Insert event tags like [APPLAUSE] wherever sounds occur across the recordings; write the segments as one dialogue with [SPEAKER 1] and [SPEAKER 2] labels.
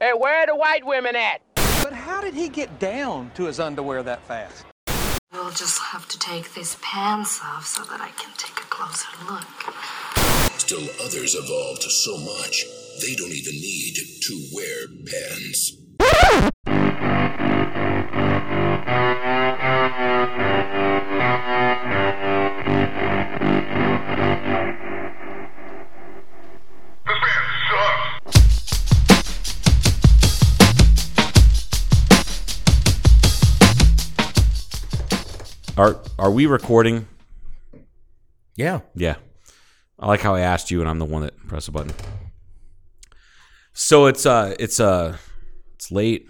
[SPEAKER 1] Hey, where are the white women at?
[SPEAKER 2] But how did he get down to his underwear that fast?
[SPEAKER 3] We'll just have to take these pants off so that I can take a closer look.
[SPEAKER 4] Still others evolved so much they don't even need to wear pants.
[SPEAKER 5] Are are we recording?
[SPEAKER 6] Yeah.
[SPEAKER 5] Yeah. I like how I asked you and I'm the one that pressed the button. So it's uh it's uh it's late.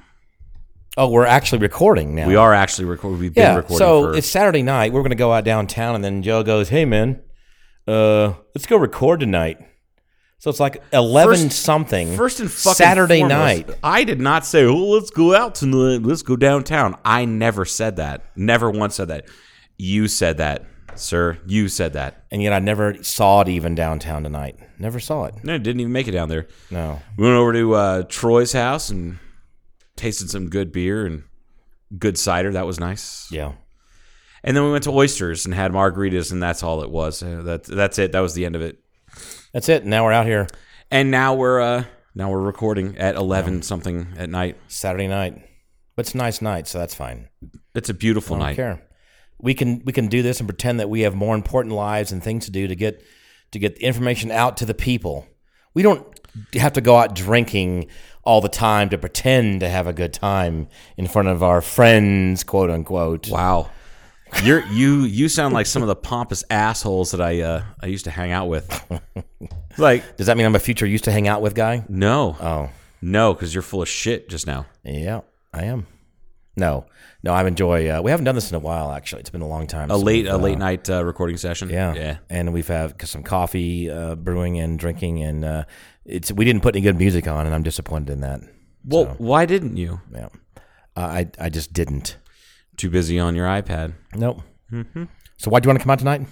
[SPEAKER 6] Oh, we're actually recording now.
[SPEAKER 5] We are actually recording. We've been
[SPEAKER 6] Yeah.
[SPEAKER 5] recording
[SPEAKER 6] So
[SPEAKER 5] for
[SPEAKER 6] it's Saturday night. We're going to go out downtown, and then Joe goes, "Hey, man, uh, let's go record tonight." So it's like eleven
[SPEAKER 5] First-
[SPEAKER 6] something.
[SPEAKER 5] first and fucking
[SPEAKER 6] Saturday
[SPEAKER 5] foremost,
[SPEAKER 6] night.
[SPEAKER 5] I did not say, "Oh, let's go out tonight. Let's go downtown." I never said that. Never once said that. You said that, sir. You said that.
[SPEAKER 6] and yet I never saw it even downtown tonight. Never saw it.
[SPEAKER 5] No, didn't even make it down there.
[SPEAKER 6] No.
[SPEAKER 5] We went over to uh, Troy's house and tasted some good beer and good cider. That was nice.
[SPEAKER 6] Yeah.
[SPEAKER 5] And then we went to Oysters and had margaritas, and that's all it was. Uh, That that's it. That was the end of it.
[SPEAKER 6] That's it. Now we're out here
[SPEAKER 5] And now we're uh, now we're recording at eleven something at night.
[SPEAKER 6] Saturday night. But it's a nice night, so that's fine.
[SPEAKER 5] It's a beautiful
[SPEAKER 6] I don't
[SPEAKER 5] night.
[SPEAKER 6] care. We can we can do this and pretend that we have more important lives and things to do to get to get the information out to the people. We don't have to go out drinking all the time to pretend to have a good time in front of our friends, quote unquote.
[SPEAKER 5] Wow. You're you you sound like some of the pompous assholes that I uh, I used to hang out
[SPEAKER 6] [LAUGHS]
[SPEAKER 5] with. Like
[SPEAKER 6] Does that mean I'm a future used to hang out with guy?
[SPEAKER 5] no,
[SPEAKER 6] Oh,
[SPEAKER 5] no, because you're full of shit just now.
[SPEAKER 6] yeah, I am. No, no, I enjoy. Uh, we haven't done this in a while. Actually, it's been a long time.
[SPEAKER 5] A late a
[SPEAKER 6] night.
[SPEAKER 5] late night uh, recording session.
[SPEAKER 6] Yeah.
[SPEAKER 5] yeah.
[SPEAKER 6] And we've had some coffee uh, brewing and drinking, and uh, it's we didn't put any good music on, and I'm disappointed in that.
[SPEAKER 5] Well, why didn't you?
[SPEAKER 6] Yeah, uh, I I just didn't.
[SPEAKER 5] Too busy on your iPad.
[SPEAKER 6] Nope. Mm-hmm. So why do you want to come out tonight?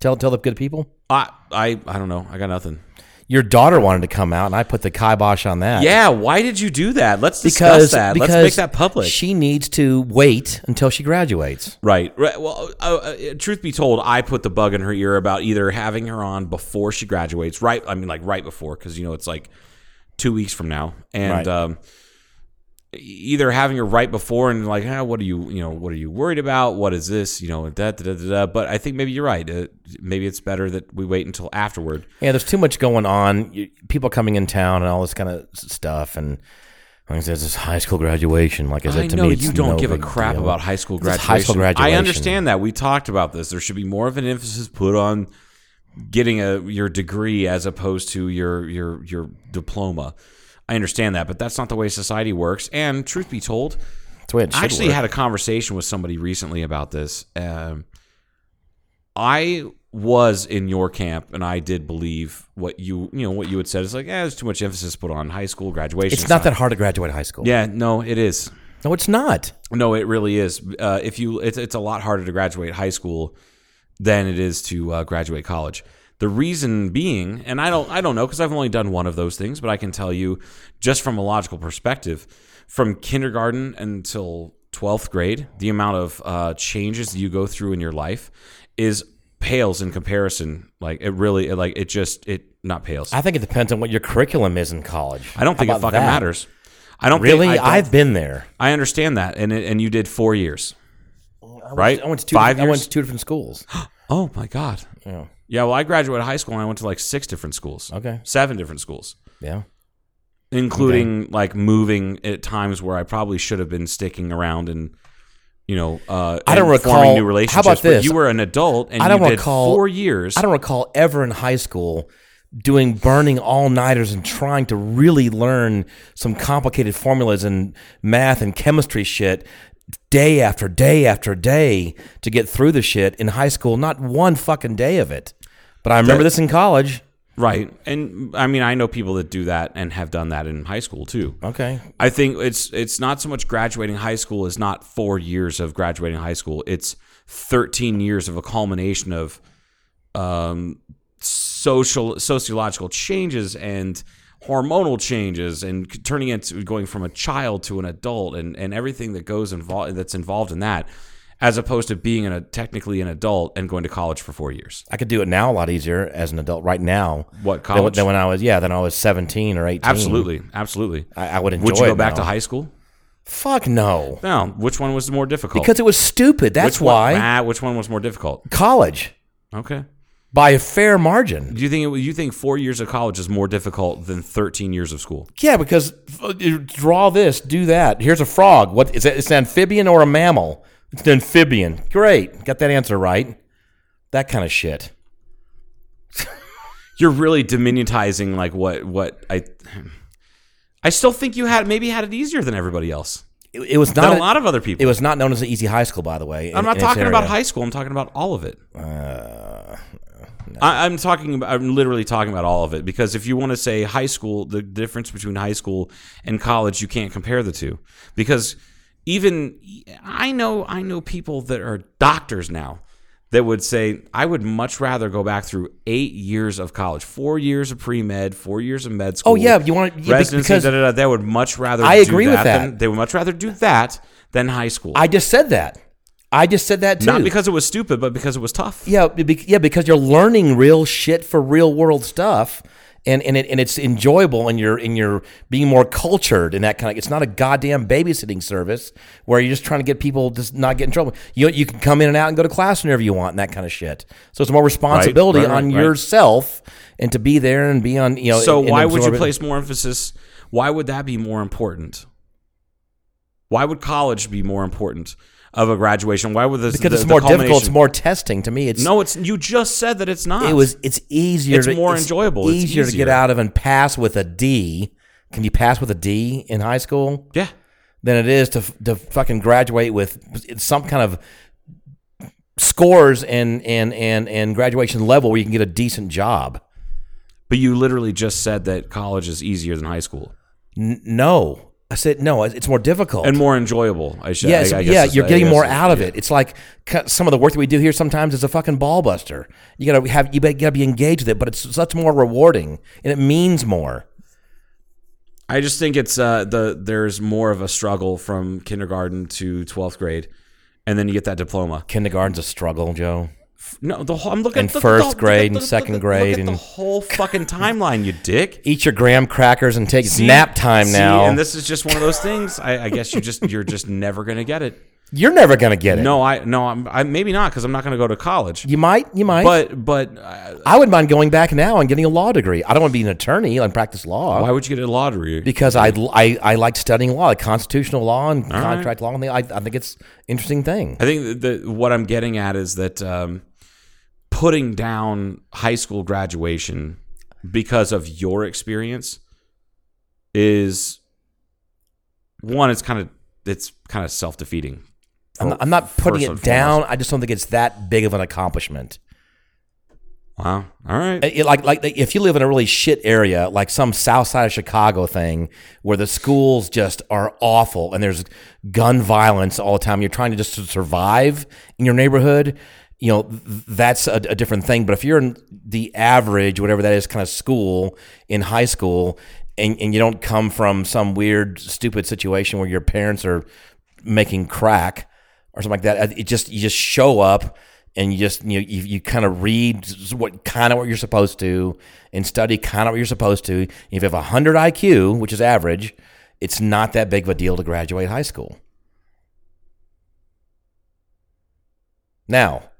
[SPEAKER 6] Tell tell the good people.
[SPEAKER 5] I I I don't know. I got nothing.
[SPEAKER 6] Your daughter wanted to come out, and I put the kibosh on that.
[SPEAKER 5] Yeah, why did you do that? Let's discuss
[SPEAKER 6] Because,
[SPEAKER 5] that.
[SPEAKER 6] because
[SPEAKER 5] Let's make that public.
[SPEAKER 6] She needs to wait until she graduates.
[SPEAKER 5] right. Right. Well, uh, uh, truth be told, I put the bug in her ear about either having her on before she graduates, right? I mean, like right before, because you know it's like two weeks from now, and
[SPEAKER 6] Right.
[SPEAKER 5] um, e-, either having her right before and like, ah, what are you, you know, what are you worried about? What is this? You know, da da da da. da. But I think maybe you're right. Uh, maybe it's better that we wait until afterward.
[SPEAKER 6] Yeah, there's too much going on. You, people coming in town and all this kind of s- stuff, and like I said, this is high school graduation. Like I said,
[SPEAKER 5] I
[SPEAKER 6] to
[SPEAKER 5] know
[SPEAKER 6] me, it's
[SPEAKER 5] you don't
[SPEAKER 6] no
[SPEAKER 5] give a
[SPEAKER 6] big
[SPEAKER 5] crap
[SPEAKER 6] deal.
[SPEAKER 5] about high school
[SPEAKER 6] This is
[SPEAKER 5] graduation.
[SPEAKER 6] high school
[SPEAKER 5] I
[SPEAKER 6] graduation.
[SPEAKER 5] understand that. We talked about this. There should be more of an emphasis put on getting a your degree as opposed to your your your diploma. I understand that, but that's not the way society works. And truth be told,
[SPEAKER 6] That's the way it should
[SPEAKER 5] I actually
[SPEAKER 6] work.
[SPEAKER 5] had a conversation with somebody recently about this. Um, I was in your camp, and I did believe what you you know what you had said. It's like, eh, there's too much emphasis put on high school graduation.
[SPEAKER 6] It's not that hard to graduate high school.
[SPEAKER 5] Yeah, no, it is.
[SPEAKER 6] No, it's not.
[SPEAKER 5] No, it really is. Uh, if you, it's it's a lot harder to graduate high school than it is to uh, graduate college. The reason being, and I don't, I don't know, because I've only done one of those things, but I can tell you, just from a logical perspective, from kindergarten until twelfth grade, the amount of uh, changes that you go through in your life is pales in comparison. Like it really, it, like it just, it not pales.
[SPEAKER 6] I
[SPEAKER 5] I,
[SPEAKER 6] think it depends on what your curriculum is in college.
[SPEAKER 5] don't think
[SPEAKER 6] How
[SPEAKER 5] it
[SPEAKER 6] about
[SPEAKER 5] fucking
[SPEAKER 6] that?
[SPEAKER 5] matters. I don't think-
[SPEAKER 6] Really,
[SPEAKER 5] I don't
[SPEAKER 6] I've been there.
[SPEAKER 5] I understand that, and it, and you did four years,
[SPEAKER 6] I
[SPEAKER 5] right?
[SPEAKER 6] went, I went to two
[SPEAKER 5] Five
[SPEAKER 6] different- I went
[SPEAKER 5] years?
[SPEAKER 6] to two different [GASPS] schools.
[SPEAKER 5] Oh my god.
[SPEAKER 6] Yeah.
[SPEAKER 5] Yeah. Well, I graduated high school and I went to like six different schools.
[SPEAKER 6] Okay.
[SPEAKER 5] Seven different schools,
[SPEAKER 6] Yeah.
[SPEAKER 5] including like moving at times where I probably should have been sticking around and. You know, uh,
[SPEAKER 6] I don't
[SPEAKER 5] and forming
[SPEAKER 6] recall-
[SPEAKER 5] new
[SPEAKER 6] how
[SPEAKER 5] relationships.
[SPEAKER 6] about
[SPEAKER 5] but
[SPEAKER 6] this?
[SPEAKER 5] you were an adult, and
[SPEAKER 6] I don't
[SPEAKER 5] you did
[SPEAKER 6] recall-
[SPEAKER 5] four years.
[SPEAKER 6] I don't recall ever in high school doing burning all nighters and trying to really learn some complicated formulas and math and chemistry shit day after day after day to get through the shit in high school. Not one fucking day of it. But I remember
[SPEAKER 5] That-
[SPEAKER 6] this in college.
[SPEAKER 5] right, and I mean, I know people that do that and have done that in high school too.
[SPEAKER 6] Okay.
[SPEAKER 5] I think it's it's not so much graduating high school is not four years of graduating high school. It's thirteen years of a culmination of um, social sociological changes and hormonal changes and c- turning into going from a child to an adult and, and everything that goes involved that's involved in that, as opposed to being an, a technically an adult and going to college for four years.
[SPEAKER 6] I could do it now a lot easier as an adult right now.
[SPEAKER 5] What,
[SPEAKER 6] than-
[SPEAKER 5] college?
[SPEAKER 6] Than, when I was yeah, than I was seventeen or eighteen.
[SPEAKER 5] Absolutely, absolutely.
[SPEAKER 6] I, I would enjoy.
[SPEAKER 5] Would you go
[SPEAKER 6] it
[SPEAKER 5] back
[SPEAKER 6] now.
[SPEAKER 5] to high school?
[SPEAKER 6] Fuck no,
[SPEAKER 5] No. Which one was more difficult?
[SPEAKER 6] because it was stupid. That's
[SPEAKER 5] which
[SPEAKER 6] why
[SPEAKER 5] One, ah, which one was more difficult?
[SPEAKER 6] college
[SPEAKER 5] Okay.
[SPEAKER 6] by a fair margin.
[SPEAKER 5] Do you think it, you think four years of college is more difficult than thirteen years of school?
[SPEAKER 6] Yeah, because f- you draw this, do that. Here's a frog. What is it? It's an amphibian or a mammal? It's an amphibian. Great, got that answer right. That kind of shit.
[SPEAKER 5] You're really diminutizing like what what I. I still think you had maybe had it easier than everybody else.
[SPEAKER 6] It, it was
[SPEAKER 5] Than
[SPEAKER 6] not
[SPEAKER 5] a lot of other people.
[SPEAKER 6] It was not known as an easy high school, by the way. in-
[SPEAKER 5] I'm not
[SPEAKER 6] in its
[SPEAKER 5] talking about
[SPEAKER 6] area. Uh,
[SPEAKER 5] high school. I'm talking about all of it. I, I'm talking. About, I'm literally talking about all of it because if you want to say high school, the difference between high school and college, you can't compare the two because even I know I know people that are doctors now that would say I would much rather go back through eight years of college, four years of pre med, four years of med school.
[SPEAKER 6] Oh, yeah, you wanna- yeah, be-
[SPEAKER 5] residency?
[SPEAKER 6] because-
[SPEAKER 5] da, da, da, they would much rather. do
[SPEAKER 6] I agree with
[SPEAKER 5] than-
[SPEAKER 6] that.
[SPEAKER 5] they would much rather do that than high school.
[SPEAKER 6] I just said that. I just said that too.
[SPEAKER 5] Not because it was stupid, but because it was tough.
[SPEAKER 6] yeah, be- be- yeah, because you're learning real shit for real world stuff, and and it, and it's enjoyable, and you're and you're being more cultured and that kind of. It's not a goddamn babysitting service where you're just trying to get people just not get in trouble. You you can come in and out and go to class whenever you want and that kind of shit. So it's more responsibility
[SPEAKER 5] right, right,
[SPEAKER 6] on
[SPEAKER 5] right.
[SPEAKER 6] yourself and to be there and be on you know.
[SPEAKER 5] so
[SPEAKER 6] and- and
[SPEAKER 5] why would you
[SPEAKER 6] absorb it.
[SPEAKER 5] place more emphasis? Why would that be more important? Why would college be more important of a graduation? Why would this
[SPEAKER 6] Because
[SPEAKER 5] the,
[SPEAKER 6] it's
[SPEAKER 5] the
[SPEAKER 6] more difficult. It's
[SPEAKER 5] culmination-
[SPEAKER 6] more testing to me. It's
[SPEAKER 5] no, it's you just said that it's not.
[SPEAKER 6] It was. It's easier.
[SPEAKER 5] It's
[SPEAKER 6] to,
[SPEAKER 5] more enjoyable. It's
[SPEAKER 6] easier, to get
[SPEAKER 5] easier.
[SPEAKER 6] out of and pass with a D. Can you pass with a D in high school?
[SPEAKER 5] yeah.
[SPEAKER 6] Than it is to f- to fucking graduate with some kind of scores and and and and graduation level where you can get a decent job.
[SPEAKER 5] But you literally just said that college is easier than high school
[SPEAKER 6] N- no, I said no. It's more difficult
[SPEAKER 5] and more enjoyable. I should.
[SPEAKER 6] Yes,
[SPEAKER 5] I, I guess
[SPEAKER 6] yeah,
[SPEAKER 5] is-
[SPEAKER 6] you're
[SPEAKER 5] I
[SPEAKER 6] getting
[SPEAKER 5] guess
[SPEAKER 6] more
[SPEAKER 5] is-
[SPEAKER 6] out of it. It's like c- some of the work that we do here sometimes is a fucking ball buster. You gotta have you gotta be engaged with it, but it's such more rewarding and it means more.
[SPEAKER 5] I just think it's uh, the there's more of a struggle from kindergarten to twelfth grade, and then you get that diploma.
[SPEAKER 6] Kindergarten's a struggle, Joe.
[SPEAKER 5] No, the whole I'm looking
[SPEAKER 6] And
[SPEAKER 5] at the- the-
[SPEAKER 6] first
[SPEAKER 5] look at
[SPEAKER 6] grade
[SPEAKER 5] the-
[SPEAKER 6] and
[SPEAKER 5] look at
[SPEAKER 6] second
[SPEAKER 5] the-
[SPEAKER 6] grade
[SPEAKER 5] look at
[SPEAKER 6] and-
[SPEAKER 5] the whole fucking timeline, you
[SPEAKER 6] [LAUGHS]
[SPEAKER 5] dick.
[SPEAKER 6] Eat your graham crackers and take
[SPEAKER 5] See-
[SPEAKER 6] nap time
[SPEAKER 5] see,
[SPEAKER 6] now.
[SPEAKER 5] And this is just one of those things. I, I guess you just you're just never gonna get it.
[SPEAKER 6] You're never gonna get it.
[SPEAKER 5] No, I no, I'm I, maybe not because I'm not gonna go to college.
[SPEAKER 6] you might, you might.
[SPEAKER 5] But but uh,
[SPEAKER 6] I would mind going back now and getting a law degree. I don't want to be an attorney and practice law
[SPEAKER 5] why would you get a lottery?
[SPEAKER 6] because I, I I like studying law, like constitutional law and contract law, and I, I think it's an interesting thing.
[SPEAKER 5] I think that the, what I'm getting at is that um, putting down high school graduation because of your experience is one. It's kind of it's kind of self defeating.
[SPEAKER 6] I'm not, I'm not putting
[SPEAKER 5] First and
[SPEAKER 6] it down. I just don't think it's that big of an accomplishment.
[SPEAKER 5] Wow. All right.
[SPEAKER 6] It- it- like like if you live in a really shit area, like some South Side of Chicago thing, where the schools just are awful and there's gun violence all the time. You're trying to just to survive in your neighborhood. You know th- that's a, a different thing. But if you're in the average, whatever that is, kind of school in high school, and, and you don't come from some weird stupid situation where your parents are making crack or something like that. Uh, It just you just show up and you just you you, you kind of read what kind of what you're supposed to and study kind of what you're supposed to. If you have a hundred IQ, which is average, it's not that big of a deal to graduate high school. Now,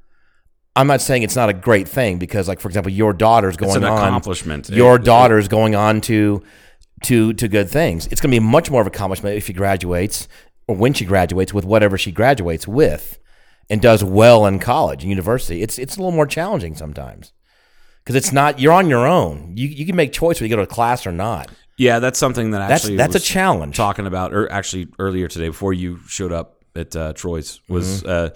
[SPEAKER 6] I'm not saying it's not a great thing because, like for example, your daughter's going
[SPEAKER 5] an
[SPEAKER 6] on
[SPEAKER 5] accomplishment.
[SPEAKER 6] Your
[SPEAKER 5] It-
[SPEAKER 6] daughter's going on to to to good things. It's going to be much more of an accomplishment if she graduates or when she graduates with whatever she graduates with and does well in college and university. It's it's a little more challenging sometimes because it's not you're on your own. You you can make choice whether you go to class or not.
[SPEAKER 5] Yeah, that's something that
[SPEAKER 6] That's
[SPEAKER 5] actually
[SPEAKER 6] that's a
[SPEAKER 5] was
[SPEAKER 6] challenge.
[SPEAKER 5] Talking about, or actually earlier today, before you showed up at uh, Troy's, was
[SPEAKER 6] Mm-hmm.
[SPEAKER 5] uh,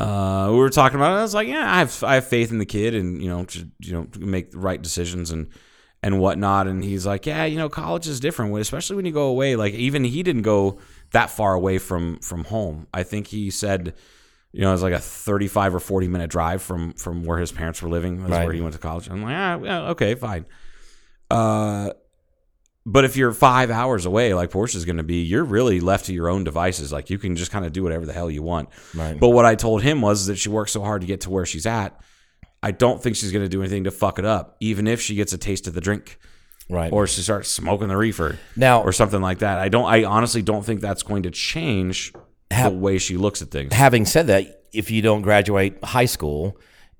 [SPEAKER 5] uh, we were talking about. it. I was like, yeah, I have I have faith in the kid, and you know, to, you know, to make the right decisions and and whatnot. And he's like, yeah, you know, college is different, when- especially when you go away. Like even he didn't go that far away from from home. I think he said. You know, it was like a thirty-five or forty-minute drive from from where his parents were living. That's
[SPEAKER 6] Right.
[SPEAKER 5] where he went to college. I'm like, ah, well, okay, fine. Uh, But if you're five hours away, like Portia's going to be, you're really left to your own devices. Like you can just kind of do whatever the hell you want.
[SPEAKER 6] Right.
[SPEAKER 5] But what I told him was that she worked so hard to get to where she's at. I don't think she's going to do anything to fuck it up, even if she gets a taste of the drink
[SPEAKER 6] Right.
[SPEAKER 5] or she starts smoking the reefer
[SPEAKER 6] Now-
[SPEAKER 5] or something like that. I don't. I honestly don't think that's going to change
[SPEAKER 6] Hap-
[SPEAKER 5] the way she looks at things.
[SPEAKER 6] having said that, if you don't graduate high school,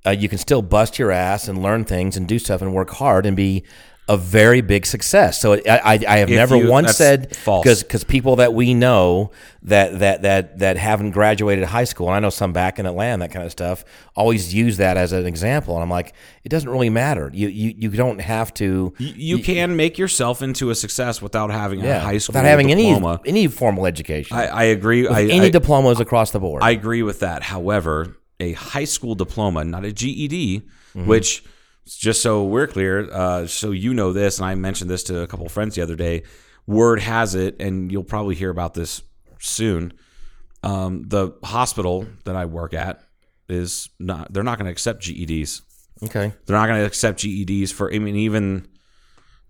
[SPEAKER 6] uh, you can still bust your ass and learn things and do stuff and work hard and be a very big success. So I, I, I have
[SPEAKER 5] If
[SPEAKER 6] never
[SPEAKER 5] you-
[SPEAKER 6] once
[SPEAKER 5] that's
[SPEAKER 6] said
[SPEAKER 5] false.
[SPEAKER 6] because people that we know that that that that haven't graduated high school, and I know some back in Atlanta and that kind of stuff, always use that as an example. And I'm like, it doesn't really matter. You you, you don't have to.
[SPEAKER 5] you, you can make yourself into a success without having a
[SPEAKER 6] yeah,
[SPEAKER 5] high school
[SPEAKER 6] without having
[SPEAKER 5] diploma.
[SPEAKER 6] any any formal education,
[SPEAKER 5] I, I agree. I,
[SPEAKER 6] any
[SPEAKER 5] I,
[SPEAKER 6] diplomas across the board.
[SPEAKER 5] I agree with that. However, a high school diploma, not a GED,
[SPEAKER 6] Mm-hmm.
[SPEAKER 5] which just so we're clear, uh, so you know this, and I mentioned this to a couple of friends the other day. Word has it, and you'll probably hear about this soon. Um, the hospital that I work at is not. They're not going to accept GEDs.
[SPEAKER 6] okay,
[SPEAKER 5] They're not going to accept GEDs for, I mean, even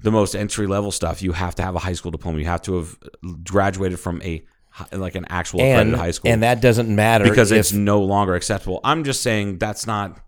[SPEAKER 5] the most entry level stuff. You have to have a high school diploma. You have to have graduated from a hi- like an actual
[SPEAKER 6] and
[SPEAKER 5] accredited high school,
[SPEAKER 6] and that doesn't matter
[SPEAKER 5] because
[SPEAKER 6] if-
[SPEAKER 5] it's no longer acceptable. I'm just saying that's not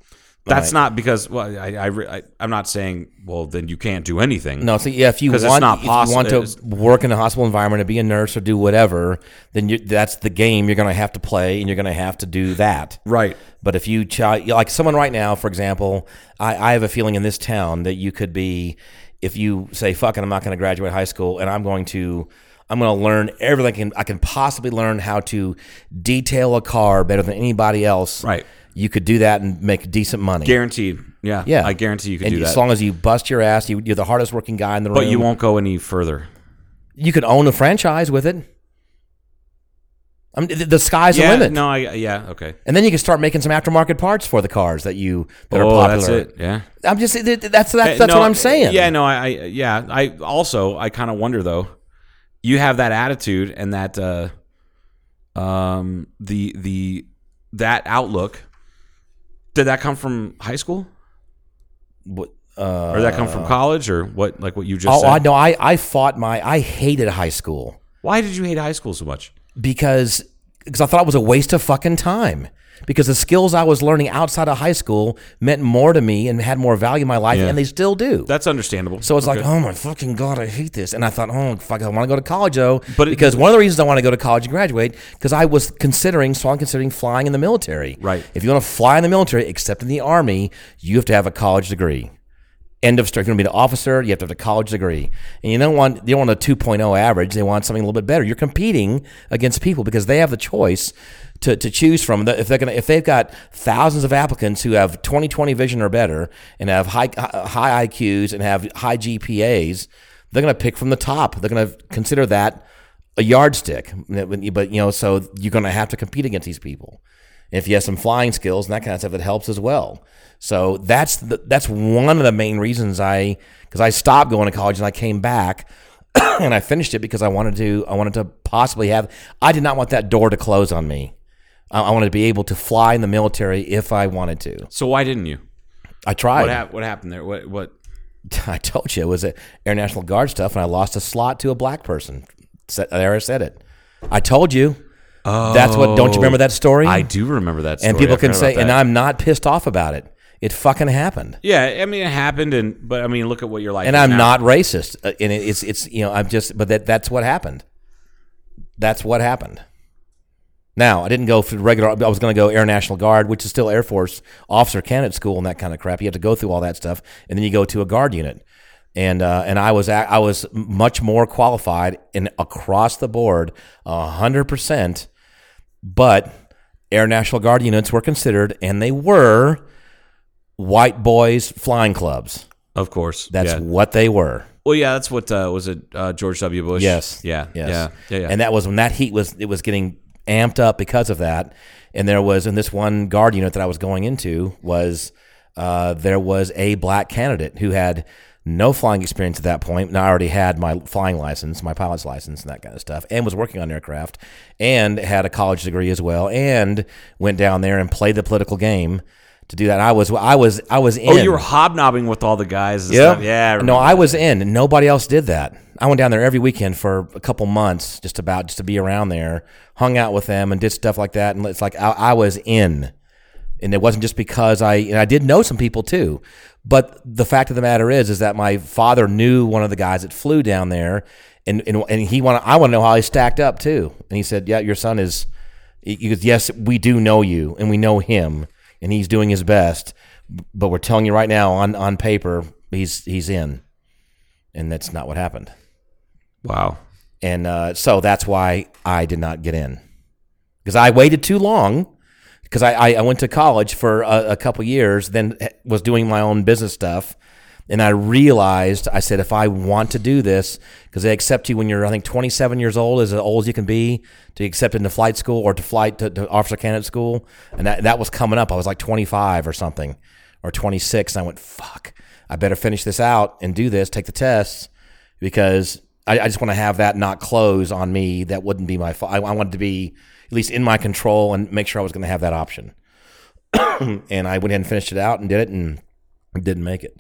[SPEAKER 5] that's
[SPEAKER 6] Right.
[SPEAKER 5] not because well, I, I, re- I I'm not saying well then you can't do anything.
[SPEAKER 6] No, so yeah, if you
[SPEAKER 5] 'Cause
[SPEAKER 6] want,
[SPEAKER 5] it's not
[SPEAKER 6] if you want
[SPEAKER 5] possi-
[SPEAKER 6] to work in a hospital environment and be a nurse or do whatever, then you, that's the game you're going to have to play, and you're going to have to do that.
[SPEAKER 5] right.
[SPEAKER 6] But if you chi- like someone right now, for example, I, I have a feeling in this town that you could be, if you say, "Fuck it, I'm not going to graduate high school, and I'm going to." I'm going to learn everything I can, I can possibly learn how to detail a car better than anybody else.
[SPEAKER 5] Right.
[SPEAKER 6] You could do that and make decent money.
[SPEAKER 5] Guaranteed. Yeah.
[SPEAKER 6] yeah.
[SPEAKER 5] I guarantee you can
[SPEAKER 6] and
[SPEAKER 5] do
[SPEAKER 6] As
[SPEAKER 5] that.
[SPEAKER 6] long as you bust your ass, you, you're the hardest working guy in the room.
[SPEAKER 5] but you won't go any further.
[SPEAKER 6] you could own a franchise with it. I mean, the, the sky's
[SPEAKER 5] yeah.
[SPEAKER 6] the limit.
[SPEAKER 5] No. I yeah. Okay.
[SPEAKER 6] And then you can start making some aftermarket parts for the cars that you that
[SPEAKER 5] oh,
[SPEAKER 6] are popular.
[SPEAKER 5] that's it. Yeah.
[SPEAKER 6] I'm just th- th- that's that's, that's
[SPEAKER 5] Uh, no,
[SPEAKER 6] what I'm saying.
[SPEAKER 5] Yeah, no, I, I yeah, I also I kind of wonder though. You have that attitude and that uh um the the that outlook. Did that come from high school
[SPEAKER 6] What- Uh,
[SPEAKER 5] or did that come from college or what like what you just
[SPEAKER 6] oh,
[SPEAKER 5] said?
[SPEAKER 6] I no, I I fought my I hated high school
[SPEAKER 5] Why did you hate high school so much?
[SPEAKER 6] because because I thought it was a waste of fucking time. Because the skills I was learning outside of high school meant more to me and had more value in my life,
[SPEAKER 5] Yeah.
[SPEAKER 6] and they still do.
[SPEAKER 5] That's understandable.
[SPEAKER 6] So it's like,
[SPEAKER 5] Okay.
[SPEAKER 6] oh my fucking god, I hate this. And I thought, oh fuck, I want to go to college though,
[SPEAKER 5] But it-
[SPEAKER 6] because one of the reasons I want to go to college and graduate because I was considering, so I'm considering flying in the military.
[SPEAKER 5] Right.
[SPEAKER 6] If you want to fly in the military, except in the army, you have to have a college degree. End of story. If you're going to be an officer, you have to have a college degree, and you don't want they don't want a 2.0 average. They want something a little bit better. You're competing against people because they have the choice to, to choose from. If they're going to, if they've got thousands of applicants who have 20/20 vision or better and have high high IQs and have high GPAs, they're going to pick from the top. They're going to consider that a yardstick. But you know, so you're going to have to compete against these people. If you have some flying skills and that kind of stuff, it helps as well. So that's the, that's one of the main reasons I because I stopped going to college and I came back [CLEARS THROAT] and I finished it because I wanted to I wanted to possibly have I did not want that door to close on me. I, I wanted to be able to fly in the military if I wanted to.
[SPEAKER 5] So why didn't you?
[SPEAKER 6] I tried.
[SPEAKER 5] What hap- what happened there? What what
[SPEAKER 6] [LAUGHS] I told you it was a Air National Guard stuff, and I lost a slot to a black person. Sa- There I said it. I told you. That's what. Don't you remember that story?
[SPEAKER 5] I do remember that story.
[SPEAKER 6] And people
[SPEAKER 5] I
[SPEAKER 6] can
[SPEAKER 5] forgot
[SPEAKER 6] say,
[SPEAKER 5] about
[SPEAKER 6] and
[SPEAKER 5] that.
[SPEAKER 6] I'm not pissed off about it. It fucking happened,
[SPEAKER 5] Yeah, I mean it happened and but I mean look at what you're like.
[SPEAKER 6] and I'm not racist. Uh, And it- it's it's you know I'm just, but that that's what happened. That's what happened. Now I didn't go for the regular. I was going to go Air National Guard, which is still Air Force Officer Candidate School and that kind of crap. You have to go through all that stuff, and then you go to a guard unit. And uh, and I was a- I was much more qualified in across the board, hundred percent. But Air National Guard units were considered, and they were white boys flying clubs.
[SPEAKER 5] Of course.
[SPEAKER 6] That's
[SPEAKER 5] yeah.
[SPEAKER 6] what they were.
[SPEAKER 5] Well, yeah, that's what uh, was it uh, George W. Bush?
[SPEAKER 6] Yes.
[SPEAKER 5] Yeah.
[SPEAKER 6] Yes.
[SPEAKER 5] Yeah. Yeah. yeah.
[SPEAKER 6] And that was when that heat was it was getting amped up because of that. And there was in this one guard unit that I was going into was uh, there was a black candidate who had no flying experience at that point, and I already had my flying license, my pilot's license, and that kind of stuff, and was working on aircraft, and had a college degree as well, and went down there and played the political game to do that. And I was I was I was in.
[SPEAKER 5] Oh, you were hobnobbing with all the guys. And
[SPEAKER 6] Yeah,
[SPEAKER 5] stuff. yeah.
[SPEAKER 6] no,
[SPEAKER 5] remember
[SPEAKER 6] I
[SPEAKER 5] that.
[SPEAKER 6] was in, and nobody else did that. I went down there every weekend for a couple months, just about just to be around there, hung out with them, and did stuff like that. And it's like I, I was in, and it wasn't just because I and I did know some people too. But the fact of the matter is, is that my father knew one of the guys that flew down there, and and, and he wanted I want to know how he stacked up too. And he said, "Yeah, your son is." He goes, "Yes, we do know you, and we know him, and he's doing his best." But we're telling you right now, on, on paper, he's he's in and that's not what happened.
[SPEAKER 5] Wow.
[SPEAKER 6] And uh, so that's why I did not get in because I waited too long. Because I, I, I went to college for a, a couple years, then was doing my own business stuff. And I realized, I said, if I want to do this, because they accept you when you're, I think, 27 years old, is as old as you can be, to accept into flight school or to flight to, to officer candidate school. And that, that was coming up. I was like 25 or something, or 26. And I went, fuck, I better finish this out and do this, take the tests because I, I just want to have that not close on me. That wouldn't be my fault. I, I wanted to be at least in my control and make sure I was going to have that option. [CLEARS THROAT] and I went ahead and finished it out and did it and didn't make it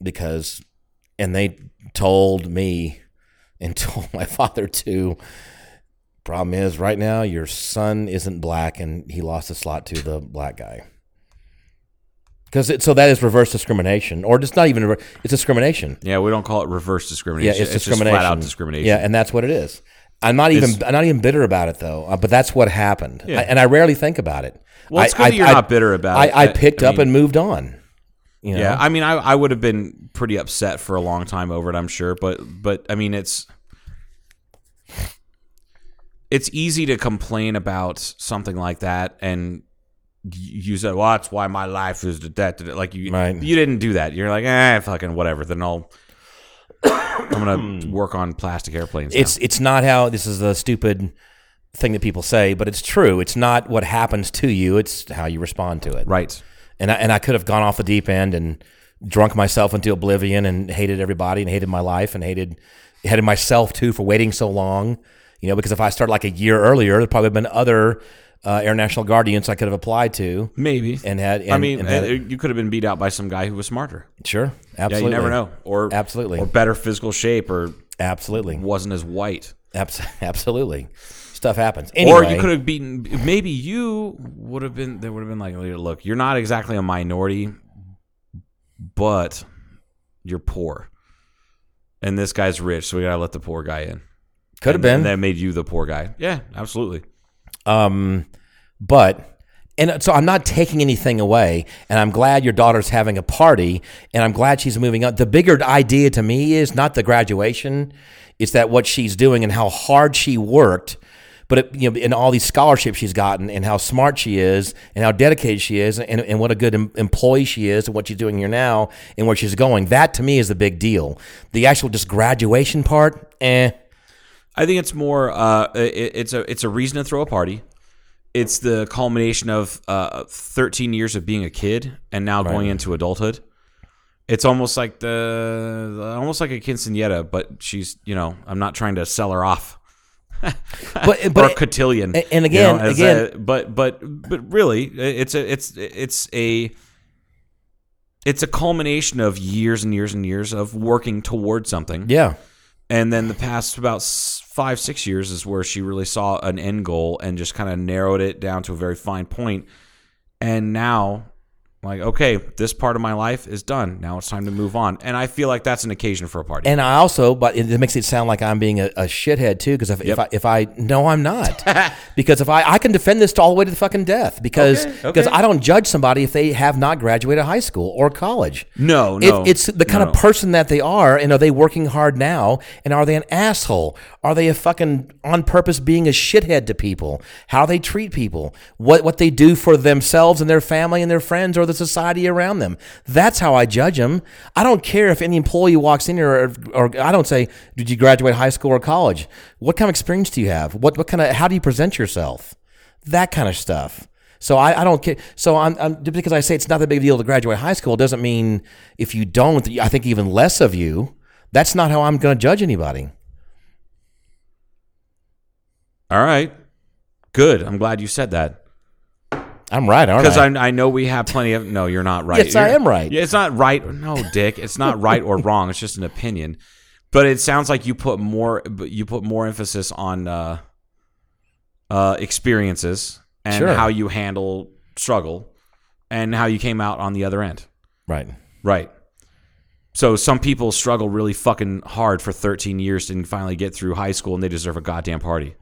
[SPEAKER 6] because, and they told me and [LAUGHS] told my father too. Problem is, right now your son isn't black and he lost a slot to the black guy. Because so that is reverse discrimination, or just not even rever- it's discrimination.
[SPEAKER 5] Yeah, we don't call it reverse
[SPEAKER 6] Yeah,
[SPEAKER 5] discrimination.
[SPEAKER 6] it's,
[SPEAKER 5] just
[SPEAKER 6] discrimination.
[SPEAKER 5] flat out discrimination.
[SPEAKER 6] Yeah, and that's what it is. I'm not even
[SPEAKER 5] It's-
[SPEAKER 6] I'm not even bitter about it though, uh, but that's what happened.
[SPEAKER 5] Yeah.
[SPEAKER 6] I, and I rarely think about it.
[SPEAKER 5] Well, it's
[SPEAKER 6] I-
[SPEAKER 5] good
[SPEAKER 6] I-
[SPEAKER 5] that you're
[SPEAKER 6] I-
[SPEAKER 5] not bitter about
[SPEAKER 6] I,
[SPEAKER 5] it.
[SPEAKER 6] I
[SPEAKER 5] I-
[SPEAKER 6] picked
[SPEAKER 5] I
[SPEAKER 6] up
[SPEAKER 5] mean-
[SPEAKER 6] and moved on. You know?
[SPEAKER 5] Yeah, I mean, I, I would have been pretty upset for a long time over it, I'm sure. But but I mean, it's it's easy to complain about something like that, and y- you say, "Well, that's why my life is that." that," Like you,
[SPEAKER 6] Right.
[SPEAKER 5] you didn't do that. You're like, "Eh, fucking whatever." Then I'll I'm gonna
[SPEAKER 6] [COUGHS]
[SPEAKER 5] work on plastic airplanes. now.
[SPEAKER 6] It's it's not how this is a stupid thing that people say, but it's true. It's not what happens to you; it's how you respond to it.
[SPEAKER 5] right.
[SPEAKER 6] And I, and I could have gone off the deep end and drunk myself into oblivion and hated everybody and hated my life and hated hated myself too for waiting so long. You know, because if I started like a year earlier, there'd probably been other uh, Air National Guard units I could have applied to.
[SPEAKER 5] Maybe
[SPEAKER 6] And had-
[SPEAKER 5] I
[SPEAKER 6] and-
[SPEAKER 5] mean,
[SPEAKER 6] and had-
[SPEAKER 5] uh, you could have been beat out by some guy who was smarter.
[SPEAKER 6] Sure,
[SPEAKER 5] Yeah,
[SPEAKER 6] absolutely.
[SPEAKER 5] you never know, or
[SPEAKER 6] Absolutely.
[SPEAKER 5] or better physical shape, or
[SPEAKER 6] Absolutely,
[SPEAKER 5] wasn't as white.
[SPEAKER 6] Abs- [LAUGHS] absolutely. Stuff happens. Anyway,
[SPEAKER 5] Or you could have beaten. Maybe you would have been. They would have been like, "Look, you're not exactly a minority, but you're poor, and this guy's rich, so we gotta let the poor guy in."
[SPEAKER 6] could have
[SPEAKER 5] And-
[SPEAKER 6] been.
[SPEAKER 5] And that made you the poor guy. Yeah, absolutely.
[SPEAKER 6] Um, but and so I'm not taking anything away, and I'm glad your daughter's having a party, and I'm glad she's moving up. The bigger idea to me is not the graduation; it's that what she's doing and how hard she worked. But it, you know, and all these scholarships she's gotten, and how smart she is, and how dedicated she is, and, and what a good em- employee she is, and what she's doing here now, and where she's going. That to me is the big deal. The actual just graduation part, eh?
[SPEAKER 5] I think it's more. Uh, it, it's a it's a reason to throw a party. It's the culmination of uh, 13 years of being a kid and now going into adulthood. It's almost like the almost like a quinceanera, but she's you know I'm not trying to sell her off.
[SPEAKER 6] But
[SPEAKER 5] or
[SPEAKER 6] but
[SPEAKER 5] cotillion.
[SPEAKER 6] and- and again-
[SPEAKER 5] as
[SPEAKER 6] again-
[SPEAKER 5] a- but but but really, it's a it's it's a it's a culmination of years and years and years of working towards something.
[SPEAKER 6] yeah,
[SPEAKER 5] And then the past about s- five six years is where she really saw an end goal and just kind of narrowed it down to a very fine point. And now. Like okay, this part of my life is done. Now it's time to move on, and I feel like that's an occasion for a party.
[SPEAKER 6] And I also, but it, it makes it sound like I'm being a, a shithead too, because if, if I, if I, no,
[SPEAKER 5] [LAUGHS]
[SPEAKER 6] I'm not, because if I, I can defend this all the way to the fucking death, because
[SPEAKER 5] Okay,
[SPEAKER 6] because
[SPEAKER 5] okay.
[SPEAKER 6] I don't judge somebody if they have not graduated high school or college.
[SPEAKER 5] No,
[SPEAKER 6] It-
[SPEAKER 5] no,
[SPEAKER 6] it's the kind
[SPEAKER 5] no.
[SPEAKER 6] of person that they are, and are they working hard now? And are they an asshole? Are they a fucking on purpose being a shithead to people? How they treat people, what what they do for themselves and their family and their friends or the society around them. That's how I judge them. I don't care if any employee walks in here, or, or I don't say, "Did you graduate high school or college? What kind of experience do you have? What what kind of how do you present yourself?" that kind of stuff. So I, I don't care. So I'm, I'm just because I say it's not that big a deal to graduate high school doesn't mean if you don't, I think even less of you. That's not how I'm going to judge anybody.
[SPEAKER 5] All right. Good. I'm glad you said that.
[SPEAKER 6] I'm right, aren't
[SPEAKER 5] Because
[SPEAKER 6] I?
[SPEAKER 5] I I know we have plenty of. No, you're not right.
[SPEAKER 6] Yes, I
[SPEAKER 5] You're-
[SPEAKER 6] am right.
[SPEAKER 5] Yeah, it's not right. No, Dick, it's not right or wrong. It's just an opinion. But it sounds like you put more you put more emphasis on uh, uh, experiences and
[SPEAKER 6] Sure.
[SPEAKER 5] how you handle struggle and how you came out on the other end.
[SPEAKER 6] right.
[SPEAKER 5] Right. So some people struggle really fucking hard for 13 years and finally get through high school and they deserve a goddamn party.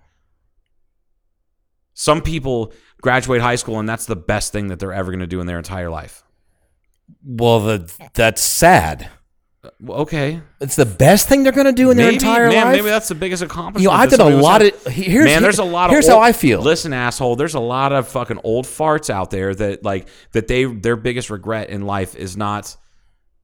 [SPEAKER 5] Some people graduate high school and that's the best thing that they're ever going to do in their entire life.
[SPEAKER 6] Well, the, that's sad.
[SPEAKER 5] Well, okay.
[SPEAKER 6] It's the best thing they're going to do in their
[SPEAKER 5] Maybe-
[SPEAKER 6] entire
[SPEAKER 5] man,
[SPEAKER 6] life.
[SPEAKER 5] Maybe that's the biggest accomplishment.
[SPEAKER 6] You know, I
[SPEAKER 5] that
[SPEAKER 6] did a
[SPEAKER 5] somebody was
[SPEAKER 6] lot
[SPEAKER 5] like-
[SPEAKER 6] of- here's-
[SPEAKER 5] man. There's a lot of.
[SPEAKER 6] here's
[SPEAKER 5] old-
[SPEAKER 6] how I feel.
[SPEAKER 5] Listen, asshole. There's a lot of fucking old farts out there that like that they their biggest regret in life is not.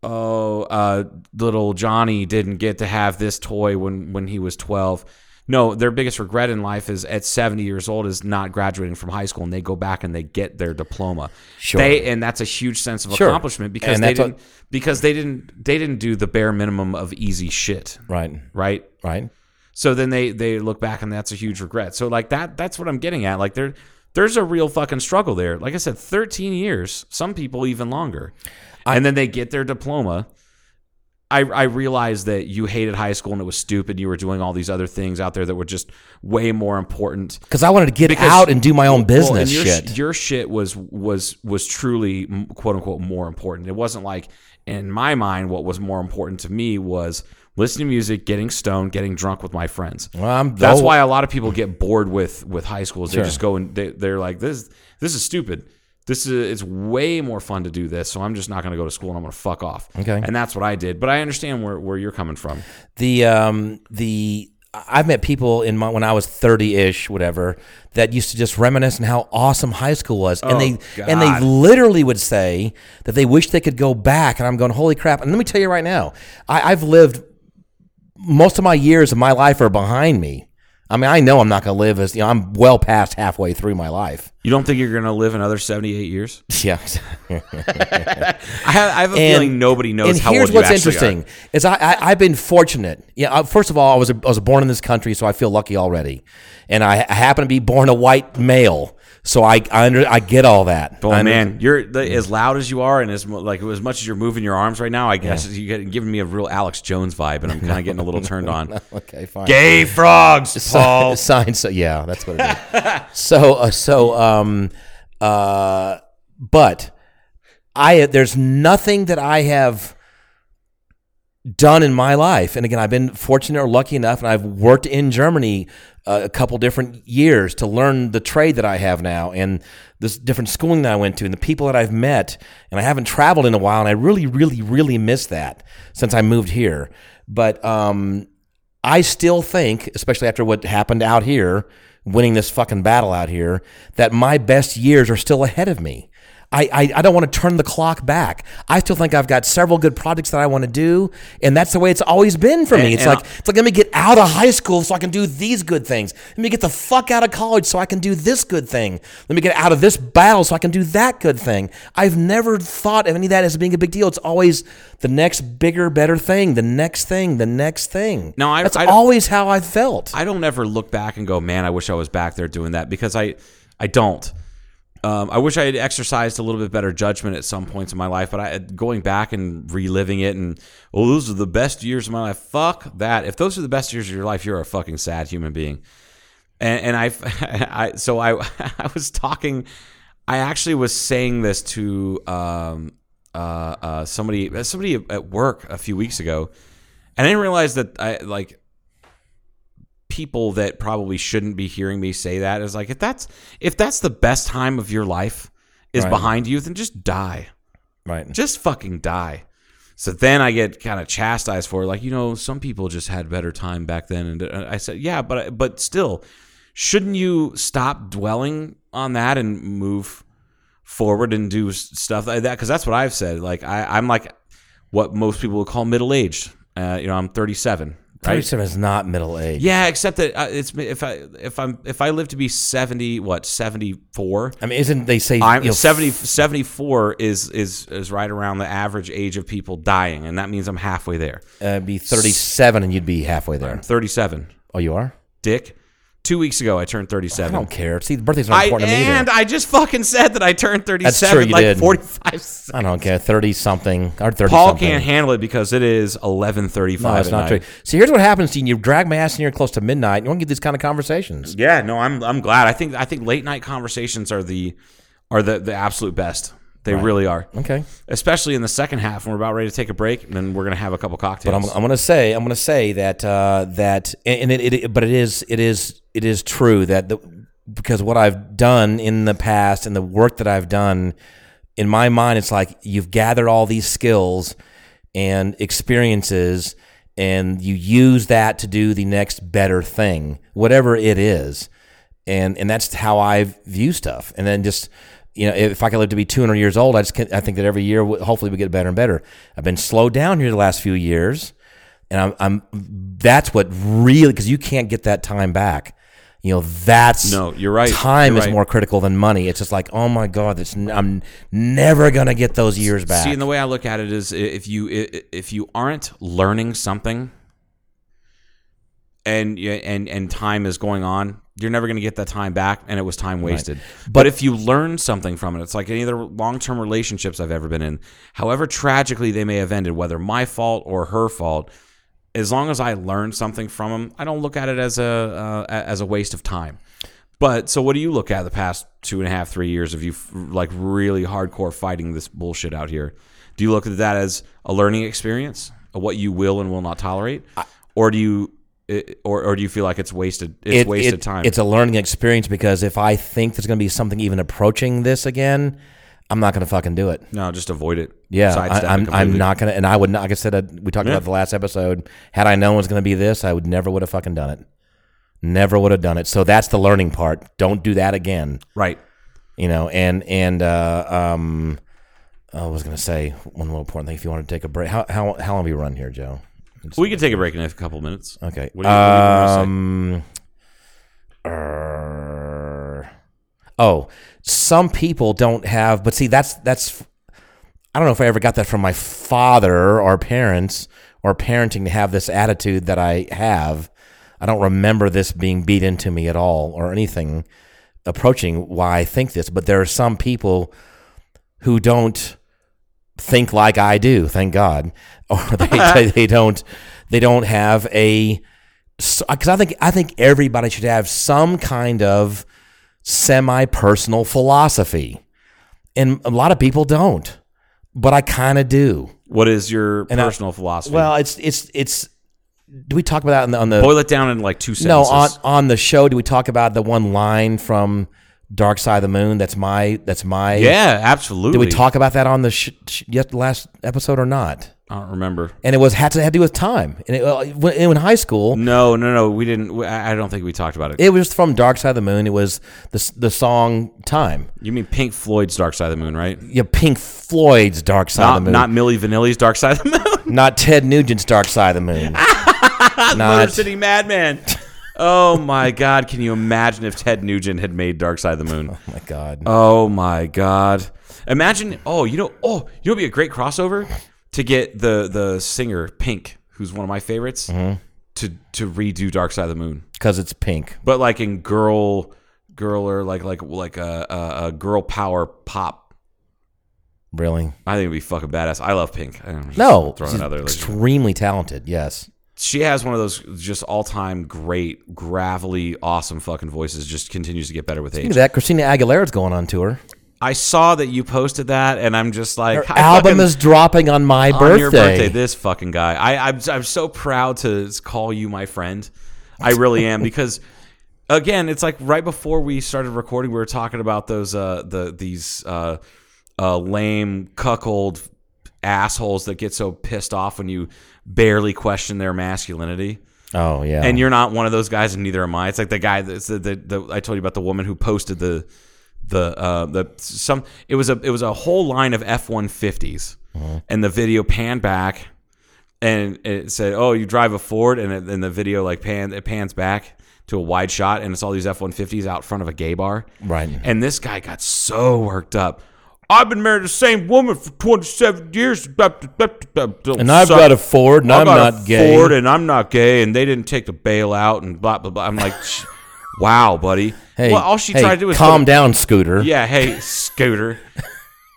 [SPEAKER 5] Oh, uh, little Johnny didn't get to have this toy when when he was twelve. No, their biggest regret in life is at seventy years old is not graduating from high school, and they go back and they get their diploma.
[SPEAKER 6] Sure.
[SPEAKER 5] They and that's a huge sense of
[SPEAKER 6] Sure.
[SPEAKER 5] accomplishment because
[SPEAKER 6] And
[SPEAKER 5] they
[SPEAKER 6] that's what-
[SPEAKER 5] didn't because they didn't they didn't do the bare minimum of easy shit
[SPEAKER 6] right.
[SPEAKER 5] right?
[SPEAKER 6] Right.
[SPEAKER 5] So then they they look back and that's a huge regret. So like that that's what I'm getting at. Like there there's a real fucking struggle there. Like I said, 13 years, some people even longer. and then they get their diploma. I I realized that you hated high school and it was stupid. You were doing all these other things out there that were just way more important.
[SPEAKER 6] Because I wanted to get
[SPEAKER 5] Because-
[SPEAKER 6] out and do my own
[SPEAKER 5] Well, and
[SPEAKER 6] business
[SPEAKER 5] your,
[SPEAKER 6] shit.
[SPEAKER 5] Your shit was was was truly mm, quote unquote more important. It wasn't like in my mind what was more important to me was listening to music, getting stoned, getting drunk with my friends.
[SPEAKER 6] Well, I'm-
[SPEAKER 5] That's
[SPEAKER 6] oh.
[SPEAKER 5] why a lot of people get bored with with high schools. They just go and they, they're like this this is stupid. This is it's way more fun to do this, so I'm just not going to go to school and I'm going to fuck off.
[SPEAKER 6] Okay.
[SPEAKER 5] and that's what I did. But I understand where, where you're coming from.
[SPEAKER 6] the um the I've met people in my when I was thirty ish, whatever, that used to just reminisce on how awesome high school was, and they and they
[SPEAKER 5] God.
[SPEAKER 6] literally would say that they wish they could go back. And I'm going, holy crap! And let me tell you right now, I, I've lived most of my years of my life are behind me. I mean, I know I'm not going to live as you know, I'm well past halfway through my life.
[SPEAKER 5] You don't think you're going to live another 78 years?
[SPEAKER 6] Yeah.
[SPEAKER 5] I have, I have a feeling nobody knows
[SPEAKER 6] and
[SPEAKER 5] how
[SPEAKER 6] here's
[SPEAKER 5] old
[SPEAKER 6] what's
[SPEAKER 5] you actually are.
[SPEAKER 6] interesting is I, I I've been fortunate. Yeah, I, first of all, I was I was born in this country, so I feel lucky already, and I, I happen to be born a white male, so I I, under, I get all that.
[SPEAKER 5] Oh
[SPEAKER 6] I under-
[SPEAKER 5] man, you're the, as loud as you are, and as mu- like as much as you're moving your arms right now. I guess you get giving me a real Alex Jones vibe, and I'm kind of getting a little turned on.
[SPEAKER 6] [LAUGHS] okay, fine.
[SPEAKER 5] Gay
[SPEAKER 6] [LAUGHS]
[SPEAKER 5] frogs, Paul.
[SPEAKER 6] Sign, so yeah, that's what it is. [LAUGHS] so uh, so um uh, but I there's nothing that I have done in my life, and again, I've been fortunate or lucky enough, and I've worked in Germany uh, a couple different years to learn the trade that I have now, and this different schooling that I went to, and the people that I've met, and I haven't traveled in a while, and I really, really, really miss that since I moved here, but um. I still think, especially after what happened out here, winning this fucking battle out here, that my best years are still ahead of me. I, I, I don't want to turn the clock back. I still think I've got several good projects that I want to do, and that's the way it's always been for me.
[SPEAKER 5] And-
[SPEAKER 6] it's
[SPEAKER 5] and
[SPEAKER 6] like it's like let me get out of high school so I can do these good things. Let me get the fuck out of college so I can do this good thing. Let me get out of this battle so I can do that good thing. I've never thought of any of that as being a big deal. It's always the next bigger, better thing, the next thing, the next thing.
[SPEAKER 5] No, I-
[SPEAKER 6] that's
[SPEAKER 5] I-
[SPEAKER 6] always how I felt.
[SPEAKER 5] I don't ever look back and go, man, I wish I was back there doing that because I, I don't. Um, I wish I had exercised a little bit better judgment at some points in my life, but I going back and reliving it and oh, those are the best years of my life. Fuck that. If those are the best years of your life, you're a fucking sad human being. and, and I, [LAUGHS] I so I [LAUGHS] I was talking I actually was saying this to um uh, uh somebody somebody at work a few weeks ago and I didn't realize that I like people that probably shouldn't be hearing me say that is like if that's if that's the best time of your life is
[SPEAKER 6] Right.
[SPEAKER 5] behind you then just die
[SPEAKER 6] right.
[SPEAKER 5] just fucking die. So then I get kind of chastised for it, like you know some people just had better time back then, and uh, I said yeah, but but still, shouldn't you stop dwelling on that and move forward and do s- stuff like that? Because that's what I've said. Like I, I'm like what most people would call middle aged. Uh, you know, I'm 37. Right?
[SPEAKER 6] 37 is not middle age.
[SPEAKER 5] Yeah, except that uh, it's if I if I'm if I live to be 70, what 74,
[SPEAKER 6] I mean, isn't they say
[SPEAKER 5] I'm
[SPEAKER 6] you know,
[SPEAKER 5] 70, 74 is is is right around the average age of people dying, and that means I'm halfway there.
[SPEAKER 6] uh, be 37 and you'd be halfway there?
[SPEAKER 5] I'm 37,
[SPEAKER 6] Oh, you are?
[SPEAKER 5] Dick. Two weeks ago, I turned
[SPEAKER 6] I
[SPEAKER 5] 37.
[SPEAKER 6] don't care. See, the birthdays aren't
[SPEAKER 5] I,
[SPEAKER 6] important to me.
[SPEAKER 5] and
[SPEAKER 6] either.
[SPEAKER 5] I just fucking said that I turned 37
[SPEAKER 6] you
[SPEAKER 5] like
[SPEAKER 6] did.
[SPEAKER 5] 45
[SPEAKER 6] I don't care. Thirty something or thirty.
[SPEAKER 5] Paul
[SPEAKER 6] something.
[SPEAKER 5] can't handle it because it is 11:35
[SPEAKER 6] No, that's
[SPEAKER 5] at
[SPEAKER 6] not
[SPEAKER 5] night.
[SPEAKER 6] true. See, here's what happens, Gene. You drag my ass in here close to midnight. You don't get these kind of conversations.
[SPEAKER 5] Yeah, no, I'm I'm glad. I think I think late night conversations are the are the the absolute best. They really are.
[SPEAKER 6] Okay.
[SPEAKER 5] Especially in the second half when we're about ready to take a break and then we're going to have a couple cocktails.
[SPEAKER 6] But I'm, I'm gonna say I'm gonna say that uh, that and it, it, but it is it is it is true that the, because what I've done in the past and the work that I've done in my mind it's like you've gathered all these skills and experiences and you use that to do the next better thing whatever it is and and that's how I view stuff. And then just you know, if I could live to be 200 years old, I just can, I think that every year, w- hopefully, we get better and better. I've been slowed down here the last few years, and I'm, I'm that's what really because you can't get that time back. You know, that's
[SPEAKER 5] No, you're right.
[SPEAKER 6] Time
[SPEAKER 5] You're
[SPEAKER 6] is
[SPEAKER 5] right.
[SPEAKER 6] more critical than money. It's just like, oh my god, that's n- I'm never gonna get those years back.
[SPEAKER 5] See, and the way I look at it is i- if you i- if you aren't learning something and you- and and time is going on, you're never going to get that time back and it was time wasted. But, if you learn something from it, it's like any other long-term relationships I've ever been in. However tragically they may have ended, whether my fault or her fault, as long as I learn something from them, I don't look at it as a uh, a- as a waste of time. But so, what do you look at the past two and a half, three years of you f- like really hardcore fighting this bullshit out here? Do you look at that as a learning experience of what you will and will not tolerate, or do you, i- or or do you feel like it's wasted? It's
[SPEAKER 6] It-
[SPEAKER 5] wasted
[SPEAKER 6] it-
[SPEAKER 5] time.
[SPEAKER 6] It's a learning experience because if I think there's gonna be something even approaching this again, I'm not gonna fucking do it.
[SPEAKER 5] no, just avoid it.
[SPEAKER 6] Yeah,
[SPEAKER 5] Sidestep it
[SPEAKER 6] I, I'm, I'm
[SPEAKER 5] completely.
[SPEAKER 6] not gonna, and I would not. Like I said, I, we talked
[SPEAKER 5] Yeah.
[SPEAKER 6] about the last episode. Had I known it was gonna be this, I would never would have fucking done it. Never would have done it. So that's the learning part. Don't do that again.
[SPEAKER 5] right.
[SPEAKER 6] You know, and and uh, um, I was gonna say one more important thing. If you want to take a break, how how how long have we run here, Joe?
[SPEAKER 5] We can take a break in a couple minutes.
[SPEAKER 6] Okay.
[SPEAKER 5] What do you- what do you wanna say?
[SPEAKER 6] um, er, oh, some people don't have, but see, that's that's. I don't know if I ever got that from my father or parents or parenting to have this attitude that I have. I don't remember this being beat into me at all or anything approaching why I think this, but there are some people who don't think like I do, thank God, [LAUGHS] or
[SPEAKER 5] [LAUGHS]
[SPEAKER 6] they they don't they don't have a because uh, I think I think everybody should have some kind of semi-personal philosophy, and a lot of people don't, but I kind of do.
[SPEAKER 5] What is your
[SPEAKER 6] And I-
[SPEAKER 5] personal philosophy?
[SPEAKER 6] Well, it's it's it's. Do we talk about that on the, on the
[SPEAKER 5] boil it down in like two
[SPEAKER 6] no
[SPEAKER 5] sentences.
[SPEAKER 6] on on the show? Do we talk about the one line from Dark Side of the Moon? That's my that's my
[SPEAKER 5] yeah, absolutely.
[SPEAKER 6] Did we talk about that on the sh- sh- yet last episode or not?
[SPEAKER 5] I don't remember.
[SPEAKER 6] And it was had to had to do with time. And it, well, when- in high school,
[SPEAKER 5] No, no, no. We didn't. we- I I don't think we talked about it.
[SPEAKER 6] it was from Dark Side of the Moon. It was the s- the song Time.
[SPEAKER 5] You mean Pink Floyd's Dark Side of the Moon, right?
[SPEAKER 6] Yeah, Pink Floyd's Dark Side of
[SPEAKER 5] Not
[SPEAKER 6] the Moon.
[SPEAKER 5] not Millie Vanilli's Dark Side of the Moon. [LAUGHS]
[SPEAKER 6] Not Ted Nugent's Dark Side of the Moon.
[SPEAKER 5] Motor
[SPEAKER 6] not
[SPEAKER 5] City Madman. Oh my God! Can you imagine if Ted Nugent had made Dark Side of the Moon?
[SPEAKER 6] oh my God.
[SPEAKER 5] Oh my God! Imagine. Oh, you know. Oh, you know, it'd be a great crossover to get the the singer Pink, who's one of my favorites, to to redo Dark Side of the Moon.
[SPEAKER 6] Because it's pink.
[SPEAKER 5] but like in girl girl or like like like a, a, a girl power pop
[SPEAKER 6] Really?
[SPEAKER 5] i think it'd be fucking badass i love pink I don't know,
[SPEAKER 6] No.
[SPEAKER 5] just throwing
[SPEAKER 6] she's
[SPEAKER 5] out there like-
[SPEAKER 6] extremely talented. Yes.
[SPEAKER 5] she has one of those just all-time great gravelly awesome fucking voices just continues to get better with
[SPEAKER 6] Look
[SPEAKER 5] age
[SPEAKER 6] at that. Christina Aguilera's going on tour.
[SPEAKER 5] i saw that you posted that and i'm just like
[SPEAKER 6] Her
[SPEAKER 5] I
[SPEAKER 6] album
[SPEAKER 5] fucking-
[SPEAKER 6] is dropping on my
[SPEAKER 5] on
[SPEAKER 6] birthday.
[SPEAKER 5] your birthday this fucking guy I, I'm, I'm so proud to call you my friend i really am because again it's like right before we started recording we were talking about those uh the these uh uh lame cuckold assholes that get so pissed off when you barely question their masculinity
[SPEAKER 6] oh yeah.
[SPEAKER 5] and you're not one of those guys, and neither am I. It's like the guy that's the, the, the I told you about the woman who posted the the uh, the some. It was a it was a whole line of F one fifties,
[SPEAKER 6] Uh-huh.
[SPEAKER 5] and the video panned back, and it said, "Oh, you drive a Ford," and it, and the video like pan it pans back to a wide shot, and it's all these F one fifties out front of a gay bar,
[SPEAKER 6] Right.
[SPEAKER 5] And this guy got so worked up. I've been married to the same woman for 27 years. And
[SPEAKER 6] And I've got a Ford, and
[SPEAKER 5] I
[SPEAKER 6] I'm
[SPEAKER 5] got a
[SPEAKER 6] not gay.
[SPEAKER 5] Ford, and I'm not gay, and they didn't take the bailout, and blah blah blah. I'm like, "Sh- [LAUGHS] Wow, buddy.
[SPEAKER 6] Hey,
[SPEAKER 5] well, all she
[SPEAKER 6] hey,
[SPEAKER 5] tried to do was
[SPEAKER 6] calm
[SPEAKER 5] put-
[SPEAKER 6] down, Scooter.
[SPEAKER 5] Yeah, hey, Scooter.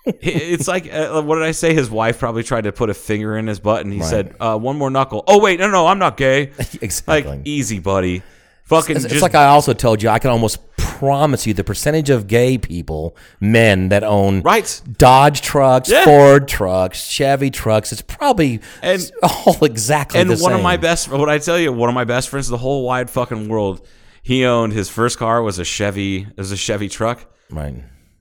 [SPEAKER 5] it's like uh, what did I say? His wife probably tried to put a finger in his butt, and he
[SPEAKER 6] Right.
[SPEAKER 5] said, uh, "One more knuckle." Oh wait, no, no, I'm not
[SPEAKER 6] [LAUGHS]
[SPEAKER 5] gay.
[SPEAKER 6] Exactly.
[SPEAKER 5] Like easy, buddy. Fucking
[SPEAKER 6] It's, it's
[SPEAKER 5] just
[SPEAKER 6] like I also told you, I can almost promise you the percentage of gay people, men that own
[SPEAKER 5] Right.
[SPEAKER 6] Dodge trucks,
[SPEAKER 5] Yeah.
[SPEAKER 6] Ford trucks, Chevy trucks, it's probably
[SPEAKER 5] And-
[SPEAKER 6] [LAUGHS] all exactly
[SPEAKER 5] and
[SPEAKER 6] the
[SPEAKER 5] one of
[SPEAKER 6] same.
[SPEAKER 5] my best what i tell you one of my best friends in the whole wide fucking world he owned his first car was a chevy it was a chevy truck
[SPEAKER 6] right.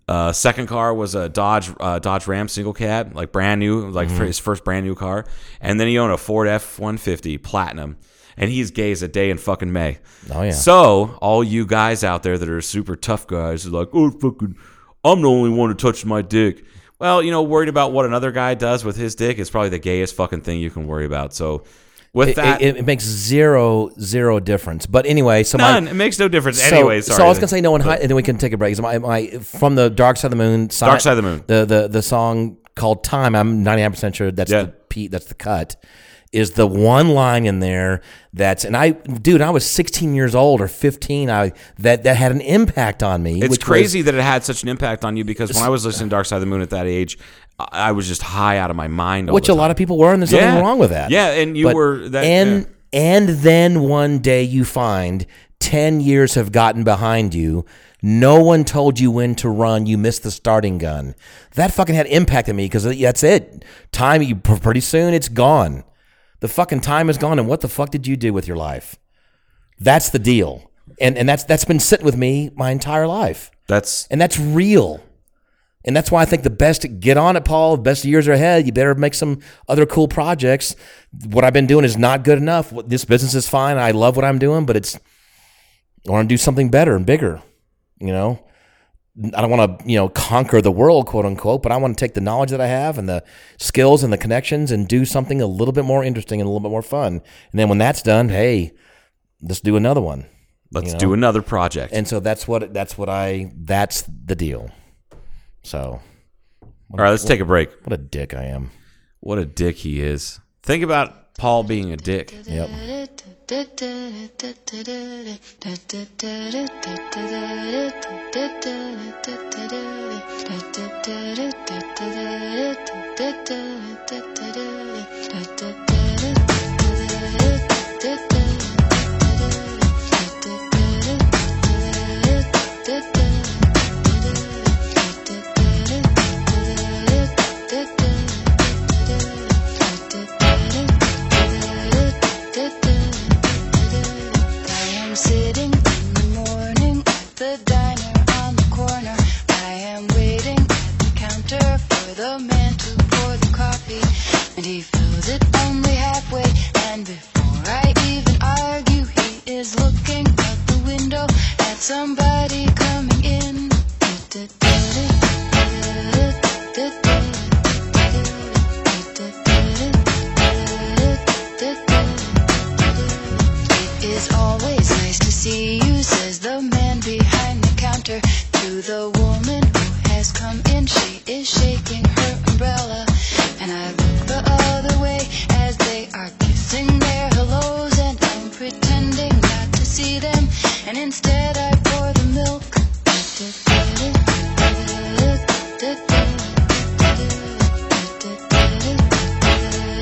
[SPEAKER 5] uh, second car was a dodge uh, dodge ram single cab like brand new like
[SPEAKER 6] Mm-hmm.
[SPEAKER 5] for his first brand new car and then he owned a ford f-150 platinum and he's gay as a day in fucking may
[SPEAKER 6] Oh yeah.
[SPEAKER 5] so all you guys out there that are super tough guys are like oh fucking i'm the only one who touched my dick well you know worried about what another guy does with his dick is probably the gayest fucking thing you can worry about so with
[SPEAKER 6] it,
[SPEAKER 5] that
[SPEAKER 6] it, it makes zero zero difference. But anyway, so my,
[SPEAKER 5] None. it makes no difference.
[SPEAKER 6] So,
[SPEAKER 5] anyway, sorry.
[SPEAKER 6] so I was gonna say no one, hi- and then we can take a break. So my, my from the Dark Side of the Moon. Song,
[SPEAKER 5] Dark Side of the Moon.
[SPEAKER 6] The the the song called Time. I'm 99 percent sure that's
[SPEAKER 5] Yeah.
[SPEAKER 6] the Pete. That's the cut. Is the one line in there that's and I dude I was 16 years old or 15. I that that had an impact on me.
[SPEAKER 5] It's
[SPEAKER 6] which was-
[SPEAKER 5] crazy that it had such an impact on you because when I was listening to Dark Side of the Moon at that age, I I was just high out of my mind. All
[SPEAKER 6] which
[SPEAKER 5] the
[SPEAKER 6] a lot
[SPEAKER 5] time.
[SPEAKER 6] of people were, and there's
[SPEAKER 5] Yeah.
[SPEAKER 6] nothing wrong with that.
[SPEAKER 5] Yeah, and you were- that-
[SPEAKER 6] and and then one day you find ten years have gotten behind you. No one told you when to run. You missed the starting gun. That fucking had impact on me because that's it. Time you pr- pretty soon it's gone. The fucking time is gone. And what the fuck did you do with your life? That's the deal. And and that's that's been sitting with me my entire life.
[SPEAKER 5] That's
[SPEAKER 6] And that's real. And that's why I think the best get on it, Paul. The best years are ahead. You better make some other cool projects. What I've been doing is not good enough. What- This business is fine. I love what I'm doing, but it's I want to do something better and bigger. You know, I don't want to you know conquer the world, quote unquote, but I want to take the knowledge that I have and the skills and the connections and do something a little bit more interesting and a little bit more fun. And then when that's done, hey, let's do another one.
[SPEAKER 5] let's
[SPEAKER 6] you know.
[SPEAKER 5] do another project.
[SPEAKER 6] And so that's what that's what I that's the deal. So
[SPEAKER 5] all right, let's take a break.
[SPEAKER 6] what a dick I am.
[SPEAKER 5] What a dick he is. Think about Paul being a dick.
[SPEAKER 6] Yep.
[SPEAKER 1] I am sitting in the morning at the diner on the corner. I am waiting at the counter for the man to pour the coffee. And he fills it only halfway. And before I even argue, he is looking out the window at somebody coming in. It is always nice to see you, says the man behind the counter to the woman who has come in. She is shaking her umbrella, and I look the other way as they are kissing their hellos, and I'm pretending not to see them, and instead I pour the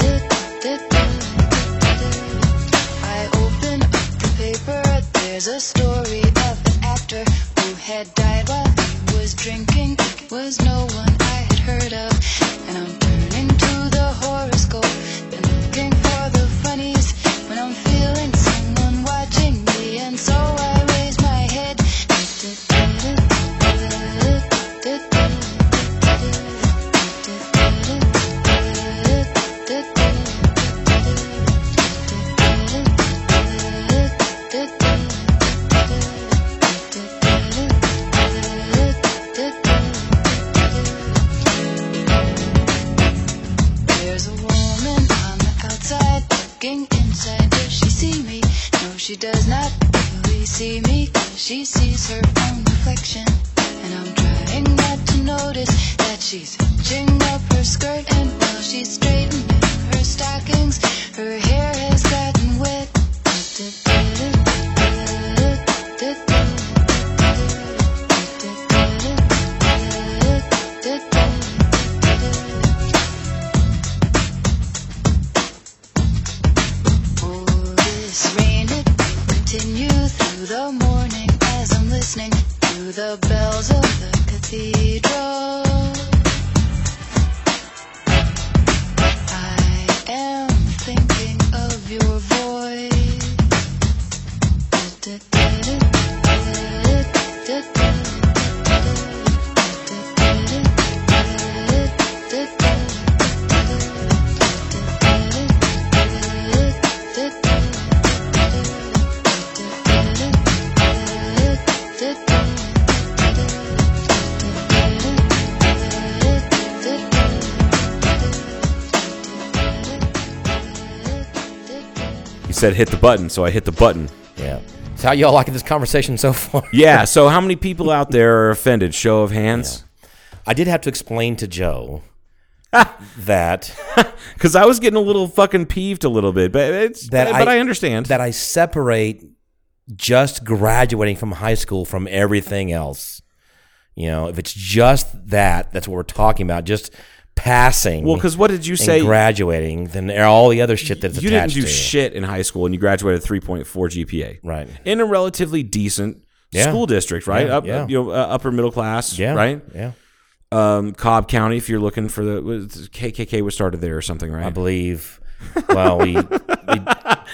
[SPEAKER 1] milk. I open up the paper. There's a story of an actor who had died while he was drinking. It was no one I had heard of. And I'm turning to the horoscope and looking for the funnies when I'm feeling someone watching me. And so I raise my head. [LAUGHS] There's a woman on the outside looking inside. Does she see me? No, she does not really see me. 'cause She sees her own reflection. And I'm trying not to notice that she's hitching up her skirt. And while she's straightening her stockings, her hair has gotten wet. the morning as I'm listening to the bells of the cathedral. I am thinking of your voice.
[SPEAKER 5] He said hit the button, so I hit the button.
[SPEAKER 6] Yeah. So how y'all liking this conversation so far? [LAUGHS]
[SPEAKER 5] Yeah, so how many people out there are offended? Show of hands.
[SPEAKER 6] I did have to explain
[SPEAKER 5] [LAUGHS]
[SPEAKER 6] to Joe that
[SPEAKER 5] Because I was getting a little fucking peeved a little bit, but it's
[SPEAKER 6] that
[SPEAKER 5] but I, understand.
[SPEAKER 6] that I separate just graduating from high school from everything else. You know, if it's just that, that's what we're talking about. Just passing.
[SPEAKER 5] well, because what did you
[SPEAKER 6] and
[SPEAKER 5] say?
[SPEAKER 6] graduating, then all the other shit that's
[SPEAKER 5] you didn't
[SPEAKER 6] attached
[SPEAKER 5] do
[SPEAKER 6] to it.
[SPEAKER 5] shit in high school, and you graduated three point four GPA,
[SPEAKER 6] Right.
[SPEAKER 5] In a relatively decent
[SPEAKER 6] Yeah.
[SPEAKER 5] school district, right?
[SPEAKER 6] Yeah,
[SPEAKER 5] up,
[SPEAKER 6] yeah.
[SPEAKER 5] you know, uh, upper middle class,
[SPEAKER 6] Yeah.
[SPEAKER 5] right?
[SPEAKER 6] Yeah.
[SPEAKER 5] Um, Cobb County, if you're looking for the uh, was- KKK, was started there or something, right?
[SPEAKER 6] I believe. Well, we, we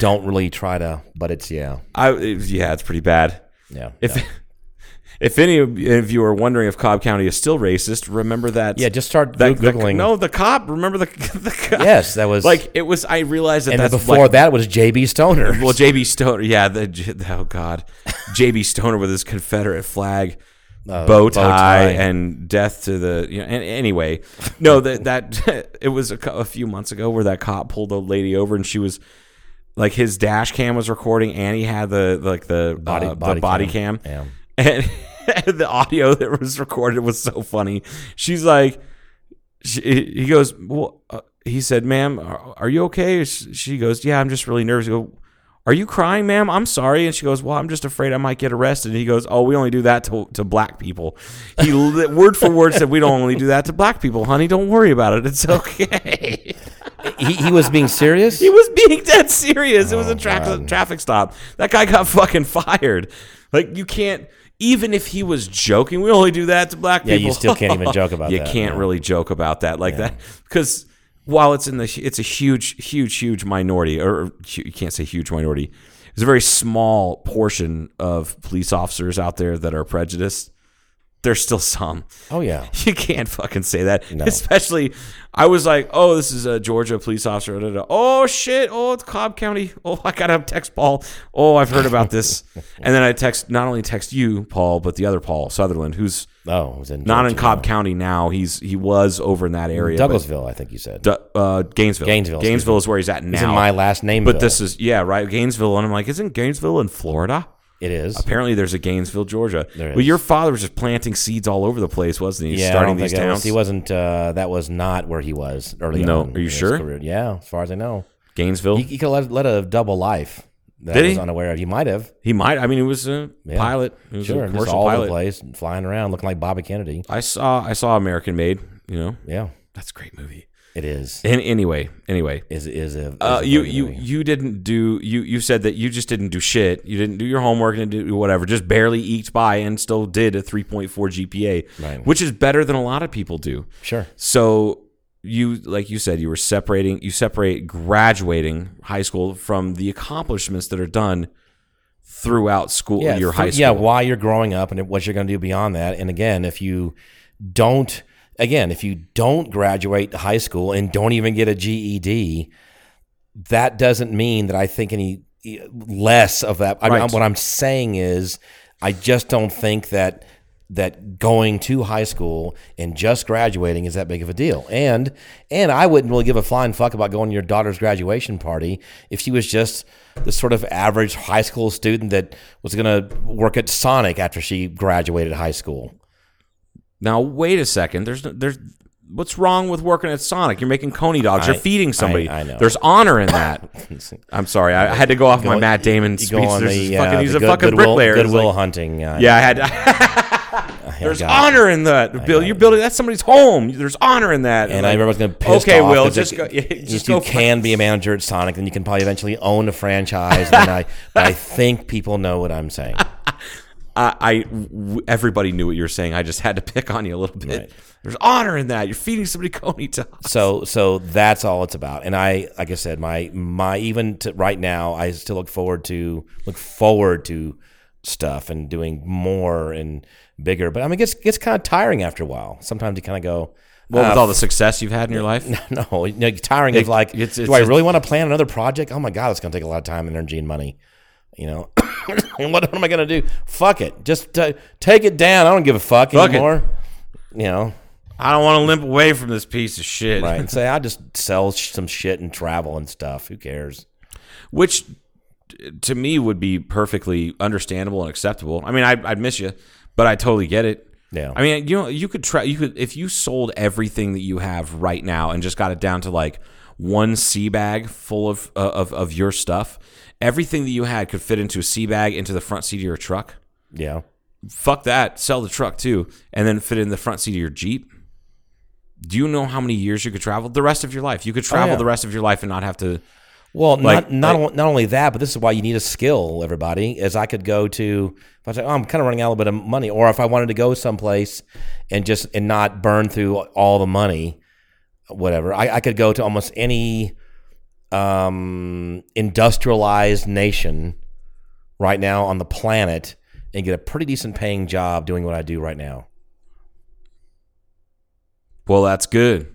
[SPEAKER 6] don't really try to, but it's yeah,
[SPEAKER 5] I yeah, it's pretty bad.
[SPEAKER 6] yeah.
[SPEAKER 5] If
[SPEAKER 6] yeah.
[SPEAKER 5] [LAUGHS] if any of if you are wondering if Cobb County is still racist, remember that.
[SPEAKER 6] Yeah, just start
[SPEAKER 5] that, the-
[SPEAKER 6] googling.
[SPEAKER 5] no, the cop. Remember the [LAUGHS] the cop.
[SPEAKER 6] Yes, that was-
[SPEAKER 5] like it was. I realized that
[SPEAKER 6] and then
[SPEAKER 5] that's
[SPEAKER 6] before
[SPEAKER 5] like-
[SPEAKER 6] that was JB Stoner.
[SPEAKER 5] Well, JB Stoner, yeah, the, J- oh god, JB Stoner with his Confederate flag, bow, tie,
[SPEAKER 6] Uh, tie.
[SPEAKER 5] and uh, death to the. You know, an anyway, no, that that [LAUGHS] it was a, cou- a few months ago where that cop pulled a lady over and she was like his dash cam was recording and he had the like the body,
[SPEAKER 6] Body-
[SPEAKER 5] the
[SPEAKER 6] body
[SPEAKER 5] body cam,
[SPEAKER 6] cam.
[SPEAKER 5] [LAUGHS] and. the audio that was recorded was so funny. She's like, she, he goes, well, uh, he said, ma'am, are, are you okay? Sh- She goes, yeah, I'm just really nervous. He go, are you crying, ma'am? I'm sorry. And she goes, well, I'm just afraid I might get arrested. And he goes, oh, we only do that to, to black people. He li- [LAUGHS] word for word said, we don't only do that to black people, honey. Don't worry about it. It's okay.
[SPEAKER 6] he, he was being
[SPEAKER 5] [LAUGHS]
[SPEAKER 6] serious.
[SPEAKER 5] he was being dead serious. it was a tra-
[SPEAKER 6] Oh, God.
[SPEAKER 5] traffic stop. That guy got [LAUGHS] fucking fired. Like you can't. Even if he was joking, we only do that to black
[SPEAKER 6] Yeah,
[SPEAKER 5] people.
[SPEAKER 6] you still
[SPEAKER 5] [LAUGHS]
[SPEAKER 6] can't even joke about
[SPEAKER 5] you
[SPEAKER 6] that,
[SPEAKER 5] can't
[SPEAKER 6] yeah.
[SPEAKER 5] really joke about that like that because while it's in the it's a huge huge huge minority or hu- you can't say huge minority there's a very small portion of police officers out there that are prejudiced there's still some [LAUGHS]
[SPEAKER 6] oh yeah,
[SPEAKER 5] you can't fucking say that especially i was like oh this is a georgia police officer da, da, da. oh shit oh it's cobb county oh i gotta text paul oh i've heard about
[SPEAKER 6] [LAUGHS]
[SPEAKER 5] this and then i text not only text you paul but the other paul sutherland who's
[SPEAKER 6] oh, it was in
[SPEAKER 5] not in
[SPEAKER 6] Georgia.
[SPEAKER 5] Cobb County now. He's he was over in that area. but-
[SPEAKER 6] Douglasville, I think you said.
[SPEAKER 5] Du- uh, Gainesville.
[SPEAKER 6] Gainesville, excuse
[SPEAKER 5] Gainesville is where he's at now.
[SPEAKER 6] in my last name,
[SPEAKER 5] But this is yeah, right, Gainesville. And I'm like, isn't Gainesville in Florida?
[SPEAKER 6] it is.
[SPEAKER 5] Apparently, there's a Gainesville, Georgia.
[SPEAKER 6] There
[SPEAKER 5] Well,
[SPEAKER 6] is.
[SPEAKER 5] your father was just planting seeds all over the place, wasn't he?
[SPEAKER 6] yeah, I
[SPEAKER 5] starting
[SPEAKER 6] don't think
[SPEAKER 5] these
[SPEAKER 6] that was-
[SPEAKER 5] towns.
[SPEAKER 6] he wasn't. Uh, that was not where he was early
[SPEAKER 5] No,
[SPEAKER 6] on.
[SPEAKER 5] are you
[SPEAKER 6] in his
[SPEAKER 5] sure?
[SPEAKER 6] career. Yeah, as far as I know,
[SPEAKER 5] Gainesville.
[SPEAKER 6] he,
[SPEAKER 5] He,
[SPEAKER 6] he could have led a double life. That
[SPEAKER 5] Oh. Did
[SPEAKER 6] I
[SPEAKER 5] he?
[SPEAKER 6] was unaware of. He might have.
[SPEAKER 5] might. I mean, he was a
[SPEAKER 6] Yeah.
[SPEAKER 5] pilot. He was
[SPEAKER 6] Sure,
[SPEAKER 5] a
[SPEAKER 6] just
[SPEAKER 5] commercial
[SPEAKER 6] all over
[SPEAKER 5] pilot.
[SPEAKER 6] the place, flying around, looking like Bobby Kennedy.
[SPEAKER 5] I saw. I saw American Made. You know,
[SPEAKER 6] Yeah,
[SPEAKER 5] that's a great movie.
[SPEAKER 6] it is.
[SPEAKER 5] And anyway, anyway.
[SPEAKER 6] Is is a, is
[SPEAKER 5] Uh,
[SPEAKER 6] a
[SPEAKER 5] you
[SPEAKER 6] great
[SPEAKER 5] you
[SPEAKER 6] movie.
[SPEAKER 5] you didn't do you you said that you just didn't do shit. You didn't do your homework and didn't do whatever. Just barely eked by and still did a 3.4 GPA,
[SPEAKER 6] Right.
[SPEAKER 5] which is better than a lot of people do.
[SPEAKER 6] sure
[SPEAKER 5] So you like you said you were separating you separate graduating high school from the accomplishments that are done throughout school your high
[SPEAKER 6] through-
[SPEAKER 5] school.
[SPEAKER 6] Yeah, why you're growing up and what you're going to do beyond that. And again, if you don't, again, if you don't graduate high school and don't even get a E GED, that doesn't mean that I think any e, less of that. I
[SPEAKER 5] Right.
[SPEAKER 6] mean, what I'm saying is, I just don't think that that going to high school and just graduating is that big of a deal. And and I wouldn't really give a flying fuck about going to your daughter's graduation party if she was just the sort of average high school student that was going to work at Sonic after she graduated high school.
[SPEAKER 5] Now wait a second. There's no, there's what's wrong with working at Sonic? You're making coney dogs. You're
[SPEAKER 6] I-
[SPEAKER 5] feeding somebody.
[SPEAKER 6] I- I know.
[SPEAKER 5] There's honor in
[SPEAKER 6] [LAUGHS]
[SPEAKER 5] that. I'm sorry. I, I had to go off my
[SPEAKER 6] Go-
[SPEAKER 5] Matt Damon
[SPEAKER 6] You
[SPEAKER 5] speech.
[SPEAKER 6] go on
[SPEAKER 5] There's
[SPEAKER 6] the,
[SPEAKER 5] this
[SPEAKER 6] uh,
[SPEAKER 5] fucking, he's
[SPEAKER 6] the
[SPEAKER 5] a
[SPEAKER 6] good-
[SPEAKER 5] fucking
[SPEAKER 6] goodwill,
[SPEAKER 5] bricklayer. It's [LAUGHS]
[SPEAKER 6] [LAUGHS] goodwill
[SPEAKER 5] like-
[SPEAKER 6] hunting. Uh,
[SPEAKER 5] yeah, I had.
[SPEAKER 6] I
[SPEAKER 5] There's
[SPEAKER 6] got it.
[SPEAKER 5] honor in that, Bill.
[SPEAKER 6] got
[SPEAKER 5] You're
[SPEAKER 6] it.
[SPEAKER 5] building. That's somebody's home. There's honor in that.
[SPEAKER 6] And I remember I was going to piss
[SPEAKER 5] Okay,
[SPEAKER 6] off
[SPEAKER 5] Will,
[SPEAKER 6] 'cause
[SPEAKER 5] just
[SPEAKER 6] it-
[SPEAKER 5] go. [LAUGHS] yeah,
[SPEAKER 6] if
[SPEAKER 5] just
[SPEAKER 6] you
[SPEAKER 5] go.
[SPEAKER 6] can be a manager at Sonic, then you can probably eventually own a franchise.
[SPEAKER 5] [LAUGHS]
[SPEAKER 6] and I, I think people know what I'm saying.
[SPEAKER 5] I, I- w- everybody knew what you were saying. I just had to pick on you a little bit. There's honor in that. You're feeding somebody Coney Toss.
[SPEAKER 6] So, so that's all it's about. And I, like I said, my my even to right now, I still look forward to look forward to stuff and doing more and bigger. But I mean, it gets gets kind of tiring after a while. Sometimes you kind of go.
[SPEAKER 5] Well,
[SPEAKER 6] uh,
[SPEAKER 5] with all the success you've had in your life, [LAUGHS]
[SPEAKER 6] [LAUGHS] No, you know, tiring
[SPEAKER 5] It-
[SPEAKER 6] of like,
[SPEAKER 5] it's-
[SPEAKER 6] do
[SPEAKER 5] it's-
[SPEAKER 6] I
[SPEAKER 5] it's-
[SPEAKER 6] really want to plan another project? Oh my god, it's going to take a lot of time, energy, and money. You know, [COUGHS] and what, what am I going to do? Fuck it, just uh, take it down. I don't give a fuck,
[SPEAKER 5] Fuck it.
[SPEAKER 6] anymore. You know,
[SPEAKER 5] I don't want to limp away from this piece of shit.
[SPEAKER 6] right? And say I just sell sh- some shit and travel and stuff. Who cares?
[SPEAKER 5] Which t- to me would be perfectly understandable and acceptable. I mean, I, I'd miss you, but I totally get it.
[SPEAKER 6] Yeah.
[SPEAKER 5] I mean, you know, you could try. You could if you sold everything that you have right now and just got it down to like one sea bag full of uh, of of your stuff. Everything that you had could fit into a sea bag into the front seat of your truck.
[SPEAKER 6] Yeah,
[SPEAKER 5] fuck that, sell the truck too, and then fit it in the front seat of your Jeep. Do you know how many years you could travel? The rest of your life. You could travel
[SPEAKER 6] Oh, yeah.
[SPEAKER 5] the rest of your life and not have to.
[SPEAKER 6] Well,
[SPEAKER 5] Like-
[SPEAKER 6] not not,
[SPEAKER 5] like-
[SPEAKER 6] on- not only that, but this is why you need a skill, everybody. As I could go to, if I say, "Oh, I'm kind of running out a little bit of money," or if I wanted to go someplace and just and not burn through all the money, whatever, I, I could go to almost any um, industrialized nation right now on the planet and get a pretty decent paying job doing what I do right now.
[SPEAKER 5] Well, that's good.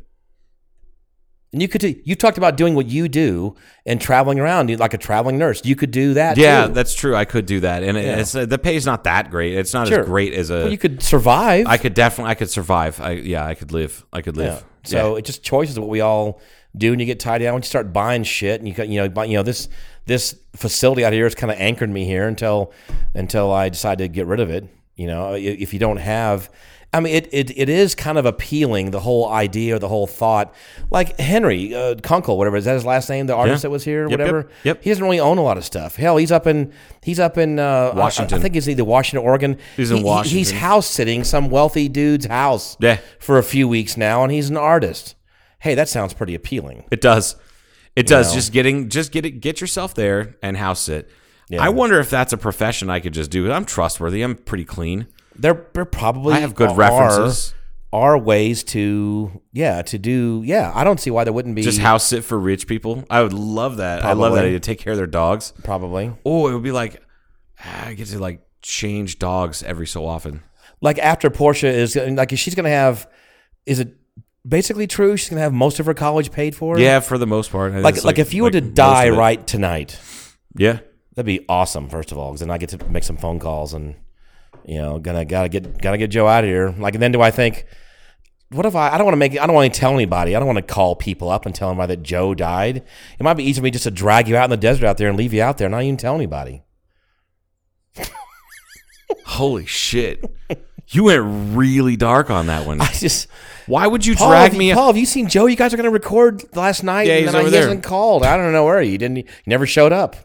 [SPEAKER 6] And you could do, you talked about doing what you do and traveling around you- like a traveling nurse. You could do that.
[SPEAKER 5] yeah,
[SPEAKER 6] too.
[SPEAKER 5] that's true. I could do that, and it
[SPEAKER 6] Yeah.
[SPEAKER 5] it's, the pay's not that great. It's not
[SPEAKER 6] Sure.
[SPEAKER 5] as great as a.
[SPEAKER 6] Well, you could survive.
[SPEAKER 5] I could definitely. I could survive. I yeah. I could live. I could
[SPEAKER 6] Yeah.
[SPEAKER 5] live.
[SPEAKER 6] So
[SPEAKER 5] Yeah.
[SPEAKER 6] it's just choices of what we all do, and you get tied down. When you start buying shit, and you got- you know, buy, you know this this facility out here has kind of anchored me here until until I decide to get rid of it. You know, i- if you don't have. I mean, it, it, it is kind of appealing, the whole idea or the whole thought. Like Henry uh, Kunkel, whatever, is that his last name, the artist that was here,
[SPEAKER 5] Yep, yep,
[SPEAKER 6] whatever?
[SPEAKER 5] yep.
[SPEAKER 6] He doesn't really own a lot of stuff. Hell, he's up in, he's up in uh, I- I,
[SPEAKER 5] Washington.
[SPEAKER 6] think he's either Washington, Oregon.
[SPEAKER 5] He's in
[SPEAKER 6] He- he- He's
[SPEAKER 5] Washington.
[SPEAKER 6] house sitting some wealthy dude's house
[SPEAKER 5] Yeah.
[SPEAKER 6] for a few weeks now, and he's an artist. Hey, that sounds pretty appealing.
[SPEAKER 5] It does. It does.
[SPEAKER 6] know?
[SPEAKER 5] Just getting, just get it, get yourself there and house it. I wonder if that's a profession I could just do. I'm trustworthy. I'm pretty clean.
[SPEAKER 6] There, there probably
[SPEAKER 5] I have good
[SPEAKER 6] are,
[SPEAKER 5] references.
[SPEAKER 6] Are ways to yeah to do yeah. I don't see why there wouldn't be
[SPEAKER 5] Just house sit for rich people. I would love that. I love that
[SPEAKER 6] Probably.
[SPEAKER 5] idea. Take care of their dogs.
[SPEAKER 6] probably
[SPEAKER 5] Oh, it would be like ah, I get to like change dogs every so often.
[SPEAKER 6] like after Portia is like she's gonna have is it basically true she's gonna have most of her college paid for
[SPEAKER 5] Yeah, for the most part. I think
[SPEAKER 6] like like,
[SPEAKER 5] it's
[SPEAKER 6] if you were to
[SPEAKER 5] most of
[SPEAKER 6] die
[SPEAKER 5] it.
[SPEAKER 6] right tonight
[SPEAKER 5] Yeah.
[SPEAKER 6] that'd be awesome first of all because then I get to make some phone calls and you know gonna gotta get gotta get Joe out of here like and then do I think what if I? I don't want to make. I don't want to tell anybody. I don't want to call people up and tell them that Joe died. It might be easier for me just to drag you out in the desert out there and leave you out there, and not even tell anybody. [LAUGHS]
[SPEAKER 5] Holy
[SPEAKER 6] [LAUGHS]
[SPEAKER 5] shit. You went really dark on that one.
[SPEAKER 6] I just
[SPEAKER 5] Why would you
[SPEAKER 6] Paul,
[SPEAKER 5] drag
[SPEAKER 6] have
[SPEAKER 5] me
[SPEAKER 6] you, Paul, have you seen Joe? You guys are going to record last night,
[SPEAKER 5] Yeah,
[SPEAKER 6] and
[SPEAKER 5] he's
[SPEAKER 6] then I,
[SPEAKER 5] over
[SPEAKER 6] he
[SPEAKER 5] there.
[SPEAKER 6] hasn't called. I don't know where he didn't. He never showed up.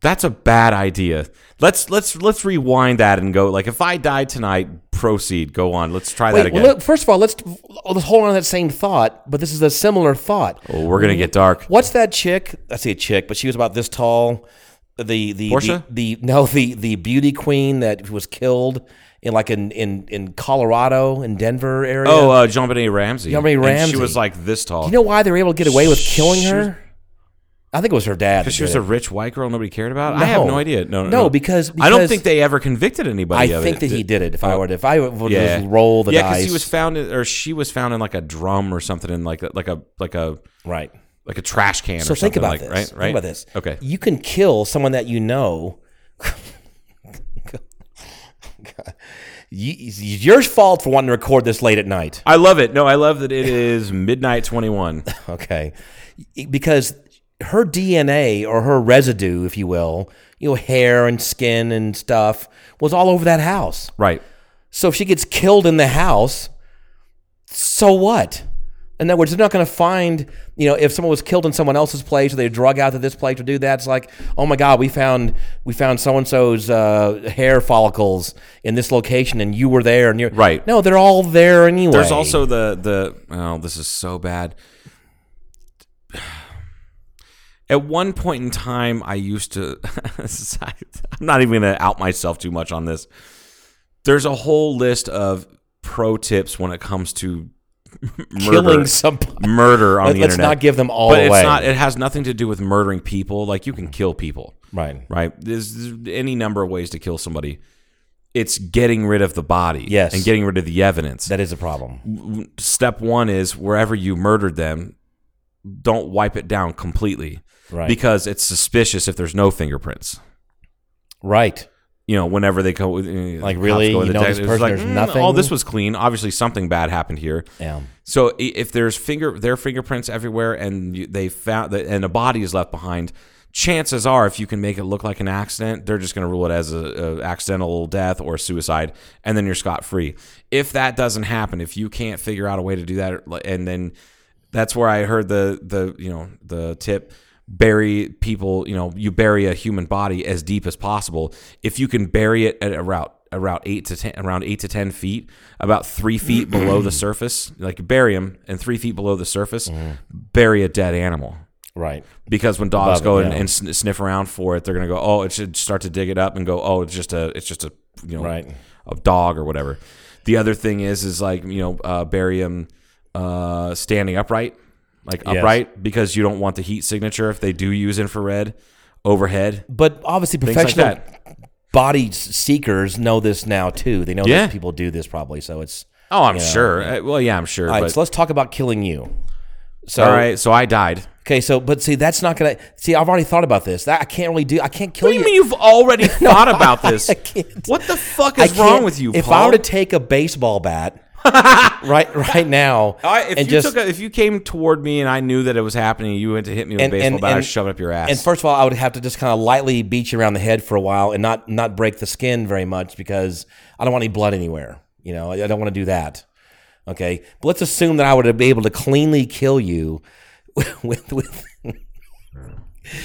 [SPEAKER 5] That's a bad idea. Let's let's let's rewind that and go like if I die tonight, proceed. Go on. Let's try that
[SPEAKER 6] Wait,
[SPEAKER 5] again.
[SPEAKER 6] well, look, first of all, let's let's hold on to that same thought, but this is a similar thought.
[SPEAKER 5] oh, we're gonna get dark.
[SPEAKER 6] What's that chick? I see a chick, but she was about this tall. The the
[SPEAKER 5] Portia?
[SPEAKER 6] the, the no the the beauty queen that was killed in like in in, in Colorado in Denver area.
[SPEAKER 5] Oh, uh, Jean Benet Ramsey.
[SPEAKER 6] Jean-Benet
[SPEAKER 5] And
[SPEAKER 6] Ramsey.
[SPEAKER 5] She was like this tall.
[SPEAKER 6] you know why they were able to get away with killing
[SPEAKER 5] She
[SPEAKER 6] her?
[SPEAKER 5] was-
[SPEAKER 6] I think it was her dad. that
[SPEAKER 5] Because she
[SPEAKER 6] did
[SPEAKER 5] was a
[SPEAKER 6] it.
[SPEAKER 5] rich white girl nobody cared about. I have no idea. No, no,
[SPEAKER 6] No, because-
[SPEAKER 5] I don't
[SPEAKER 6] because-
[SPEAKER 5] think they ever convicted anybody.
[SPEAKER 6] I
[SPEAKER 5] of
[SPEAKER 6] think
[SPEAKER 5] it.
[SPEAKER 6] that he did it. If I were to, if I would
[SPEAKER 5] uh, Yeah,
[SPEAKER 6] just roll the
[SPEAKER 5] yeah,
[SPEAKER 6] dice,
[SPEAKER 5] he was found in, or she was found in like a drum or something in like a, like a like a
[SPEAKER 6] right.
[SPEAKER 5] like a trash can.
[SPEAKER 6] So
[SPEAKER 5] or
[SPEAKER 6] think
[SPEAKER 5] something
[SPEAKER 6] about
[SPEAKER 5] like,
[SPEAKER 6] this.
[SPEAKER 5] Right,
[SPEAKER 6] Think
[SPEAKER 5] right.
[SPEAKER 6] about this.
[SPEAKER 5] Okay.
[SPEAKER 6] you can kill someone that you know. [LAUGHS] You- it's your fault for wanting to record this late at night.
[SPEAKER 5] I love it. No, I love that
[SPEAKER 6] [LAUGHS]
[SPEAKER 5] it is midnight twenty one.
[SPEAKER 6] Okay. Because her DNA or her residue, if you will, you know, hair and skin and stuff was all over that house.
[SPEAKER 5] Right.
[SPEAKER 6] So if she gets killed in the house, so what? In other words, they're not going to find, you know, if someone was killed in someone else's place or they drug out to this place or do that. It's like, oh my God, we found we found so and so's hair follicles in this location, and you were there, and you're
[SPEAKER 5] Right.
[SPEAKER 6] No, they're all there anyway.
[SPEAKER 5] There's also the the oh, this is so bad. At one point in time, I used to. [LAUGHS] this is- I'm not even going to out myself too much on this. There's a whole list of pro tips when it comes to murder,
[SPEAKER 6] [LAUGHS] killing somebody.
[SPEAKER 5] murder on
[SPEAKER 6] Let-
[SPEAKER 5] the
[SPEAKER 6] let's
[SPEAKER 5] internet.
[SPEAKER 6] not give them all
[SPEAKER 5] but
[SPEAKER 6] away.
[SPEAKER 5] it's not. It has nothing to do with murdering people. Like you can kill people
[SPEAKER 6] right.
[SPEAKER 5] right? There's, there's any number of ways to kill somebody. It's getting rid of the body,
[SPEAKER 6] Yes.
[SPEAKER 5] and getting rid of the evidence.
[SPEAKER 6] That is a problem.
[SPEAKER 5] Step one is wherever you murdered them, don't wipe it down completely,
[SPEAKER 6] Right.
[SPEAKER 5] Because it's suspicious if there's no fingerprints.
[SPEAKER 6] Right.
[SPEAKER 5] You know, whenever they go, with-
[SPEAKER 6] Like,
[SPEAKER 5] the cops
[SPEAKER 6] really?
[SPEAKER 5] go to
[SPEAKER 6] You
[SPEAKER 5] the
[SPEAKER 6] know
[SPEAKER 5] detective,
[SPEAKER 6] this
[SPEAKER 5] it's
[SPEAKER 6] person,
[SPEAKER 5] like,
[SPEAKER 6] there's
[SPEAKER 5] "Mm,
[SPEAKER 6] nothing?"
[SPEAKER 5] Oh, this was clean. Obviously, something bad happened here.
[SPEAKER 6] Yeah.
[SPEAKER 5] So i- if there's finger their fingerprints everywhere and you, they found that and a body is left behind, chances are if you can make it look like an accident, they're just going to rule it as a, a accidental death or suicide, and then you're scot free. If that doesn't happen, if you can't figure out a way to do that, like, and then that's where I heard the the you know the tip bury people you know you bury a human body as deep as possible if you can bury it at a route around eight to ten around eight to ten feet about three feet below the surface like bury them and three feet below the surface bury a dead animal
[SPEAKER 6] Right.
[SPEAKER 5] because when dogs
[SPEAKER 6] Above it,
[SPEAKER 5] go and,
[SPEAKER 6] yeah.
[SPEAKER 5] and sn- sniff around for it they're gonna go oh it should start to dig it up and go oh it's just a it's just a you know
[SPEAKER 6] Right.
[SPEAKER 5] a dog or whatever the other thing is is like you know uh, bury them uh, standing upright like
[SPEAKER 6] Yes.
[SPEAKER 5] upright because you don't want the heat signature if they do use infrared overhead
[SPEAKER 6] But obviously,
[SPEAKER 5] things like
[SPEAKER 6] professional
[SPEAKER 5] that
[SPEAKER 6] body s- seekers know this now too. They know
[SPEAKER 5] Yeah.
[SPEAKER 6] that people do this probably. So it's
[SPEAKER 5] oh i'm
[SPEAKER 6] Yeah.
[SPEAKER 5] sure Uh, well yeah i'm sure
[SPEAKER 6] all right.
[SPEAKER 5] but,
[SPEAKER 6] so let's talk about killing you. So
[SPEAKER 5] all right so i died
[SPEAKER 6] okay. So but see, that's not gonna see. I've already thought about this. That I can't really do. I can't kill
[SPEAKER 5] what do you mean you've
[SPEAKER 6] [LAUGHS]
[SPEAKER 5] already thought about this
[SPEAKER 6] I can't.
[SPEAKER 5] what the fuck
[SPEAKER 6] I
[SPEAKER 5] is wrong
[SPEAKER 6] can't-
[SPEAKER 5] with you
[SPEAKER 6] If
[SPEAKER 5] Paul?
[SPEAKER 6] I were to take a
[SPEAKER 5] [LAUGHS]
[SPEAKER 6] baseball bat right right now
[SPEAKER 5] I, if
[SPEAKER 6] and
[SPEAKER 5] you
[SPEAKER 6] just
[SPEAKER 5] took a, if you came toward me and I knew that it was happening, you went to hit me with
[SPEAKER 6] and,
[SPEAKER 5] a baseball
[SPEAKER 6] and,
[SPEAKER 5] bat, I
[SPEAKER 6] and-
[SPEAKER 5] shove it up your ass.
[SPEAKER 6] And first of all, I would have to just kind of lightly beat you around the head for a while and not not break the skin very much because I don't want any blood anywhere. You know, I I don't want to do that. Okay, but let's assume that I would be able to cleanly kill you [LAUGHS] with with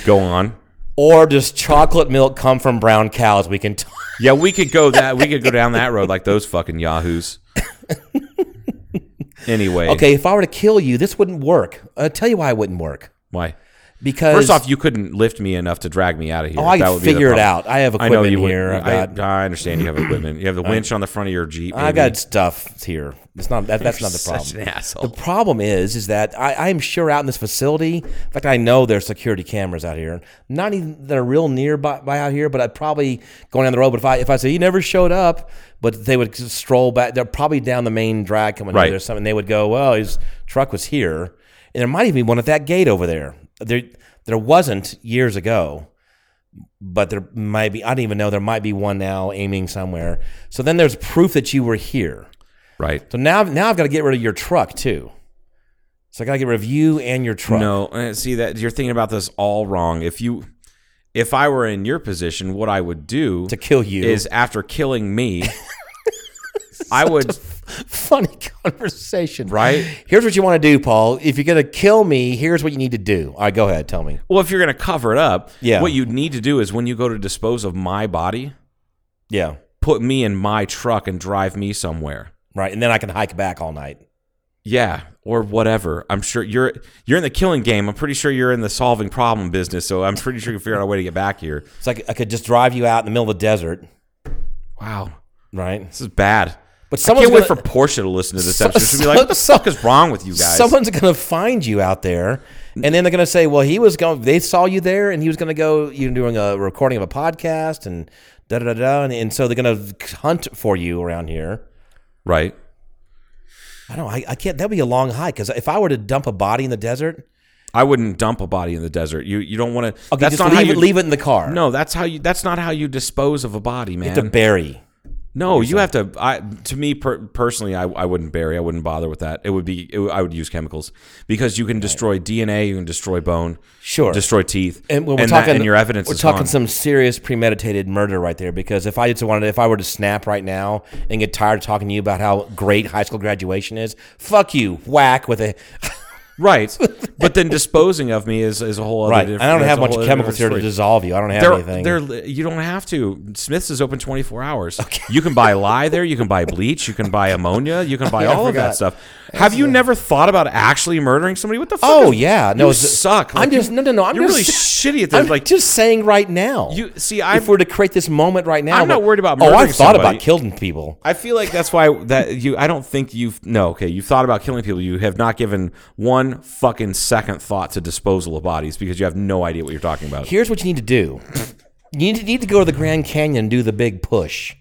[SPEAKER 5] go on.
[SPEAKER 6] or just chocolate milk come from brown cows. We can. Talk.
[SPEAKER 5] Yeah, we could go that we could go down that road like those fucking [LAUGHS] yahoos. anyway,
[SPEAKER 6] Okay, if I were to kill you, this wouldn't work. I'll tell you why it wouldn't work.
[SPEAKER 5] Why?
[SPEAKER 6] Because
[SPEAKER 5] First off, you couldn't lift me enough to drag me out of here.
[SPEAKER 6] Oh, I
[SPEAKER 5] That
[SPEAKER 6] can
[SPEAKER 5] would be the
[SPEAKER 6] figure it
[SPEAKER 5] problem.
[SPEAKER 6] out. I have
[SPEAKER 5] I know
[SPEAKER 6] equipment
[SPEAKER 5] you would-
[SPEAKER 6] here. I've
[SPEAKER 5] I,
[SPEAKER 6] got-
[SPEAKER 5] I understand you have equipment. You have [CLEARS THROAT] the winch on the front of your jeep.
[SPEAKER 6] I
[SPEAKER 5] baby.
[SPEAKER 6] got stuff here. It's not that, that's not the
[SPEAKER 5] You're
[SPEAKER 6] problem.
[SPEAKER 5] such an asshole.
[SPEAKER 6] The problem is, is that I, I'm sure out in this facility. In fact, I know there's security cameras out here. Not even that are real nearby by out here, but I'd probably going down the road. But if I if I say you never showed up, but they would just stroll back. They're probably down the main drag coming
[SPEAKER 5] Right.
[SPEAKER 6] over there. or Something they would go, well, his truck was here, and there might even be one at that gate over there. There there wasn't years ago but there might be I didn't even know there might be one now aiming somewhere. So then there's proof that you were here.
[SPEAKER 5] right.
[SPEAKER 6] So now now I've got to get rid of your truck too. So I got to get rid of you and your truck.
[SPEAKER 5] No, uh, see that you're thinking about this all wrong. If you, if I were in your position, what I would do
[SPEAKER 6] To kill you.
[SPEAKER 5] is after killing me, I would
[SPEAKER 6] [LAUGHS] Funny conversation.
[SPEAKER 5] Right?
[SPEAKER 6] Here's what you want to do, Paul. If you're going to kill me, here's what you need to do. All right, go ahead, tell me.
[SPEAKER 5] Well, if you're going to cover it up,
[SPEAKER 6] Yeah.
[SPEAKER 5] what you need to do is when you go to dispose of my body,
[SPEAKER 6] Yeah.
[SPEAKER 5] put me in my truck and drive me somewhere.
[SPEAKER 6] Right. And then I can hike back all night.
[SPEAKER 5] Yeah, or whatever. I'm sure you're you're in the killing game. I'm pretty sure you're in the solving problem business, so I'm pretty sure you can figure out a way to get back here.
[SPEAKER 6] So I could, I could just drive you out in the middle of the desert,
[SPEAKER 5] Wow.
[SPEAKER 6] right?
[SPEAKER 5] This is bad.
[SPEAKER 6] But
[SPEAKER 5] I can't
[SPEAKER 6] someone's
[SPEAKER 5] wait for
[SPEAKER 6] gonna-
[SPEAKER 5] Portia to listen to this
[SPEAKER 6] So-
[SPEAKER 5] episode. She'll be like, "What the
[SPEAKER 6] so-
[SPEAKER 5] fuck is wrong with you guys?"
[SPEAKER 6] Someone's going to find you out there, and then they're going to say, "Well, he was going. They saw you there, and he was going to go. You know, doing a recording of a podcast, and da da da da." And, and so they're going to hunt for you around here.
[SPEAKER 5] right.
[SPEAKER 6] I don't. I, I can't. That'd be a long hike because if I were to dump a body in the desert,
[SPEAKER 5] I wouldn't dump a body in the desert. You you don't want to.
[SPEAKER 6] okay, just leave it. Leave it in the car.
[SPEAKER 5] No, that's how you. That's not how you dispose of a body, man.
[SPEAKER 6] to bury.
[SPEAKER 5] No, you have to. I to me per, personally, I, I wouldn't bury. I wouldn't bother with that. It would be. It, would- I would use chemicals because you can destroy DNA. You can destroy bone.
[SPEAKER 6] Sure.
[SPEAKER 5] Destroy teeth.
[SPEAKER 6] And when we're
[SPEAKER 5] that-
[SPEAKER 6] talking,
[SPEAKER 5] and your evidence.
[SPEAKER 6] we're
[SPEAKER 5] is
[SPEAKER 6] talking
[SPEAKER 5] gone.
[SPEAKER 6] some serious premeditated murder right there. Because if I just wanted, if I were to snap right now and get tired of talking to you about how great high school graduation is, fuck you, whack with a. [LAUGHS]
[SPEAKER 5] right, but then disposing of me is, is a whole other.
[SPEAKER 6] right,
[SPEAKER 5] Different,
[SPEAKER 6] I don't
[SPEAKER 5] that's
[SPEAKER 6] have
[SPEAKER 5] a
[SPEAKER 6] much
[SPEAKER 5] whole other
[SPEAKER 6] chemicals here to
[SPEAKER 5] story.
[SPEAKER 6] dissolve you. I don't have
[SPEAKER 5] They're-
[SPEAKER 6] anything.
[SPEAKER 5] they're li- you don't have to. Smith's is open 24 hours. You can buy lye there. You can buy bleach. You can buy ammonia. You can buy
[SPEAKER 6] [LAUGHS] Yeah, I
[SPEAKER 5] all of that
[SPEAKER 6] forgot.
[SPEAKER 5] stuff. Have you never thought about actually murdering somebody? What the fuck?
[SPEAKER 6] oh
[SPEAKER 5] is-
[SPEAKER 6] yeah, no,
[SPEAKER 5] you
[SPEAKER 6] it's-
[SPEAKER 5] suck.
[SPEAKER 6] I'm
[SPEAKER 5] Like,
[SPEAKER 6] just no, no, no. I'm
[SPEAKER 5] you're
[SPEAKER 6] just,
[SPEAKER 5] really shitty at this.
[SPEAKER 6] I'm
[SPEAKER 5] like
[SPEAKER 6] just saying right now.
[SPEAKER 5] You- see,
[SPEAKER 6] if
[SPEAKER 5] I've-
[SPEAKER 6] we're to create this moment right now,
[SPEAKER 5] I'm not
[SPEAKER 6] but-
[SPEAKER 5] worried about
[SPEAKER 6] Oh, I
[SPEAKER 5] murdering
[SPEAKER 6] thought
[SPEAKER 5] somebody.
[SPEAKER 6] about killing people.
[SPEAKER 5] I feel like that's why that you. I don't think you've no. Okay, you've thought about killing people. You have not given one fucking second thought to disposal of bodies because you have no idea what you're talking about.
[SPEAKER 6] Here's what you need to do. You need to, need to go to the Grand Canyon and do the big push.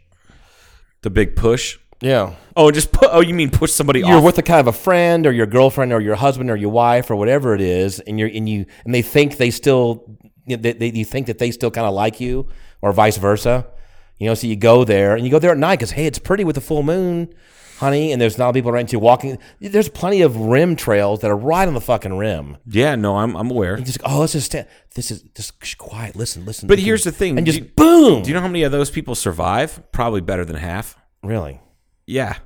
[SPEAKER 5] the big push.
[SPEAKER 6] Yeah.
[SPEAKER 5] Oh, just put. Oh, you mean push somebody
[SPEAKER 6] you're
[SPEAKER 5] off?
[SPEAKER 6] with a kind of a friend or your girlfriend or your husband or your wife or whatever it is, and you're and you and they think they still you know, they, they, you think that they still kind of like you or vice versa, you know. So you go there and you go there at night because hey, it's pretty with the full moon, honey, and there's not people around you walking. There's plenty of rim trails that are right on the fucking rim.
[SPEAKER 5] yeah, no, I'm I'm aware.
[SPEAKER 6] You just go, oh, let's just stand. This is just shh, quiet. Listen, listen.
[SPEAKER 5] But
[SPEAKER 6] listen."
[SPEAKER 5] here's the thing,
[SPEAKER 6] and
[SPEAKER 5] do
[SPEAKER 6] just
[SPEAKER 5] you-
[SPEAKER 6] boom.
[SPEAKER 5] Do you know how many of those people survive? Probably better than half.
[SPEAKER 6] really?
[SPEAKER 5] Yeah.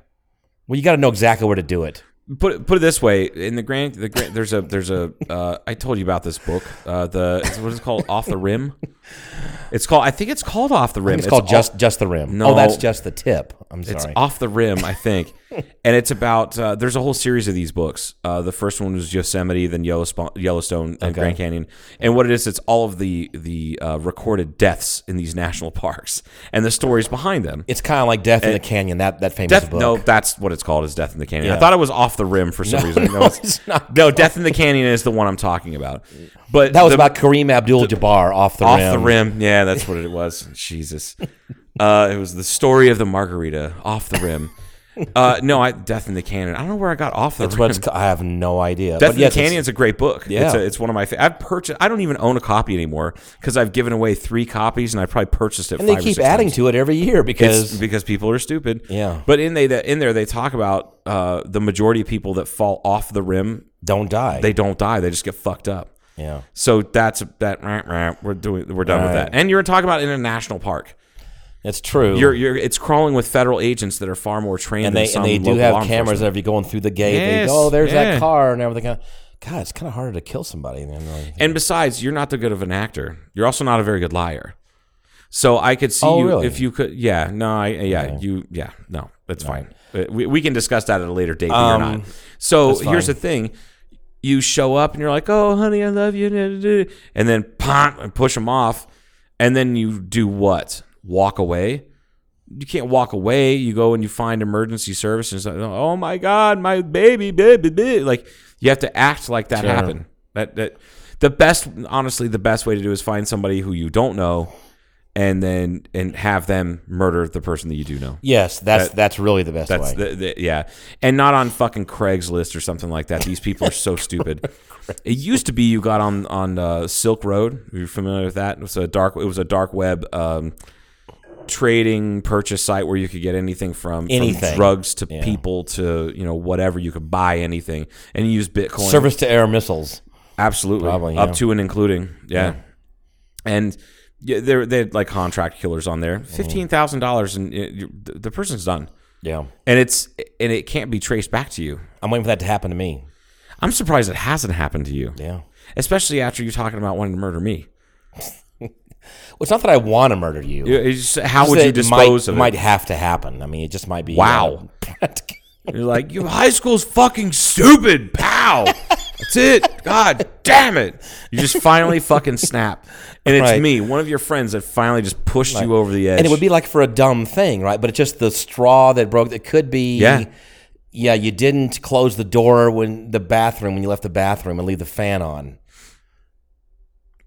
[SPEAKER 6] Well, you got to know exactly where to do it.
[SPEAKER 5] Put it, put it this way: in the grand, the grand, there's a there's a uh, I told you about this book. Uh, the it's- what is it called? Off the Rim. It's called. I think it's called Off the Rim.
[SPEAKER 6] It's, called
[SPEAKER 5] off-
[SPEAKER 6] just just the rim.
[SPEAKER 5] No.
[SPEAKER 6] oh, that's just the tip. I'm sorry.
[SPEAKER 5] It's off the rim, I
[SPEAKER 6] [LAUGHS]
[SPEAKER 5] think, and it's about. Uh, there's a whole series of these books. Uh, the first one was Yosemite, then Yellowstone, Yellowstone and Grand Canyon. And what it is, it's all of the the uh, recorded deaths in these national [LAUGHS] parks and the stories behind them.
[SPEAKER 6] It's kind of like Death in the Canyon, that that famous
[SPEAKER 5] Eh, Death,
[SPEAKER 6] book.
[SPEAKER 5] no, that's what it's called is Death in the Canyon. I
[SPEAKER 6] Yeah.
[SPEAKER 5] thought it was off the rim for some reason.
[SPEAKER 6] [LAUGHS]
[SPEAKER 5] No, it's,
[SPEAKER 6] not.
[SPEAKER 5] no, Death in the Canyon is the one I'm talking about. But
[SPEAKER 6] That was
[SPEAKER 5] the-
[SPEAKER 6] about Kareem Abdul-Jabbar off the
[SPEAKER 5] off
[SPEAKER 6] rim.
[SPEAKER 5] the rim. Yeah, that's what it was. [LAUGHS] Jesus, uh, it was the story of the margarita off the rim. Uh, no, I Death in the Canyon. I don't know where I got off the
[SPEAKER 6] That's
[SPEAKER 5] rim.
[SPEAKER 6] what it's. ca- I have no idea.
[SPEAKER 5] [LAUGHS] Death
[SPEAKER 6] But
[SPEAKER 5] in
[SPEAKER 6] yes,
[SPEAKER 5] the
[SPEAKER 6] it's-
[SPEAKER 5] Canyon is a great book.
[SPEAKER 6] Yeah.
[SPEAKER 5] it's, a, it's one of my. Fa- I've purchased. I don't even own a copy anymore because I've given away three copies and I probably purchased it.
[SPEAKER 6] and they
[SPEAKER 5] five or
[SPEAKER 6] keep
[SPEAKER 5] six
[SPEAKER 6] adding
[SPEAKER 5] times.
[SPEAKER 6] to it every year because
[SPEAKER 5] It's because people are stupid.
[SPEAKER 6] Yeah.
[SPEAKER 5] But in they in there they talk about uh, the majority of people that fall off the rim,
[SPEAKER 6] don't die.
[SPEAKER 5] they don't die. They just get fucked up.
[SPEAKER 6] yeah.
[SPEAKER 5] So that's that. rah, rah, We're doing. We're done with
[SPEAKER 6] Right.
[SPEAKER 5] that. And you're talking about in a national park.
[SPEAKER 6] That's true.
[SPEAKER 5] You're you're. It's crawling with federal agents that are far more trained.
[SPEAKER 6] and
[SPEAKER 5] than
[SPEAKER 6] they
[SPEAKER 5] some
[SPEAKER 6] and they do
[SPEAKER 5] local law
[SPEAKER 6] have cameras that
[SPEAKER 5] enforcement.
[SPEAKER 6] if you're going through the gate,
[SPEAKER 5] Yes,
[SPEAKER 6] they go, oh, there's
[SPEAKER 5] yeah.
[SPEAKER 6] that car and everything. God, it's kind of harder to kill somebody than uh, like,
[SPEAKER 5] And besides, you're not that good of an actor. You're also not a very good liar. So I could see
[SPEAKER 6] Oh,
[SPEAKER 5] you
[SPEAKER 6] really?
[SPEAKER 5] if you could. Yeah. No. I. Yeah. You. Yeah. No. That's fine. Uh, We, we can discuss that at a later date. But you're not. So here's the thing. You show up and you're like, "Oh, honey, I love you," and then pop and push them off, and then you do what? Walk away. You can't walk away. You go and you find emergency services. Oh my God, my baby, baby, baby. Like you have to act like that happened. That that the best, honestly, the best way to do is find somebody who you don't know, and then and have them murder the person that you do know.
[SPEAKER 6] yes, that's that's really the best
[SPEAKER 5] That's
[SPEAKER 6] way.
[SPEAKER 5] the, the, yeah, and not on fucking Craigslist or something like that. These people are
[SPEAKER 6] [LAUGHS]
[SPEAKER 5] so stupid. It used to be you got on on uh, Silk Road. You're familiar with that? It was a dark. It was a dark web um, trading purchase site where you could get anything from, from
[SPEAKER 6] Anything.
[SPEAKER 5] drugs to
[SPEAKER 6] Yeah.
[SPEAKER 5] people to you know whatever. You could buy anything and you use Bitcoin.
[SPEAKER 6] Service to air missiles.
[SPEAKER 5] Absolutely,
[SPEAKER 6] Probably, yeah.
[SPEAKER 5] up to and including, yeah. And yeah, they're they had like contract killers on
[SPEAKER 6] Mm.
[SPEAKER 5] there. Fifteen thousand dollars, and it, you, the the person's done,
[SPEAKER 6] Yeah,
[SPEAKER 5] and it's and it can't be traced back to you.
[SPEAKER 6] I'm waiting for that to happen to me.
[SPEAKER 5] I'm surprised it hasn't happened to you.
[SPEAKER 6] Yeah.
[SPEAKER 5] especially after you talking about wanting to murder me.
[SPEAKER 6] Well, it's not that I want to murder you.
[SPEAKER 5] You- it's just- how
[SPEAKER 6] Just
[SPEAKER 5] would
[SPEAKER 6] that
[SPEAKER 5] you
[SPEAKER 6] it
[SPEAKER 5] dispose
[SPEAKER 6] might,
[SPEAKER 5] of it?
[SPEAKER 6] might have to happen. I mean, it just might be. [LAUGHS]
[SPEAKER 5] Wow.
[SPEAKER 6] uh,
[SPEAKER 5] You're like, you high school's fucking stupid, pow. That's it. God damn it. You just finally fucking snap. And it's
[SPEAKER 6] Right.
[SPEAKER 5] me, one of your friends that finally just pushed you over the edge.
[SPEAKER 6] and it would be like for a dumb thing, right? But it's just the straw that broke. It could be.
[SPEAKER 5] Yeah.
[SPEAKER 6] Yeah, you didn't close the door when the bathroom when you left the bathroom and leave the fan on.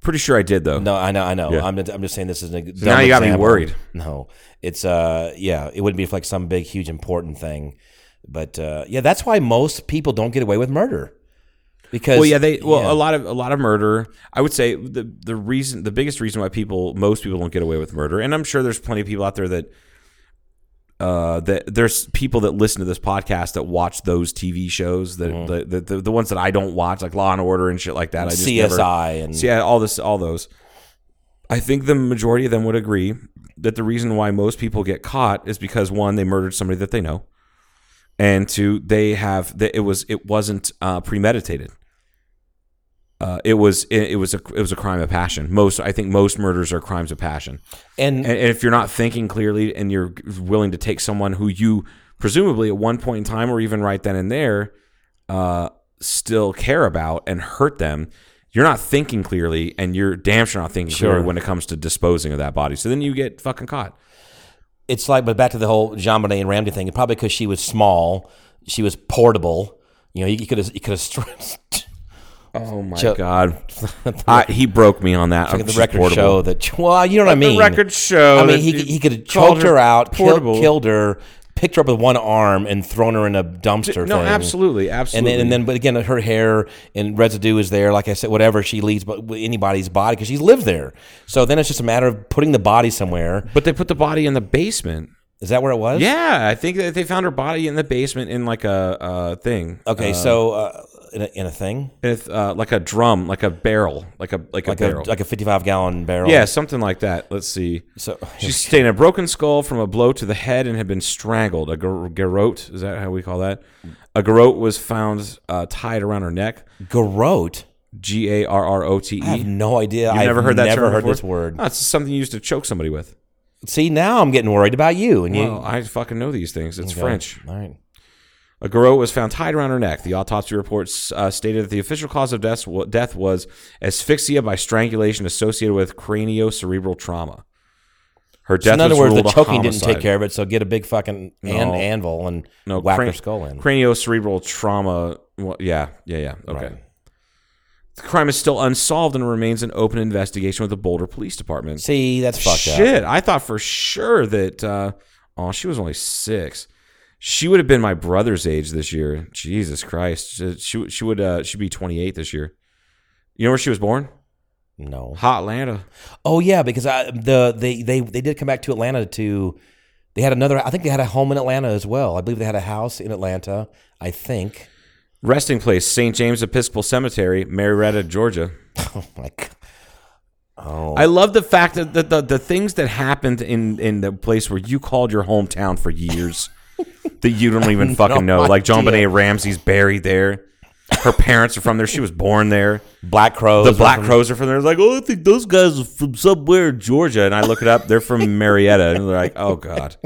[SPEAKER 5] pretty sure I did though.
[SPEAKER 6] No, I know, I know.
[SPEAKER 5] Oh. Yeah.
[SPEAKER 6] I'm, just, I'm just saying this is an. So
[SPEAKER 5] now you got me worried.
[SPEAKER 6] No, it's uh, yeah, it wouldn't be like some big, huge, important thing, but uh, yeah, that's why most people don't get away with murder because
[SPEAKER 5] Well, yeah, they well a
[SPEAKER 6] yeah.
[SPEAKER 5] lot of a lot of murder. I would say the the reason the biggest reason why people most people don't get away with murder, and I'm sure there's plenty of people out there that uh, that there's people that listen to this podcast that watch those TV shows that the,
[SPEAKER 6] Mm-hmm.
[SPEAKER 5] the, the the ones that I don't watch like Law and Order and shit like that. I just never-
[SPEAKER 6] CSI and-
[SPEAKER 5] So, yeah, all this all those. I think the majority of them would agree that the reason why most people get caught is because one, they murdered somebody that they know, and two, they have that it was it wasn't uh, premeditated. Uh, it was it, it was a it was a crime of passion. Most I think most murders are crimes of passion.
[SPEAKER 6] And,
[SPEAKER 5] And, and if you're not thinking clearly and you're willing to take someone who you presumably at one point in time or even right then and there uh, still care about and hurt them, you're not thinking clearly and you're damn sure not thinking
[SPEAKER 6] Sure.
[SPEAKER 5] clearly when it comes to disposing of that body. So then you get fucking caught.
[SPEAKER 6] it's like, but back to the whole Jean Bonnet and Ramsey thing. Probably because she was small, she was portable. You know, you could have, you could have.
[SPEAKER 5] Oh my
[SPEAKER 6] Chuck-
[SPEAKER 5] God. [LAUGHS] I, he broke me on that.
[SPEAKER 6] Like
[SPEAKER 5] Oh,
[SPEAKER 6] [LAUGHS] the
[SPEAKER 5] she's
[SPEAKER 6] record
[SPEAKER 5] portable.
[SPEAKER 6] show that. Well, you know what I
[SPEAKER 5] Let the
[SPEAKER 6] mean.
[SPEAKER 5] record show
[SPEAKER 6] I mean,
[SPEAKER 5] that
[SPEAKER 6] he
[SPEAKER 5] you
[SPEAKER 6] could- he could have
[SPEAKER 5] called
[SPEAKER 6] choked
[SPEAKER 5] her
[SPEAKER 6] her out, killed,
[SPEAKER 5] portable.
[SPEAKER 6] killed her, picked her up with one arm, and thrown her in a dumpster.
[SPEAKER 5] No,
[SPEAKER 6] thing.
[SPEAKER 5] absolutely.
[SPEAKER 6] And
[SPEAKER 5] Absolutely.
[SPEAKER 6] then, and then, but again, her hair and residue is there. Like I said, whatever she leaves, but with anybody's body because she's lived there. So then it's just a matter of putting the body somewhere.
[SPEAKER 5] But they put the body in the basement.
[SPEAKER 6] Is that where it was?
[SPEAKER 5] Yeah, I think that they found her body in the basement in like a uh, thing.
[SPEAKER 6] Okay.
[SPEAKER 5] Uh,
[SPEAKER 6] so uh, in, a, in a thing,
[SPEAKER 5] if, uh, like a drum, like a barrel, like a like,
[SPEAKER 6] like
[SPEAKER 5] a barrel.
[SPEAKER 6] a like a fifty-five gallon barrel.
[SPEAKER 5] yeah, something like that. Let's see.
[SPEAKER 6] So
[SPEAKER 5] She sustained a broken skull from a blow to the head and had been strangled. A gar- garrote, is that how we call that? A garrote was found uh, tied around her neck.
[SPEAKER 6] garrote.
[SPEAKER 5] G A R R O T E.
[SPEAKER 6] I have no idea.
[SPEAKER 5] You've
[SPEAKER 6] I've
[SPEAKER 5] never heard that
[SPEAKER 6] Never
[SPEAKER 5] term
[SPEAKER 6] heard
[SPEAKER 5] before?
[SPEAKER 6] this word.
[SPEAKER 5] No, it's something you used to choke somebody with.
[SPEAKER 6] See, now I'm getting worried about you. And
[SPEAKER 5] Well,
[SPEAKER 6] you,
[SPEAKER 5] I fucking know these things. It's
[SPEAKER 6] Okay.
[SPEAKER 5] French.
[SPEAKER 6] All right.
[SPEAKER 5] A garrote was found tied around her neck. The autopsy report uh, stated that the official cause of death, death was asphyxia by strangulation associated with craniocerebral trauma. Her death
[SPEAKER 6] So in other
[SPEAKER 5] was
[SPEAKER 6] words, the
[SPEAKER 5] ruled a
[SPEAKER 6] choking didn't
[SPEAKER 5] homicide.
[SPEAKER 6] take care of it. So get a big fucking an-
[SPEAKER 5] No.
[SPEAKER 6] anvil and
[SPEAKER 5] no
[SPEAKER 6] whack
[SPEAKER 5] cran-
[SPEAKER 6] her skull in.
[SPEAKER 5] Craniocerebral trauma. Well, yeah, yeah, yeah. Okay. The crime is still unsolved and remains an open investigation with the Boulder Police Department.
[SPEAKER 6] See, that's fucked up.
[SPEAKER 5] Shit, I thought for sure that. Uh, oh, she was only six. She would have been my brother's age this year. Jesus Christ, she she, she would uh, she'd be twenty eight this year. You know where she was born?
[SPEAKER 6] No.
[SPEAKER 5] Hot Atlanta.
[SPEAKER 6] Oh yeah, because I the they they they did come back to Atlanta to. They had another. I think they had a home in Atlanta as well. I believe they had a house in Atlanta. I think.
[SPEAKER 5] Resting place: St. James Episcopal Cemetery, Marietta, Georgia.
[SPEAKER 6] Oh my god. Oh.
[SPEAKER 5] I love the fact that the, the, the things that happened in, in the place where you called your hometown for
[SPEAKER 6] [LAUGHS]
[SPEAKER 5] years that you don't even fucking know. Like John
[SPEAKER 6] idea.
[SPEAKER 5] Bonet Ramsey's buried there. Her parents are from there. She was born there.
[SPEAKER 6] Black Crows.
[SPEAKER 5] The
[SPEAKER 6] were
[SPEAKER 5] Black
[SPEAKER 6] from-
[SPEAKER 5] Crows are from there. It's like, oh, I think those guys are from somewhere in Georgia. And I look it up. They're
[SPEAKER 6] [LAUGHS]
[SPEAKER 5] from Marietta. And they're like, oh, God.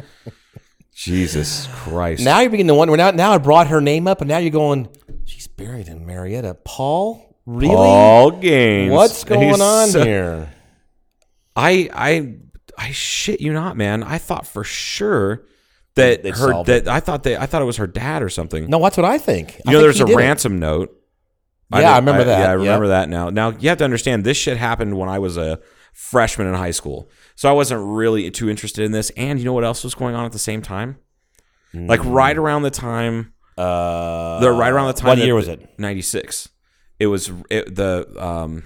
[SPEAKER 5] Jesus Christ.
[SPEAKER 6] Now you're beginning to wonder. Now, now I brought her name up, and now you're going. She's buried in Marietta. Paul, really?
[SPEAKER 5] All games.
[SPEAKER 6] What's going
[SPEAKER 5] He's
[SPEAKER 6] on
[SPEAKER 5] so-
[SPEAKER 6] here?
[SPEAKER 5] I I I shit you not, man. I thought for sure that
[SPEAKER 6] They'd
[SPEAKER 5] her
[SPEAKER 6] solve
[SPEAKER 5] that I thought that I thought it was her dad or something.
[SPEAKER 6] No, that's what I think.
[SPEAKER 5] you know,
[SPEAKER 6] I think
[SPEAKER 5] there's
[SPEAKER 6] he
[SPEAKER 5] a
[SPEAKER 6] did it.
[SPEAKER 5] ransom note.
[SPEAKER 6] Yeah,
[SPEAKER 5] did-
[SPEAKER 6] I remember that.
[SPEAKER 5] Yeah, I remember
[SPEAKER 6] Yep.
[SPEAKER 5] that now. Now you have to understand this shit happened when I was a freshman in high school, so I wasn't really too interested in this. And you know what else was going on at the same time? Like right around the time,
[SPEAKER 6] Hmm. Uh,
[SPEAKER 5] the right around the time.
[SPEAKER 6] What
[SPEAKER 5] that-
[SPEAKER 6] year was it?
[SPEAKER 5] Ninety six. It was it, the um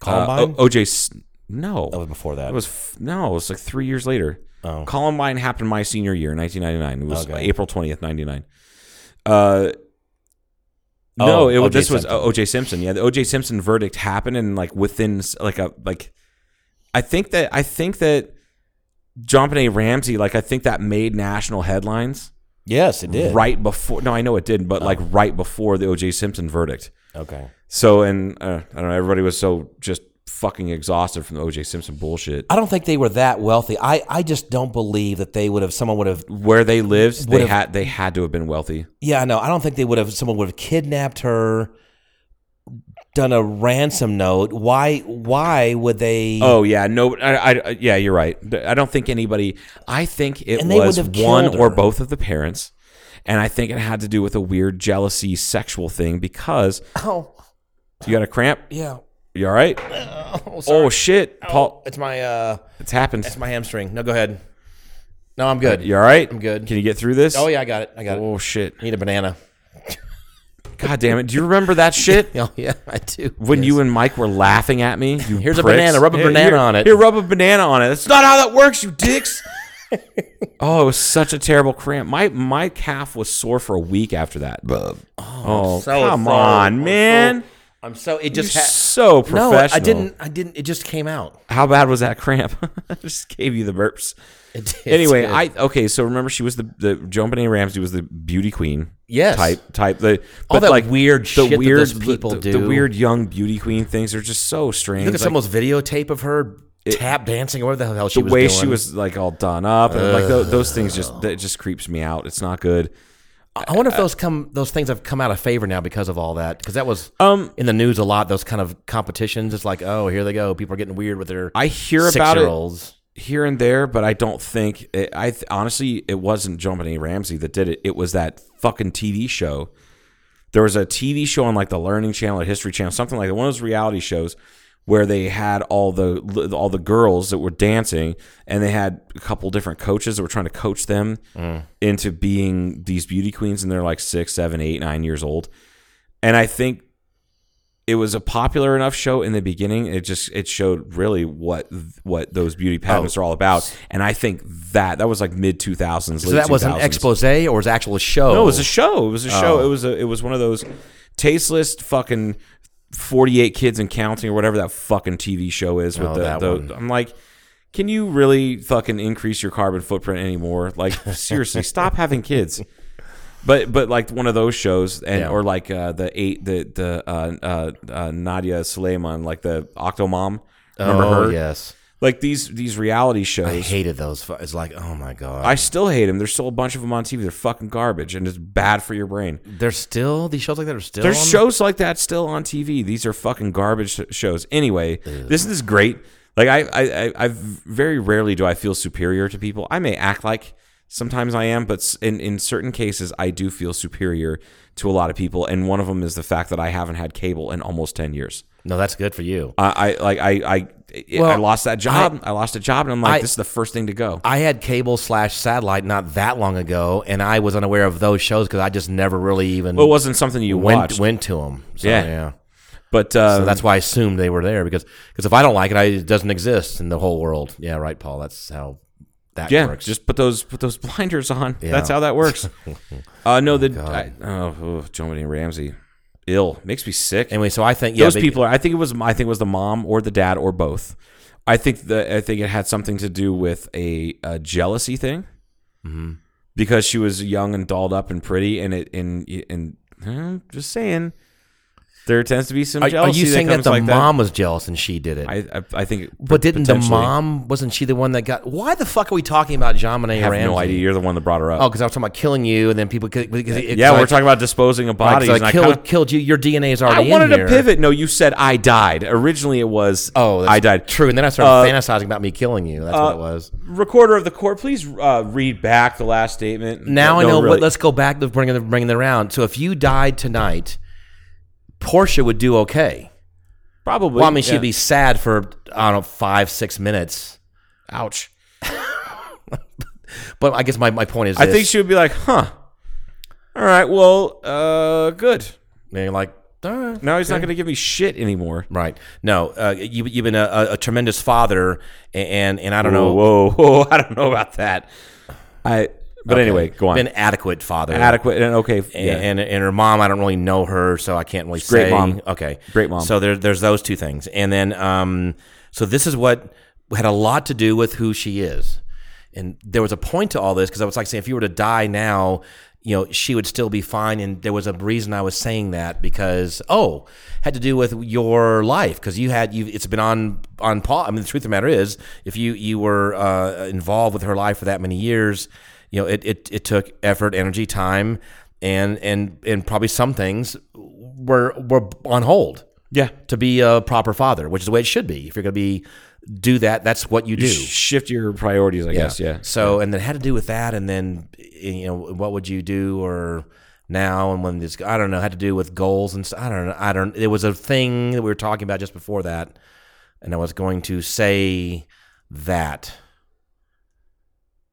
[SPEAKER 5] uh,
[SPEAKER 6] Columbine.
[SPEAKER 5] O- OJ. 's- No,
[SPEAKER 6] that was before that.
[SPEAKER 5] it was f- no, it was like three years later.
[SPEAKER 6] Oh.
[SPEAKER 5] Columbine happened my senior year, 1999. It was
[SPEAKER 6] Okay.
[SPEAKER 5] April 20th, 99. Uh,
[SPEAKER 6] Oh,
[SPEAKER 5] no, it was,
[SPEAKER 6] O.J.
[SPEAKER 5] this was
[SPEAKER 6] Simpson.
[SPEAKER 5] uh, OJ Simpson. Yeah, the OJ Simpson verdict happened, and like within s- like a like, I think that I think that John Benet Ramsey, like I think that made national headlines
[SPEAKER 6] yes, it did. Oh.
[SPEAKER 5] right before. No, I know it didn't, but like right before the OJ Simpson verdict.
[SPEAKER 6] Okay.
[SPEAKER 5] So and uh, I don't know, everybody was so just fucking exhausted from the OJ Simpson bullshit.
[SPEAKER 6] I don't think they were that wealthy. I, I just don't believe that they would have. Someone would have.
[SPEAKER 5] where they lived, they
[SPEAKER 6] Would've-
[SPEAKER 5] had they had to have been wealthy.
[SPEAKER 6] Yeah, I know. I don't think they would have. Someone would have kidnapped her. Done a ransom note. Why? Why would they?
[SPEAKER 5] Oh yeah, no, I, I yeah, you're right. I don't think anybody. I think it
[SPEAKER 6] And they
[SPEAKER 5] was
[SPEAKER 6] would've
[SPEAKER 5] one
[SPEAKER 6] killed
[SPEAKER 5] or
[SPEAKER 6] her.
[SPEAKER 5] both of the parents, and I think it had to do with a weird jealousy, sexual thing. Because
[SPEAKER 6] Oh,
[SPEAKER 5] you got a cramp.
[SPEAKER 6] yeah.
[SPEAKER 5] You all right?
[SPEAKER 6] Oh,
[SPEAKER 5] Oh shit, Paul,
[SPEAKER 6] It's my uh,
[SPEAKER 5] it's happened.
[SPEAKER 6] it's my hamstring. No, go ahead. No, I'm good.
[SPEAKER 5] You all right?
[SPEAKER 6] I'm good.
[SPEAKER 5] Can you get through this?
[SPEAKER 6] Oh yeah, I got it. I got it.
[SPEAKER 5] Oh shit!
[SPEAKER 6] I need a banana.
[SPEAKER 5] God damn it! Do you remember that shit?
[SPEAKER 6] [LAUGHS] Oh yeah, I do.
[SPEAKER 5] When you and Mike were laughing at me, [LAUGHS] you
[SPEAKER 6] Here's a
[SPEAKER 5] pricks.
[SPEAKER 6] banana. Rub a
[SPEAKER 5] Here-
[SPEAKER 6] banana
[SPEAKER 5] here-
[SPEAKER 6] on it. [LAUGHS]
[SPEAKER 5] Here, rub a banana on it. That's not how that works, you dicks. Oh, it was such a terrible cramp. My my calf was sore for a week after that. Oh, come on, man.
[SPEAKER 6] I'm so it
[SPEAKER 5] You're
[SPEAKER 6] just ha-
[SPEAKER 5] so professional.
[SPEAKER 6] No, I didn't. I didn't. It just came out.
[SPEAKER 5] How bad was that cramp? [LAUGHS] I just gave you the burps.
[SPEAKER 6] It
[SPEAKER 5] [LAUGHS]
[SPEAKER 6] did.
[SPEAKER 5] anyway, I okay. So remember, she was the the Joan Benet Ramsey was the beauty queen.
[SPEAKER 6] Yes.
[SPEAKER 5] type type the
[SPEAKER 6] All
[SPEAKER 5] but
[SPEAKER 6] that
[SPEAKER 5] like
[SPEAKER 6] weird
[SPEAKER 5] the
[SPEAKER 6] shit that
[SPEAKER 5] weird
[SPEAKER 6] those people
[SPEAKER 5] the, the-
[SPEAKER 6] do.
[SPEAKER 5] The weird young beauty queen things are just so strange.
[SPEAKER 6] You look at
[SPEAKER 5] Like,
[SPEAKER 6] someone's videotape of her tap dancing or whatever the hell she
[SPEAKER 5] the
[SPEAKER 6] was
[SPEAKER 5] way
[SPEAKER 6] doing.
[SPEAKER 5] she was like all done up and like those, those things just that just creeps me out. It's not good.
[SPEAKER 6] I I
[SPEAKER 5] uh,
[SPEAKER 6] wonder if those come those things have come out of favor now because of all that because that was
[SPEAKER 5] Um,
[SPEAKER 6] in the news a lot. Those kind of competitions. It's like oh here they go. People are getting weird with their
[SPEAKER 5] I hear about it.
[SPEAKER 6] six-year-olds.
[SPEAKER 5] here and there, but I don't think it, I th- honestly it wasn't John Benet Ramsey that did it. It was that fucking TV show. There was a TV show on like the Learning Channel or History Channel, something like that. One of those reality shows where they had all the all the girls that were dancing, and they had a couple different coaches that were trying to coach them
[SPEAKER 6] Mm.
[SPEAKER 5] into being these beauty queens, and they're like six, seven, eight, nine years old. And I think it was a popular enough show in the beginning. It just it showed really what what those
[SPEAKER 6] Oh.
[SPEAKER 5] beauty pageants are all about, and I think that that was like mid two thousands.
[SPEAKER 6] So that was an expose or was it actual show?
[SPEAKER 5] No, it was a show. It was a
[SPEAKER 6] Oh.
[SPEAKER 5] show. It was a it was one of those tasteless fucking forty eight kids and counting or whatever that fucking TV show is with
[SPEAKER 6] Oh,
[SPEAKER 5] the,
[SPEAKER 6] that
[SPEAKER 5] the-
[SPEAKER 6] one.
[SPEAKER 5] I'm like. Can you really fucking increase your carbon footprint anymore?
[SPEAKER 6] [LAUGHS]
[SPEAKER 5] Like seriously, stop having kids. But but like one of those shows, and
[SPEAKER 6] Yeah.
[SPEAKER 5] or like uh, the eight the the uh, uh, uh, Nadia Suleiman, like the Octomom. Remember
[SPEAKER 6] oh
[SPEAKER 5] her?
[SPEAKER 6] yes,
[SPEAKER 5] Like these these reality shows.
[SPEAKER 6] I hated those. fu- It's like oh my god.
[SPEAKER 5] I still hate them. There's still a bunch of them on TV. They're fucking garbage, and it's bad for your brain.
[SPEAKER 6] There's still these shows like that are still
[SPEAKER 5] There's
[SPEAKER 6] on?
[SPEAKER 5] shows like that still on TV. These are fucking garbage sh- shows. Anyway, this is great. Like I, I, I, I very rarely do I feel superior to people. I may act like sometimes I am, but s- in in certain cases I do feel superior to a lot of people. And one of them is the fact that I haven't had cable in almost ten years.
[SPEAKER 6] No, that's good for you.
[SPEAKER 5] I, I like I, I, I
[SPEAKER 6] Well,
[SPEAKER 5] lost that job. I, lost a job, and I'm like,
[SPEAKER 6] I-
[SPEAKER 5] this is the first thing to go.
[SPEAKER 6] I had cable slash satellite not that long ago, and I was unaware of those shows because I just never really even
[SPEAKER 5] well, it wasn't something you
[SPEAKER 6] went
[SPEAKER 5] watched,
[SPEAKER 6] went to them. So,
[SPEAKER 5] Yeah.
[SPEAKER 6] yeah.
[SPEAKER 5] but uh,
[SPEAKER 6] So that's why I assumed they were there because cause if I don't like it, I, it doesn't exist in the whole world. Yeah, right, Paul. That's how that
[SPEAKER 5] yeah,
[SPEAKER 6] works.
[SPEAKER 5] just put those put those [LAUGHS] blinders on. That's how that
[SPEAKER 6] [LAUGHS]
[SPEAKER 5] works. uh, no, the I,
[SPEAKER 6] God.
[SPEAKER 5] oh, oh, Joan Benet Ramsey, ill makes me sick.
[SPEAKER 6] anyway, so I think yeah,
[SPEAKER 5] those
[SPEAKER 6] big-
[SPEAKER 5] people are. I think it was I think it was the mom or the dad or both. I think the I think it had something to do with a, a jealousy thing
[SPEAKER 6] Mm-hmm.
[SPEAKER 5] because she was young and dolled up and pretty, and it and and eh, just saying there tends to be some
[SPEAKER 6] Are, are
[SPEAKER 5] jealousy.
[SPEAKER 6] you saying that
[SPEAKER 5] comes
[SPEAKER 6] the
[SPEAKER 5] like
[SPEAKER 6] mom was jealous and she did it?
[SPEAKER 5] That. I, I I think,
[SPEAKER 6] but didn't the
[SPEAKER 5] potentially.
[SPEAKER 6] mom? Wasn't she the one that got? Why the fuck are we talking about John Bonet
[SPEAKER 5] I have
[SPEAKER 6] Ramsey?
[SPEAKER 5] no idea. You're the one that brought her up.
[SPEAKER 6] Oh, because I was talking about killing you, and then people. Cause, because it's
[SPEAKER 5] yeah, we're
[SPEAKER 6] like-
[SPEAKER 5] talking about disposing of
[SPEAKER 6] Like,
[SPEAKER 5] bodies.
[SPEAKER 6] so I
[SPEAKER 5] and I
[SPEAKER 6] killed,
[SPEAKER 5] kinda-
[SPEAKER 6] killed you. Your DNA is
[SPEAKER 5] I
[SPEAKER 6] already.
[SPEAKER 5] wanted
[SPEAKER 6] in here.
[SPEAKER 5] to pivot. No, you said I died. Originally, it was
[SPEAKER 6] Oh, that's
[SPEAKER 5] I died.
[SPEAKER 6] True, and then I started
[SPEAKER 5] Uh,
[SPEAKER 6] fantasizing about me killing you. That's what it was.
[SPEAKER 5] Recorder of the court, please uh, read back the last statement.
[SPEAKER 6] Now I
[SPEAKER 5] No,
[SPEAKER 6] know.
[SPEAKER 5] really.
[SPEAKER 6] What, let's go back to bringing the, bringing it around. So if you died tonight, Portia would do okay.
[SPEAKER 5] probably.
[SPEAKER 6] Well, I mean, she'd
[SPEAKER 5] yeah.
[SPEAKER 6] be sad for I don't know five six minutes.
[SPEAKER 5] ouch.
[SPEAKER 6] [LAUGHS] But I guess my, my point is,
[SPEAKER 5] I
[SPEAKER 6] this.
[SPEAKER 5] think she would be like, huh. All right. Well, uh, good.
[SPEAKER 6] And you're like, all right.
[SPEAKER 5] Now he's not going to give me shit anymore.
[SPEAKER 6] Right. No, uh, you, you've been a, a, a tremendous father, and and I don't know.
[SPEAKER 5] Whoa,
[SPEAKER 6] [LAUGHS]
[SPEAKER 5] whoa, whoa. I don't know about that. I. But
[SPEAKER 6] Okay.
[SPEAKER 5] anyway, go on.
[SPEAKER 6] Been adequate father.
[SPEAKER 5] Adequate and okay.
[SPEAKER 6] and,
[SPEAKER 5] yeah.
[SPEAKER 6] and and her mom. I don't really know her, so I can't really
[SPEAKER 5] great
[SPEAKER 6] say. Uh,
[SPEAKER 5] mom.
[SPEAKER 6] Okay,
[SPEAKER 5] Great mom.
[SPEAKER 6] So there, there's those two things, and then um, so this is what had a lot to do with who she is, and there was a point to all this because I was like saying if you were to die now. You know, she would still be fine, and there was a reason I was saying that because oh, had to do with your life because you had you. It's been on on pause. I mean, the truth of the matter is, if you you were uh, involved with her life for that many years, you know, it it, it took effort, energy, time, and and and probably some things were were on hold
[SPEAKER 5] yeah.
[SPEAKER 6] to be a proper father, which is the way it should be. If you're going to be do that, that's what you do.
[SPEAKER 5] Shift your priorities, I guess. Yeah.
[SPEAKER 6] So and then had to do with that, and then you know what would you do or now and when this I don't know had to do with goals and stuff. I don't know. I don't. It was a thing that we were talking about just before that, and I was going to say that.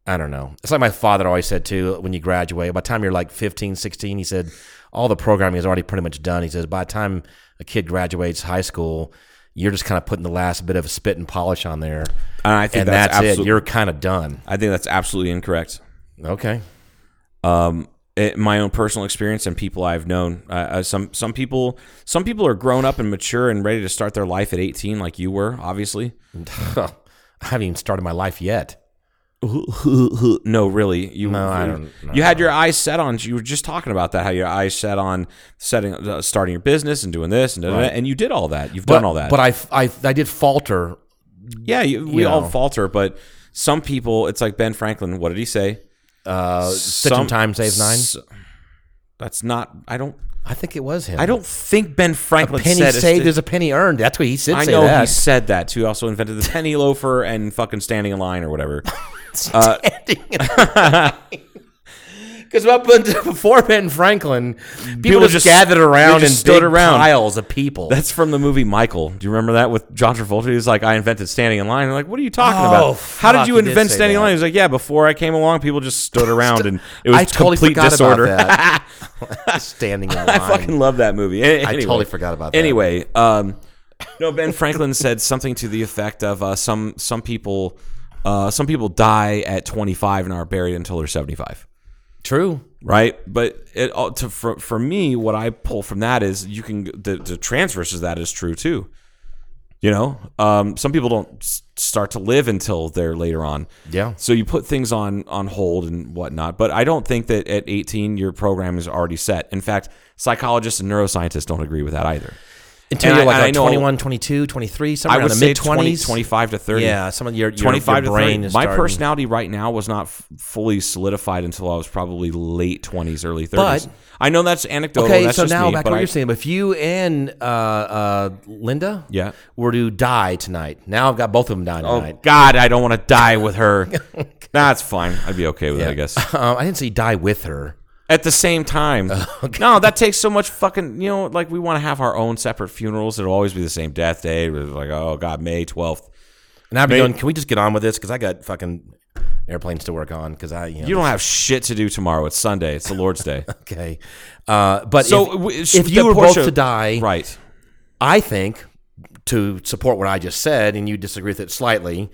[SPEAKER 6] I don't know. It's like my father always said too when you graduate, by the time you're like 15, 16, he said all the programming is already pretty much done. He says by the time a kid graduates high school, you're just kind of putting the last bit of spit and polish on there.
[SPEAKER 5] And I think
[SPEAKER 6] and
[SPEAKER 5] that's
[SPEAKER 6] that's, it.
[SPEAKER 5] absolute-
[SPEAKER 6] You're kind of done.
[SPEAKER 5] I think that's absolutely incorrect.
[SPEAKER 6] Okay. [LAUGHS]
[SPEAKER 5] it, eh, my own personal experience and people I've known. Uh, uh, some some people some people are grown up and mature and ready to start their life at 18, like you were, obviously.
[SPEAKER 6] I haven't even started my life yet.
[SPEAKER 5] no, really, you
[SPEAKER 6] No, I don't- no,
[SPEAKER 5] you had your eyes set on. You were just talking about that, how your eyes set on setting uh, starting your business and doing this and da- da- da,
[SPEAKER 6] Right.
[SPEAKER 5] and you did all that. You've
[SPEAKER 6] But,
[SPEAKER 5] done all that.
[SPEAKER 6] But I, I, I did falter.
[SPEAKER 5] yeah, you, we
[SPEAKER 6] you
[SPEAKER 5] all
[SPEAKER 6] know.
[SPEAKER 5] falter, but some people, it's like Ben Franklin. What did he say?
[SPEAKER 6] Uh, some time saves nine.
[SPEAKER 5] s- That's not. I don't.
[SPEAKER 6] I think it was him.
[SPEAKER 5] I don't think Ben
[SPEAKER 6] A
[SPEAKER 5] Franklin
[SPEAKER 6] penny
[SPEAKER 5] said a
[SPEAKER 6] saved
[SPEAKER 5] st-
[SPEAKER 6] is a penny earned. That's what he said.
[SPEAKER 5] I
[SPEAKER 6] say
[SPEAKER 5] know
[SPEAKER 6] that. [LAUGHS]
[SPEAKER 5] he said that too. He also invented the penny loafer and fucking standing in line or whatever. Uh,
[SPEAKER 6] Because up until [LAUGHS] before Ben Franklin, people, just,
[SPEAKER 5] just-
[SPEAKER 6] gathered around
[SPEAKER 5] they just
[SPEAKER 6] and
[SPEAKER 5] stood
[SPEAKER 6] stood
[SPEAKER 5] around.
[SPEAKER 6] around piles of
[SPEAKER 5] [LAUGHS]
[SPEAKER 6] people.
[SPEAKER 5] that's from the movie Michael. Do you remember that with John Travolta? He's like, I invented standing in line. I'm like, what are you talking
[SPEAKER 6] Oh,
[SPEAKER 5] about? How
[SPEAKER 6] fuck,
[SPEAKER 5] did you
[SPEAKER 6] he did
[SPEAKER 5] invent
[SPEAKER 6] say
[SPEAKER 5] standing in
[SPEAKER 6] that.
[SPEAKER 5] line? He's like, yeah, before I came along, people just
[SPEAKER 6] [LAUGHS]
[SPEAKER 5] stood around and it was
[SPEAKER 6] I totally
[SPEAKER 5] complete
[SPEAKER 6] forgot
[SPEAKER 5] disorder. [LAUGHS]
[SPEAKER 6] about that. Standing in line.
[SPEAKER 5] I fucking love that movie. A-
[SPEAKER 6] I
[SPEAKER 5] anyway.
[SPEAKER 6] totally forgot about that.
[SPEAKER 5] Anyway, um, no, Ben Franklin said something to the effect of uh, some some people uh, some people die at 25 and are buried until they're 75.
[SPEAKER 6] True.
[SPEAKER 5] right? But it all to for, for me, what I pull from that is you can the the transverse of that is true too. You know, um, some people don't s- start to live until they're later on.
[SPEAKER 6] Yeah.
[SPEAKER 5] So you put things on on hold and whatnot. But I don't think that at 18 your program is already set. In fact, psychologists and neuroscientists don't agree with that either.
[SPEAKER 6] Until
[SPEAKER 5] And
[SPEAKER 6] you're
[SPEAKER 5] I-
[SPEAKER 6] like
[SPEAKER 5] and I
[SPEAKER 6] a
[SPEAKER 5] know-
[SPEAKER 6] 21, 22, 23,
[SPEAKER 5] I
[SPEAKER 6] somewhere
[SPEAKER 5] would
[SPEAKER 6] around the
[SPEAKER 5] say
[SPEAKER 6] mid
[SPEAKER 5] 20,
[SPEAKER 6] 20s.
[SPEAKER 5] 25 to 30.
[SPEAKER 6] Yeah, some of your, your,
[SPEAKER 5] 25
[SPEAKER 6] your
[SPEAKER 5] to 30.
[SPEAKER 6] brain is
[SPEAKER 5] My
[SPEAKER 6] starting.
[SPEAKER 5] personality right now was not f- fully solidified until I was probably late 20s, early 30s.
[SPEAKER 6] But-
[SPEAKER 5] I know that's anecdotal.
[SPEAKER 6] Okay,
[SPEAKER 5] that's
[SPEAKER 6] so
[SPEAKER 5] just
[SPEAKER 6] now
[SPEAKER 5] me,
[SPEAKER 6] back
[SPEAKER 5] but
[SPEAKER 6] to what
[SPEAKER 5] I-
[SPEAKER 6] you're saying. If you and uh, uh, Linda
[SPEAKER 5] Yeah.
[SPEAKER 6] were to die tonight, now I've got both of them dying
[SPEAKER 5] Oh
[SPEAKER 6] tonight.
[SPEAKER 5] God, I don't want to die with
[SPEAKER 6] [LAUGHS]
[SPEAKER 5] her. That's fine. I'd be okay with it, I guess.
[SPEAKER 6] Um, I didn't say die with her.
[SPEAKER 5] At the same
[SPEAKER 6] [LAUGHS]
[SPEAKER 5] time, no, that takes so much fucking. You know, like we want to have our own separate funerals. It'll always be the same death day. It was like, oh God, May twelfth.
[SPEAKER 6] And I'd be
[SPEAKER 5] Maybe-
[SPEAKER 6] going, can we just get on with this? Because I got fucking airplanes to work on. Because I, you know,
[SPEAKER 5] You don't have shit to do tomorrow. It's Sunday. It's the Lord's
[SPEAKER 6] [LAUGHS]
[SPEAKER 5] Day.
[SPEAKER 6] okay. Uh, but
[SPEAKER 5] So
[SPEAKER 6] so
[SPEAKER 5] w-
[SPEAKER 6] if,
[SPEAKER 5] sh-
[SPEAKER 6] if you
[SPEAKER 5] the
[SPEAKER 6] were
[SPEAKER 5] Porsche-
[SPEAKER 6] both to die,
[SPEAKER 5] right?
[SPEAKER 6] I think to support what I just said, and you disagree with it slightly,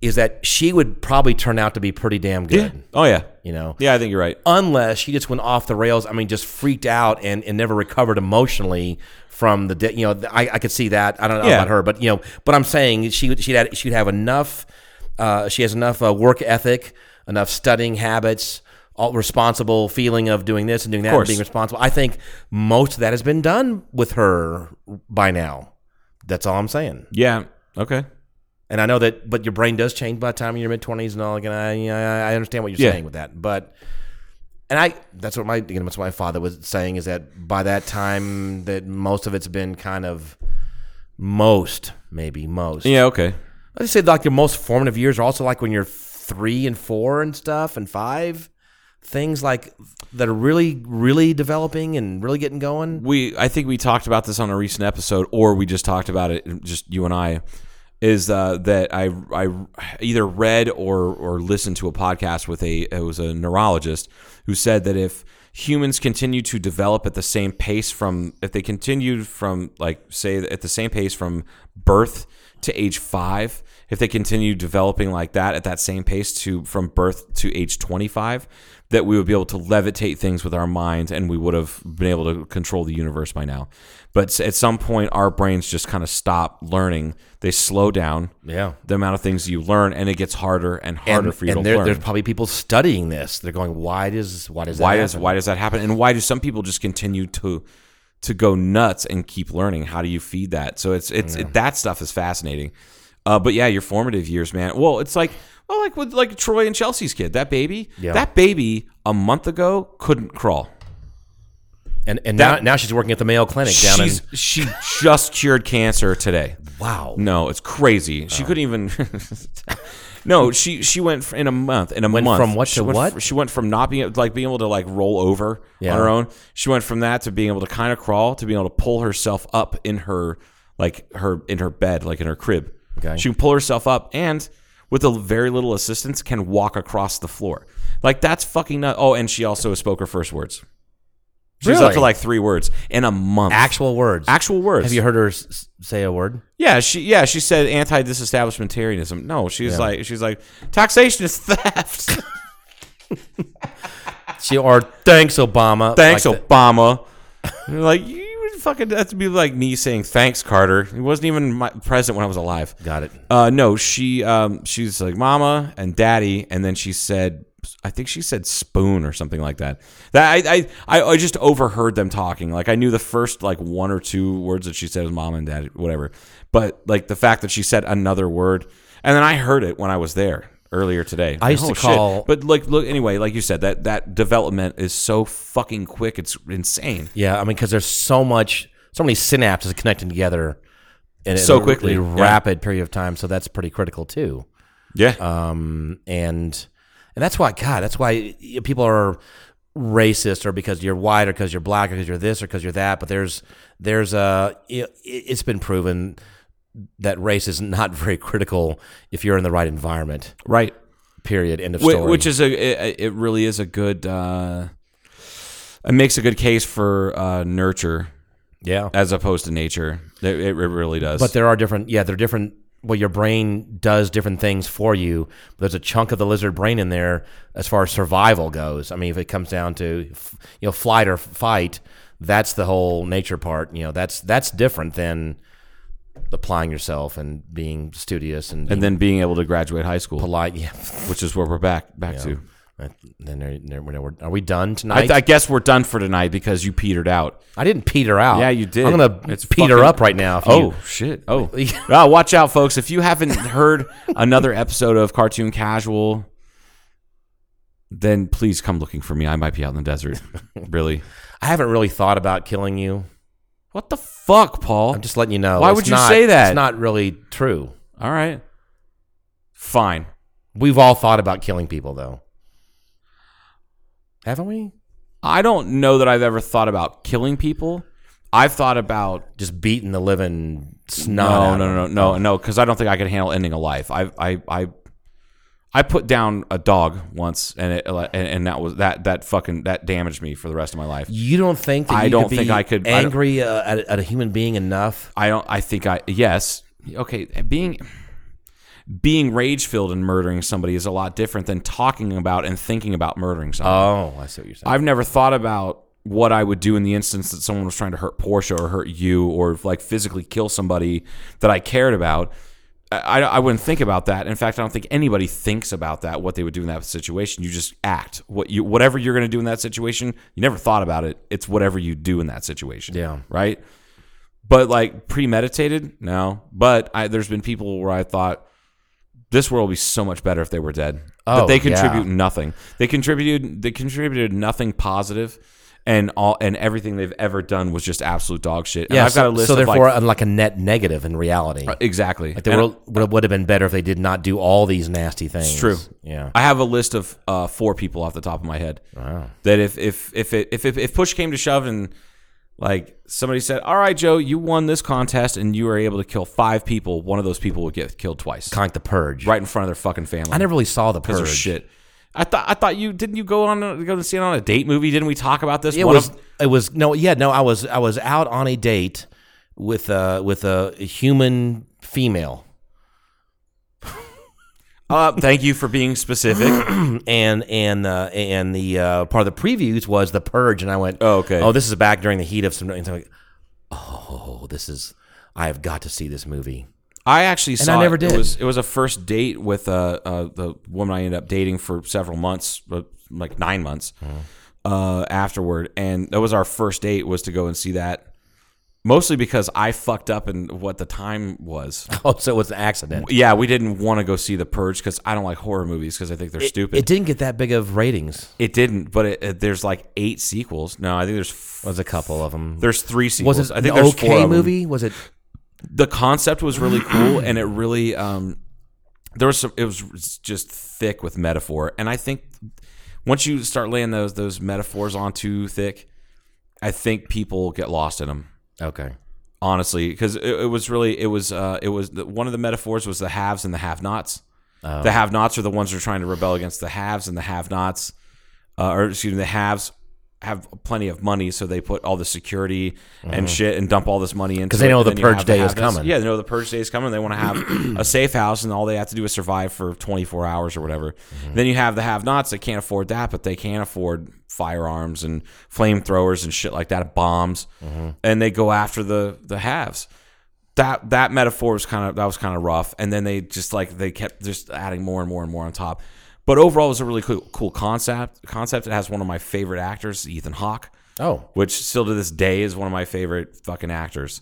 [SPEAKER 6] is that she would probably turn out to be pretty damn good.
[SPEAKER 5] Oh yeah.
[SPEAKER 6] You know,
[SPEAKER 5] Yeah, I think you're right.
[SPEAKER 6] unless she just went off the rails. I mean, just freaked out and, and never recovered emotionally from the. De- you know, I, I could see that. I don't know
[SPEAKER 5] Yeah.
[SPEAKER 6] about her, but you know, but I'm saying she she'd had, she'd have enough. Uh, she has enough uh, work ethic, enough studying habits, all responsible feeling of doing this and doing that, and
[SPEAKER 5] course.
[SPEAKER 6] being responsible. I think most of that has been done with her by now. That's all I'm saying.
[SPEAKER 5] Yeah. Okay.
[SPEAKER 6] And I know that, but your brain does change by the time you're mid twenties and all. And I, you know, I I understand what you're
[SPEAKER 5] Yeah.
[SPEAKER 6] saying with that, but and I that's what my you know, that's what my father was saying is that by that time that most of it's been kind of most maybe most.
[SPEAKER 5] Yeah. Okay.
[SPEAKER 6] I just say like your most formative years are also like when you're three and four and stuff and five things like that are really really developing and really getting going.
[SPEAKER 5] we I think we talked about this on a recent episode, or we just talked about it, just you and I. Is uh, that I I either read or or listened to a podcast with a it was a neurologist who said that if humans continue to develop at the same pace from if they continued from like say at the same pace from birth to age five if they continue developing like that at that same pace to from birth to age 25 that we would be able to levitate things with our minds and we would have been able to control the universe by now but s- at some point our brains just kind of stop learning they slow down
[SPEAKER 6] Yeah.
[SPEAKER 5] the amount of things you learn and it gets harder and harder
[SPEAKER 6] and,
[SPEAKER 5] for you
[SPEAKER 6] and
[SPEAKER 5] to
[SPEAKER 6] there,
[SPEAKER 5] learn
[SPEAKER 6] there's probably people studying this. They're going, why does why does that
[SPEAKER 5] why does
[SPEAKER 6] happen?
[SPEAKER 5] why does that happen and why do some people just continue to to go nuts and keep learning how do you feed that so it's it's it, that stuff is fascinating uh, but yeah your formative years man well it's like well like with like troy and chelsea's kid that baby
[SPEAKER 6] Yeah.
[SPEAKER 5] that baby a month ago couldn't crawl
[SPEAKER 6] And and
[SPEAKER 5] That-
[SPEAKER 6] now, now she's working at the Mayo Clinic down
[SPEAKER 5] She's, she just cured cancer
[SPEAKER 6] [LAUGHS]
[SPEAKER 5] today
[SPEAKER 6] in Wow.
[SPEAKER 5] no it's crazy
[SPEAKER 6] Oh.
[SPEAKER 5] she couldn't even [LAUGHS] no she she went f- in a month in a
[SPEAKER 6] Went
[SPEAKER 5] month
[SPEAKER 6] from what
[SPEAKER 5] she
[SPEAKER 6] to
[SPEAKER 5] went
[SPEAKER 6] what?
[SPEAKER 5] fr- she went from not being like being able to like roll over
[SPEAKER 6] Yeah.
[SPEAKER 5] on her own she went from that to being able to kind of crawl to being able to pull herself up in her like her in her bed like in her crib
[SPEAKER 6] Okay.
[SPEAKER 5] she can pull herself up and with a very little assistance can walk across the floor like that's fucking nut oh and she also spoke her first words She was up
[SPEAKER 6] Really?
[SPEAKER 5] to like three words in a month.
[SPEAKER 6] Actual words.
[SPEAKER 5] actual words.
[SPEAKER 6] Have you heard her s- s- say a word?
[SPEAKER 5] Yeah, she yeah she said anti disestablishmentarianism. No, she's like she's like taxation is [LAUGHS]
[SPEAKER 6] [LAUGHS]
[SPEAKER 5] theft.
[SPEAKER 6] She or thanks Obama.
[SPEAKER 5] Thanks,
[SPEAKER 6] Like the-
[SPEAKER 5] Obama. And you're like you would fucking that's be like me saying thanks, Carter. He wasn't even my president when I was alive.
[SPEAKER 6] Got it.
[SPEAKER 5] Uh, no, she um, she's like mama and daddy, and then she said, I think she said spoon or something like that. That I I, I, I just overheard them talking. Like I knew the first like one or two words that she said was mama and daddy, whatever. But like the fact that she said another word, and then I heard it when I was there earlier today.
[SPEAKER 6] I used to
[SPEAKER 5] Like,
[SPEAKER 6] call-
[SPEAKER 5] but like look anyway, like you said that that development is so fucking quick. It's insane.
[SPEAKER 6] Yeah, I mean, because there's so much, so many synapses connecting together in
[SPEAKER 5] So
[SPEAKER 6] a really
[SPEAKER 5] quickly, yeah.
[SPEAKER 6] rapid period of time. So that's pretty critical too.
[SPEAKER 5] Yeah.
[SPEAKER 6] Um, and and that's why, God, that's why people are racist or because you're white or because you're black or because you're this or because you're that. But there's there's a it, it's been proven that race is not [LAUGHS] very critical if you're in the right environment.
[SPEAKER 5] right.
[SPEAKER 6] Period. End of
[SPEAKER 5] Whi-
[SPEAKER 6] story.
[SPEAKER 5] Which is a it, it really is a good uh, it makes a good case for uh, nurture
[SPEAKER 6] yeah.
[SPEAKER 5] as opposed to nature. It, it really does.
[SPEAKER 6] But there are different, yeah, there are different. Well, your brain does different things for you. But there's a chunk of the lizard brain in there as far as survival goes. I mean, if it comes down to, f- you know, flight or fight, that's the whole nature part. You know, that's that's different than applying yourself and being studious and,
[SPEAKER 5] and
[SPEAKER 6] being
[SPEAKER 5] then being able to graduate high school,
[SPEAKER 6] polite. Yeah.
[SPEAKER 5] which is where we're back back to.
[SPEAKER 6] Uh, Then there- there- we're- we're- are we done
[SPEAKER 5] I,
[SPEAKER 6] tonight?
[SPEAKER 5] th- I guess we're done for tonight because you petered out.
[SPEAKER 6] I didn't peter out.
[SPEAKER 5] Yeah, you did.
[SPEAKER 6] I'm gonna
[SPEAKER 5] It's
[SPEAKER 6] peter
[SPEAKER 5] fucking-
[SPEAKER 6] up right now. If
[SPEAKER 5] Oh
[SPEAKER 6] you,
[SPEAKER 5] shit! Oh, Ah, watch out, folks! If you haven't heard another episode of Cartoon Casual, then please come looking for me. I might be out in the desert. really?
[SPEAKER 6] I haven't really thought about killing you.
[SPEAKER 5] What the fuck, Paul?
[SPEAKER 6] I'm just letting you know.
[SPEAKER 5] Why
[SPEAKER 6] it's
[SPEAKER 5] would you
[SPEAKER 6] not-
[SPEAKER 5] say that?
[SPEAKER 6] It's not really true.
[SPEAKER 5] All right. Fine.
[SPEAKER 6] We've all thought about killing people, though. Haven't we?
[SPEAKER 5] I don't know that I've ever thought about killing people. I've thought about
[SPEAKER 6] Just beating the living snot. out
[SPEAKER 5] no,
[SPEAKER 6] of
[SPEAKER 5] no, no, no,
[SPEAKER 6] them.
[SPEAKER 5] no, no, because I don't think I could handle ending a life. I, I, I, I put down a dog once, and it, and, and that was that that fucking that damaged me for the rest of my life.
[SPEAKER 6] You don't think that
[SPEAKER 5] I
[SPEAKER 6] you
[SPEAKER 5] don't
[SPEAKER 6] could be
[SPEAKER 5] think I could- I don't-
[SPEAKER 6] angry uh, at, at a human being enough?
[SPEAKER 5] I don't. I think I yes. Okay, being being rage filled and murdering somebody is a lot different than talking about and thinking about murdering somebody.
[SPEAKER 6] Oh, I see what you're saying.
[SPEAKER 5] I've never thought about what I would do in the instance that someone was trying to hurt Portia or hurt you or like physically kill somebody that I cared about. I, I I wouldn't think about that. In fact, I don't think anybody thinks about that. What they would do in that situation, you just act. What you whatever you're going to do in that situation, you never thought about it. It's whatever you do in that situation.
[SPEAKER 6] Yeah.
[SPEAKER 5] Right. But like premeditated, no. But I, there's been people where I thought this world would be so much better if they were dead.
[SPEAKER 6] Oh,
[SPEAKER 5] but they
[SPEAKER 6] yeah.
[SPEAKER 5] contribute nothing. They contributed they contributed nothing positive and all and everything they've ever done was just absolute dog shit. And
[SPEAKER 6] yeah,
[SPEAKER 5] I've
[SPEAKER 6] so,
[SPEAKER 5] got a list
[SPEAKER 6] so
[SPEAKER 5] of
[SPEAKER 6] therefore,
[SPEAKER 5] like,
[SPEAKER 6] I'm like a net negative in reality.
[SPEAKER 5] exactly.
[SPEAKER 6] like the
[SPEAKER 5] And
[SPEAKER 6] world would, would have been better if they did not do all these nasty things.
[SPEAKER 5] it's true.
[SPEAKER 6] Yeah.
[SPEAKER 5] I have a list of uh, four people off the top of my head. That if if if it, if if if push came to shove and like somebody said, "All right, Joe, you won this contest and you were able to kill five people," one of those people would get killed twice.
[SPEAKER 6] kind of like the purge.
[SPEAKER 5] right in front of their fucking family.
[SPEAKER 6] I never really saw the
[SPEAKER 5] because
[SPEAKER 6] purge.
[SPEAKER 5] of shit. I thought I thought you didn't you go on a, go to see it on a date movie? Didn't we talk about this?
[SPEAKER 6] It
[SPEAKER 5] One [LAUGHS]
[SPEAKER 6] was.
[SPEAKER 5] of-
[SPEAKER 6] it was no. Yeah, no. I was. I was out on a date with a with a human female,
[SPEAKER 5] uh, thank you for being specific.
[SPEAKER 6] and and uh, and the uh, part of the previews was the purge, and I went,
[SPEAKER 5] Oh, okay.
[SPEAKER 6] Oh, this is back during the heat of some. And I'm like, oh, this is. I have got to see this movie.
[SPEAKER 5] [LAUGHS]
[SPEAKER 6] [LAUGHS]
[SPEAKER 5] I actually saw.
[SPEAKER 6] I never
[SPEAKER 5] it.
[SPEAKER 6] did.
[SPEAKER 5] It was, it was a first date with uh, uh, the woman I ended up dating for several months, uh, like nine months uh, afterward, and that was our first date was to go and see that. Mostly because I fucked up in what the time was.
[SPEAKER 6] Oh, so it was an accident.
[SPEAKER 5] yeah, we didn't want to go see The Purge because I don't like horror movies because I think they're stupid.
[SPEAKER 6] It didn't get that big of ratings.
[SPEAKER 5] It didn't, but it, it, there's like eight sequels. No, I think there's f-
[SPEAKER 6] Was a couple of them.
[SPEAKER 5] there's three sequels.
[SPEAKER 6] was it
[SPEAKER 5] I think
[SPEAKER 6] an
[SPEAKER 5] there's four of
[SPEAKER 6] okay
[SPEAKER 5] them.
[SPEAKER 6] movie? Was it?
[SPEAKER 5] The concept was really
[SPEAKER 6] [CLEARS THROAT]
[SPEAKER 5] cool, and it really um, there was some. It was just thick with metaphor, and I think once you start laying those those metaphors on too thick, I think people get lost in them.
[SPEAKER 6] Okay.
[SPEAKER 5] Honestly, because it, it was really it was uh, it was the, one of the metaphors was the haves and the have-nots. The have-nots are the ones who are trying to rebel against the haves, and the have-nots, uh, or excuse me, the haves have plenty of money, so they put all the security and shit and dump all this money into
[SPEAKER 6] Mm-hmm. 'Cause they
[SPEAKER 5] it,
[SPEAKER 6] know
[SPEAKER 5] and
[SPEAKER 6] the
[SPEAKER 5] then you have to
[SPEAKER 6] purge day
[SPEAKER 5] have
[SPEAKER 6] is
[SPEAKER 5] this-
[SPEAKER 6] coming.
[SPEAKER 5] Yeah, they know the purge day is coming. They want to
[SPEAKER 6] [CLEARS THROAT]
[SPEAKER 5] have a safe house, and all they have to do is survive for 24 hours or whatever.
[SPEAKER 6] Mm-hmm.
[SPEAKER 5] Then you have the have-nots that can't afford that, but they can afford firearms and flamethrowers and shit like that, bombs,
[SPEAKER 6] Mm-hmm.
[SPEAKER 5] and they go after the the haves that that metaphor was kind of that was kind of rough and then they just like they kept just adding more and more and more on top but overall it was a really cool, cool concept concept it has one of my favorite actors ethan hawke
[SPEAKER 6] Oh.
[SPEAKER 5] which still to this day is one of my favorite fucking actors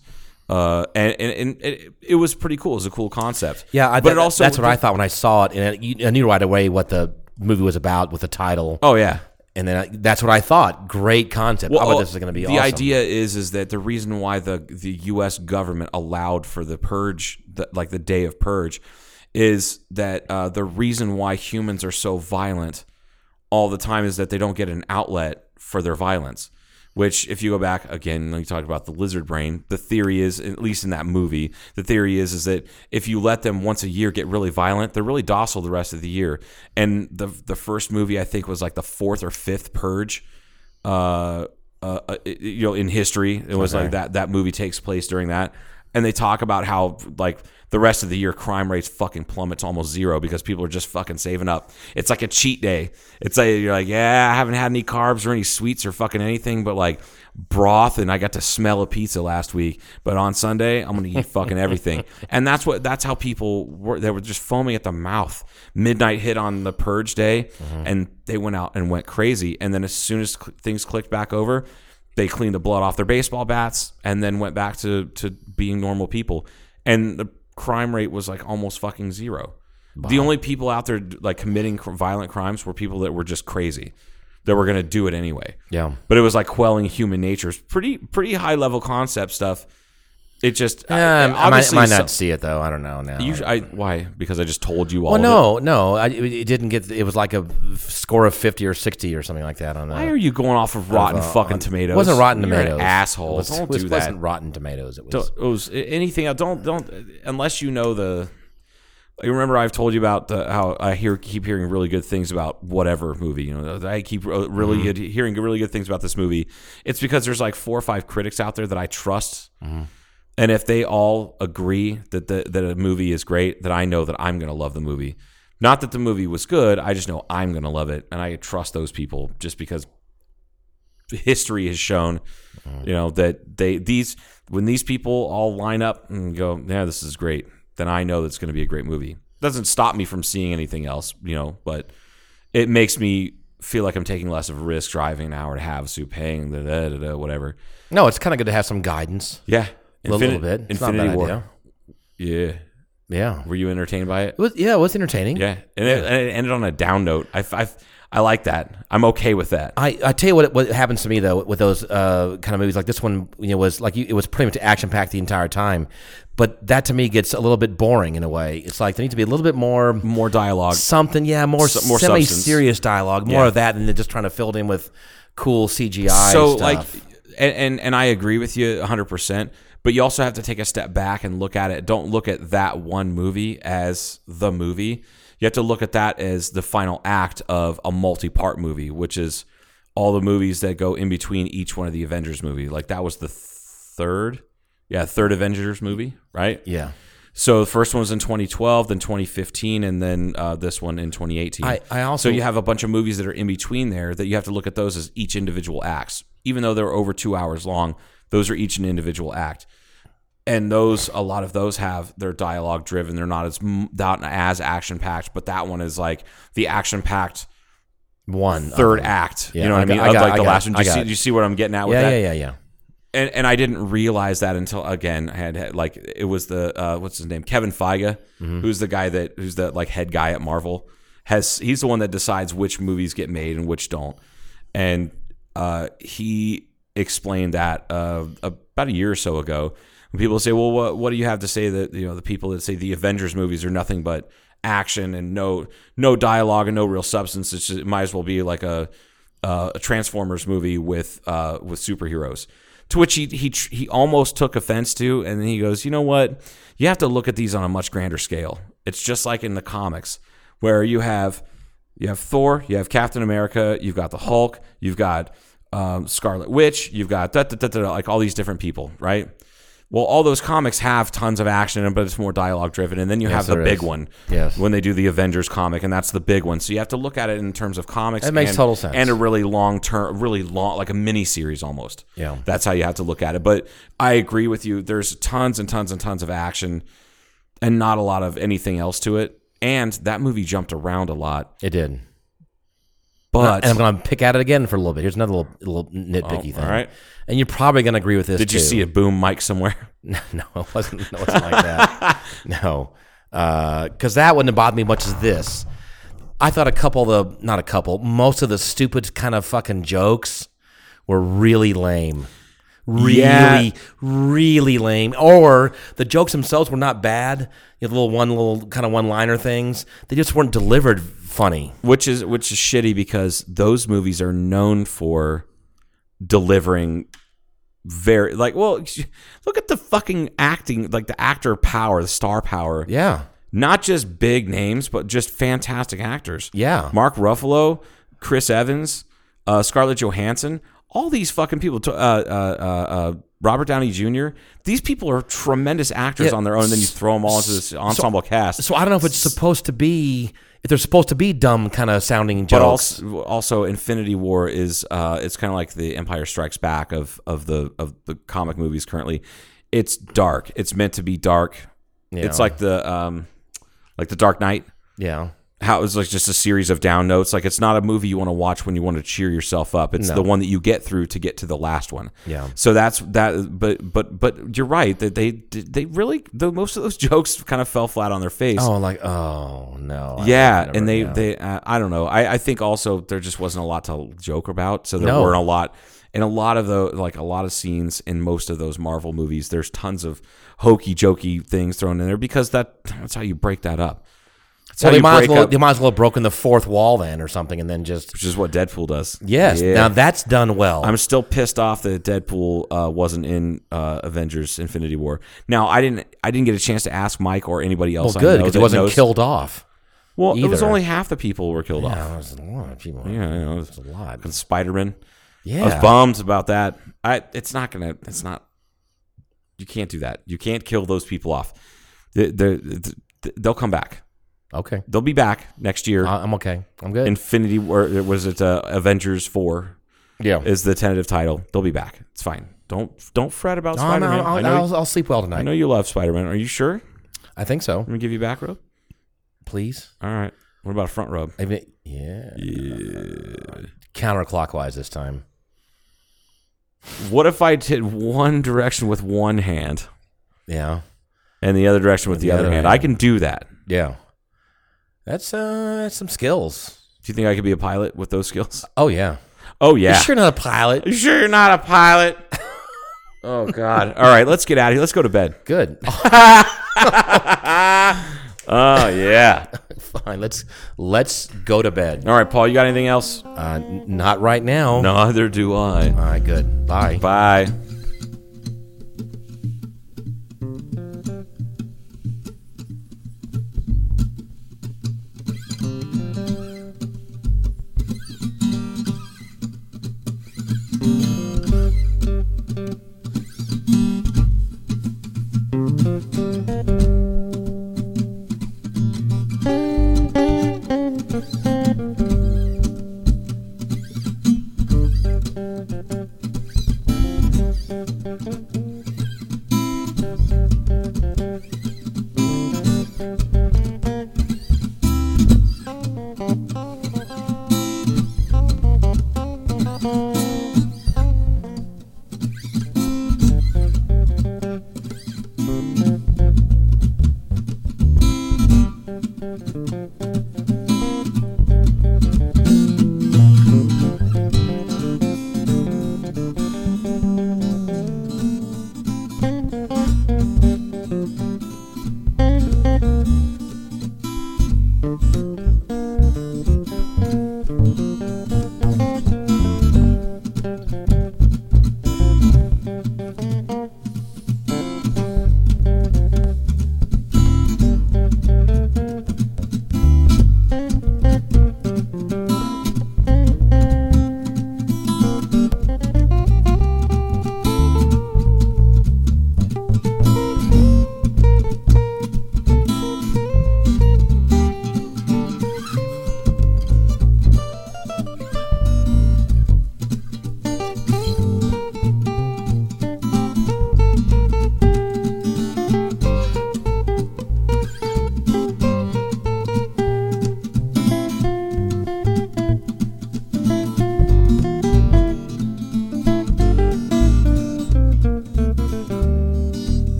[SPEAKER 5] uh and and, and it, it was pretty cool it was a cool concept
[SPEAKER 6] Yeah, I,
[SPEAKER 5] but
[SPEAKER 6] that-
[SPEAKER 5] it also
[SPEAKER 6] that's what I thought when I saw it, and I, I knew right away what the movie was about with the title.
[SPEAKER 5] oh yeah
[SPEAKER 6] and then I, that's what I thought. Great concept. I bet
[SPEAKER 5] oh,
[SPEAKER 6] this is going to be
[SPEAKER 5] the
[SPEAKER 6] awesome.
[SPEAKER 5] idea is is that the reason why the the U.S. government allowed for the purge, the, like the day of purge, is that uh, the reason why humans are so violent all the time is that they don't get an outlet for their violence. Which, if you go back again, when you talked about the lizard brain, the theory is, at least in that movie, the theory is is that if you let them once a year get really violent, they're really docile the rest of the year. And the the first movie I think was like the fourth or fifth purge uh, uh, uh, you know, in history. It was like that that movie takes place during that, and they talk about how like the rest of the year crime rates fucking plummets almost zero because people are just fucking saving up. It's like a cheat day. It's like you're like, yeah, I haven't had any carbs or any sweets or fucking anything, but like broth and I got to smell a pizza last week. But on Sunday, I'm gonna eat fucking everything. And that's what that's how people were. They were just foaming at the mouth. Midnight hit on the purge day, and they went out and went crazy. And then as soon as cl- things clicked back over, they cleaned the blood off their baseball bats, and then went back to to being normal people. And the crime rate was like almost fucking zero. The only people out there like committing cr- violent crimes were people that were just crazy, that were gonna do it anyway
[SPEAKER 6] Yeah.
[SPEAKER 5] but it was like quelling human nature. It's pretty pretty high level concept stuff. It just
[SPEAKER 6] Yeah, I, might,
[SPEAKER 5] obviously
[SPEAKER 6] might not
[SPEAKER 5] so-
[SPEAKER 6] see it though. I don't know now.
[SPEAKER 5] you- I- why? Because I just told you all.
[SPEAKER 6] well,
[SPEAKER 5] of it?
[SPEAKER 6] no, no, I, it it didn't get. It was like a score of fifty or sixty or something like that on.
[SPEAKER 5] Why are you going off of rotten fucking tomatoes?
[SPEAKER 6] It uh, wasn't Rotten
[SPEAKER 5] You're an
[SPEAKER 6] Tomatoes.
[SPEAKER 5] asshole.
[SPEAKER 6] It was,
[SPEAKER 5] Don't
[SPEAKER 6] it was,
[SPEAKER 5] do that.
[SPEAKER 6] wasn't Rotten Tomatoes. It was.
[SPEAKER 5] Don't- it was anything. else. Don't don't unless you know the. I remember I've told you about the, how I hear keep hearing really good things about whatever movie. You know, I keep uh, really good hearing really good things about this movie. It's because there's like four or five critics out there that I trust, and if they all agree that the, that a movie is great, then I know that I'm going to love the movie. Not that the movie was good, I just know I'm going to love it, and I trust those people just because history has shown, you know, that they these when these people all line up and go, yeah, this is great, then I know that's going to be a great movie. Doesn't stop me from seeing anything else, you know, but it makes me feel like I'm taking less of a risk driving an hour and a half, so paying da, da, da, da, whatever.
[SPEAKER 6] no, it's kind of good to have some guidance.
[SPEAKER 5] Yeah,
[SPEAKER 6] A little,
[SPEAKER 5] Infini-
[SPEAKER 6] bit. It's not a
[SPEAKER 5] Infinity
[SPEAKER 6] bad
[SPEAKER 5] War.
[SPEAKER 6] idea.
[SPEAKER 5] Yeah,
[SPEAKER 6] Yeah.
[SPEAKER 5] were you entertained by it?
[SPEAKER 6] It was, yeah, it was entertaining.
[SPEAKER 5] Yeah, and it, and it ended on a down note. I, I, I like that. I'm okay with that.
[SPEAKER 6] I, I tell you what what happens to me though with those uh, kind of movies like this one you know was like you, it was pretty much action packed the entire time, but that to me gets a little bit boring in a way. It's like there needs to be a little bit more
[SPEAKER 5] More dialogue.
[SPEAKER 6] something, yeah, more
[SPEAKER 5] Some- more
[SPEAKER 6] semi
[SPEAKER 5] substance.
[SPEAKER 6] serious dialogue, more
[SPEAKER 5] Yeah.
[SPEAKER 6] of that than they're just trying to fill it in with cool CGI.
[SPEAKER 5] so
[SPEAKER 6] stuff.
[SPEAKER 5] like and, and and i agree with you 100% but you also have to take a step back and look at it don't look at that one movie as the movie you have to look at that as the final act of a multi-part movie which is all the movies that go in between each one of the avengers movie like that was the third yeah third avengers movie right
[SPEAKER 6] yeah,
[SPEAKER 5] so the first one was in 2012, then 2015, and then uh, this one in 2018.
[SPEAKER 6] I- I
[SPEAKER 5] so
[SPEAKER 6] also-
[SPEAKER 5] you have a bunch of movies that are in between there that you have to look at those as each individual acts, even though they're over two hours long. Those are each an individual act, and those a lot of those have they're dialogue driven. They're not as not as action packed, but that one is like the action packed
[SPEAKER 6] one
[SPEAKER 5] third
[SPEAKER 6] of them.
[SPEAKER 5] act.
[SPEAKER 6] Yeah,
[SPEAKER 5] you know
[SPEAKER 6] I
[SPEAKER 5] what I mean?
[SPEAKER 6] got- I
[SPEAKER 5] Of
[SPEAKER 6] got-
[SPEAKER 5] like
[SPEAKER 6] I
[SPEAKER 5] the
[SPEAKER 6] got-
[SPEAKER 5] last one. Do
[SPEAKER 6] I
[SPEAKER 5] you,
[SPEAKER 6] got
[SPEAKER 5] see,
[SPEAKER 6] it.
[SPEAKER 5] do you see what I'm getting at with
[SPEAKER 6] Yeah,
[SPEAKER 5] that?
[SPEAKER 6] yeah, yeah, yeah.
[SPEAKER 5] and and I didn't realize that until again I had, had like it was the uh, what's his name Kevin Feige, who's the guy that who's the like head guy at Marvel, has he's the one that decides which movies get made and which don't, and uh, he explained that uh, about a year or so ago. When people say, "Well, what what do you have to say that you know the people that say the Avengers movies are nothing but action and no no dialogue and no real substance? It's just, it might as well be like a uh, a Transformers movie with uh, with superheroes. To which he he tr- he almost took offense to, and then he goes, you know what? You have to look at these on a much grander scale. It's just like in the comics, where you have you have Thor, you have Captain America, you've got the Hulk, you've got um, Scarlet Witch. You've got da, da, da, da, like all these different people, right? Well, all those comics have tons of action in 'em, but it's more dialogue driven. And then you have the
[SPEAKER 6] there
[SPEAKER 5] big
[SPEAKER 6] is.
[SPEAKER 5] one,
[SPEAKER 6] Yes.
[SPEAKER 5] when they do the Avengers comic, and that's the big one. So you have to look at it in terms of comics.
[SPEAKER 6] That makes
[SPEAKER 5] and-
[SPEAKER 6] total sense.
[SPEAKER 5] and a really long term, really long, like a mini series almost.
[SPEAKER 6] Yeah.
[SPEAKER 5] that's how you have to look at it. But I agree with you. There's tons and tons and tons of action, and not a lot of anything else to it. And that movie jumped around a lot,
[SPEAKER 6] It did.
[SPEAKER 5] but Oh,
[SPEAKER 6] and I'm going to pick at it again for a little bit. Here's another little, little nitpicky thing.
[SPEAKER 5] all right.
[SPEAKER 6] And you're probably going to agree with this.
[SPEAKER 5] Did you
[SPEAKER 6] too.
[SPEAKER 5] see a boom mic somewhere? [LAUGHS]
[SPEAKER 6] [LAUGHS] No, no, it wasn't. It wasn't like that. No, because that wouldn't have bothered me as much as this. I thought a couple of the, not a couple, most of the stupid kind of fucking jokes were really lame. Really,
[SPEAKER 5] Yeah.
[SPEAKER 6] really lame. Or the jokes themselves were not bad. You know, the little one, little kind of one-liner things. They just weren't delivered funny.
[SPEAKER 5] Which is which is shitty because those movies are known for delivering very like well [LAUGHS] look at the fucking acting like the actor power the star power
[SPEAKER 6] Yeah,
[SPEAKER 5] not just big names, but just fantastic actors.
[SPEAKER 6] Yeah.
[SPEAKER 5] Mark Ruffalo, Chris Evans, uh, Scarlett Johansson, all these fucking people. t- Uh, uh, uh, uh, Robert Downey Jr. These people are tremendous actors
[SPEAKER 6] Yeah.
[SPEAKER 5] on their own. Then you throw them all into this ensemble cast.
[SPEAKER 6] So I don't know if it's supposed to be if they're supposed to be dumb kind of sounding jokes.
[SPEAKER 5] but also, also, Infinity War is uh, it's kind of like the Empire Strikes Back of of the of the comic movies currently. It's dark. It's meant to be dark. It's like the um, like the Dark Knight.
[SPEAKER 6] yeah.
[SPEAKER 5] how it was like just a series of down notes. Like it's not a movie you want to watch when you want to cheer yourself up. It's the one that you get through to get to the last one.
[SPEAKER 6] Yeah.
[SPEAKER 5] So that's that. But but but you're right that they they really the most of those [LAUGHS] jokes kind of fell flat on their face.
[SPEAKER 6] Oh, like oh no. I
[SPEAKER 5] yeah,
[SPEAKER 6] never-
[SPEAKER 5] and they
[SPEAKER 6] yeah.
[SPEAKER 5] they uh, I don't know. I I think also there just wasn't a lot to joke about. So there
[SPEAKER 6] No.
[SPEAKER 5] weren't a lot. And a lot of the like a lot of scenes in most of those Marvel movies, there's tons of hokey jokey things thrown in there because that that's how you break that up. That's how
[SPEAKER 6] Well, they
[SPEAKER 5] you
[SPEAKER 6] might as
[SPEAKER 5] break
[SPEAKER 6] well
[SPEAKER 5] up-
[SPEAKER 6] they might as well have broken the fourth wall then or something, and then just
[SPEAKER 5] which is what Deadpool does.
[SPEAKER 6] yes.
[SPEAKER 5] Yeah.
[SPEAKER 6] Now that's done well.
[SPEAKER 5] I'm still pissed off that Deadpool uh, wasn't in uh, Avengers: Infinity War. Now, I didn't, I didn't get a chance to ask Mike or anybody
[SPEAKER 6] well,
[SPEAKER 5] else. I
[SPEAKER 6] good
[SPEAKER 5] know
[SPEAKER 6] because
[SPEAKER 5] that
[SPEAKER 6] it wasn't
[SPEAKER 5] knows-
[SPEAKER 6] killed off.
[SPEAKER 5] Well, it was
[SPEAKER 6] either.
[SPEAKER 5] only half the people were killed
[SPEAKER 6] Yeah,
[SPEAKER 5] off.
[SPEAKER 6] it was a lot of people.
[SPEAKER 5] Yeah, you know, it
[SPEAKER 6] It's a lot.
[SPEAKER 5] was Spider-Man. I was
[SPEAKER 6] Yeah,
[SPEAKER 5] bummed about that. I, it's not gonna, it's not. You can't do that. You can't kill those people off. They, they, they'll come back.
[SPEAKER 6] okay.
[SPEAKER 5] They'll be back next year.
[SPEAKER 6] I- I'm okay. I'm good.
[SPEAKER 5] Infinity War was it uh, Avengers four
[SPEAKER 6] yeah.
[SPEAKER 5] is the tentative title. They'll be back. It's fine. Don't don't fret about
[SPEAKER 6] No, I'm-
[SPEAKER 5] Spider-Man.
[SPEAKER 6] I'll,
[SPEAKER 5] I
[SPEAKER 6] I'll,
[SPEAKER 5] know-
[SPEAKER 6] I'll, I'll sleep well
[SPEAKER 5] I
[SPEAKER 6] tonight.
[SPEAKER 5] know
[SPEAKER 6] I,
[SPEAKER 5] you love Spider Man. Are you sure?
[SPEAKER 6] think so.
[SPEAKER 5] Let me give you a back rub.
[SPEAKER 6] Please.
[SPEAKER 5] All right. What about a front rub?
[SPEAKER 6] I mean, yeah. Counterclockwise this time.
[SPEAKER 5] What if I did one direction with one hand
[SPEAKER 6] Yeah.
[SPEAKER 5] and the other direction with the, other, hand? I can do that.
[SPEAKER 6] Yeah. That's uh that's some skills.
[SPEAKER 5] Do you think I could be a pilot with those skills?
[SPEAKER 6] Oh yeah.
[SPEAKER 5] Oh yeah.
[SPEAKER 6] You sure not a pilot?
[SPEAKER 5] You sure you're not a pilot? oh God. All right. Let's get out of here. Let's go to [LAUGHS] bed.
[SPEAKER 6] [LAUGHS] Good. [LAUGHS]
[SPEAKER 5] Oh yeah.
[SPEAKER 6] Fine. Let's let's go to bed.
[SPEAKER 5] All right, Paul. You got anything else?
[SPEAKER 6] Uh, n- not right now.
[SPEAKER 5] Neither do I.
[SPEAKER 6] All right. Good. Bye.
[SPEAKER 5] Bye.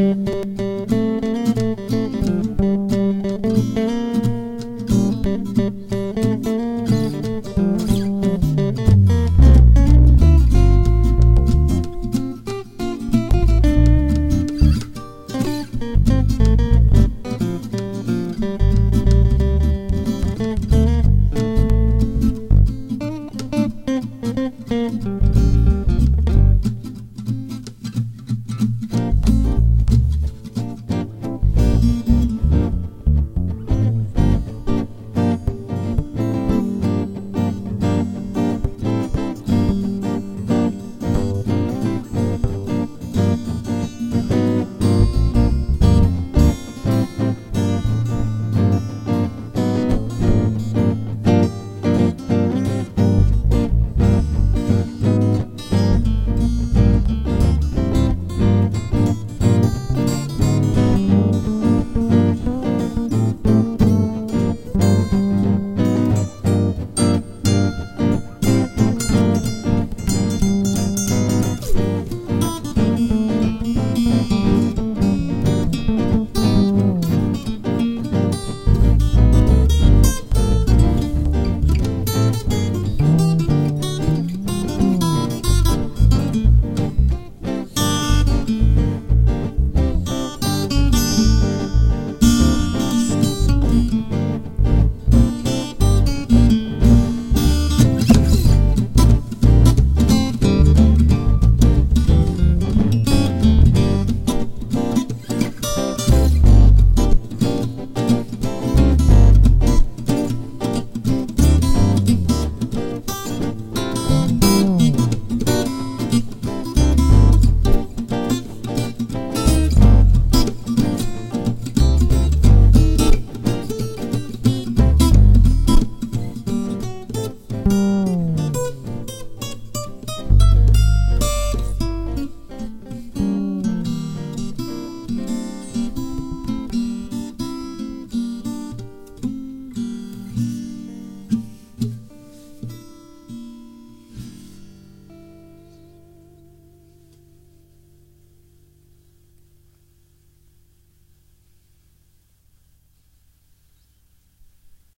[SPEAKER 1] Thank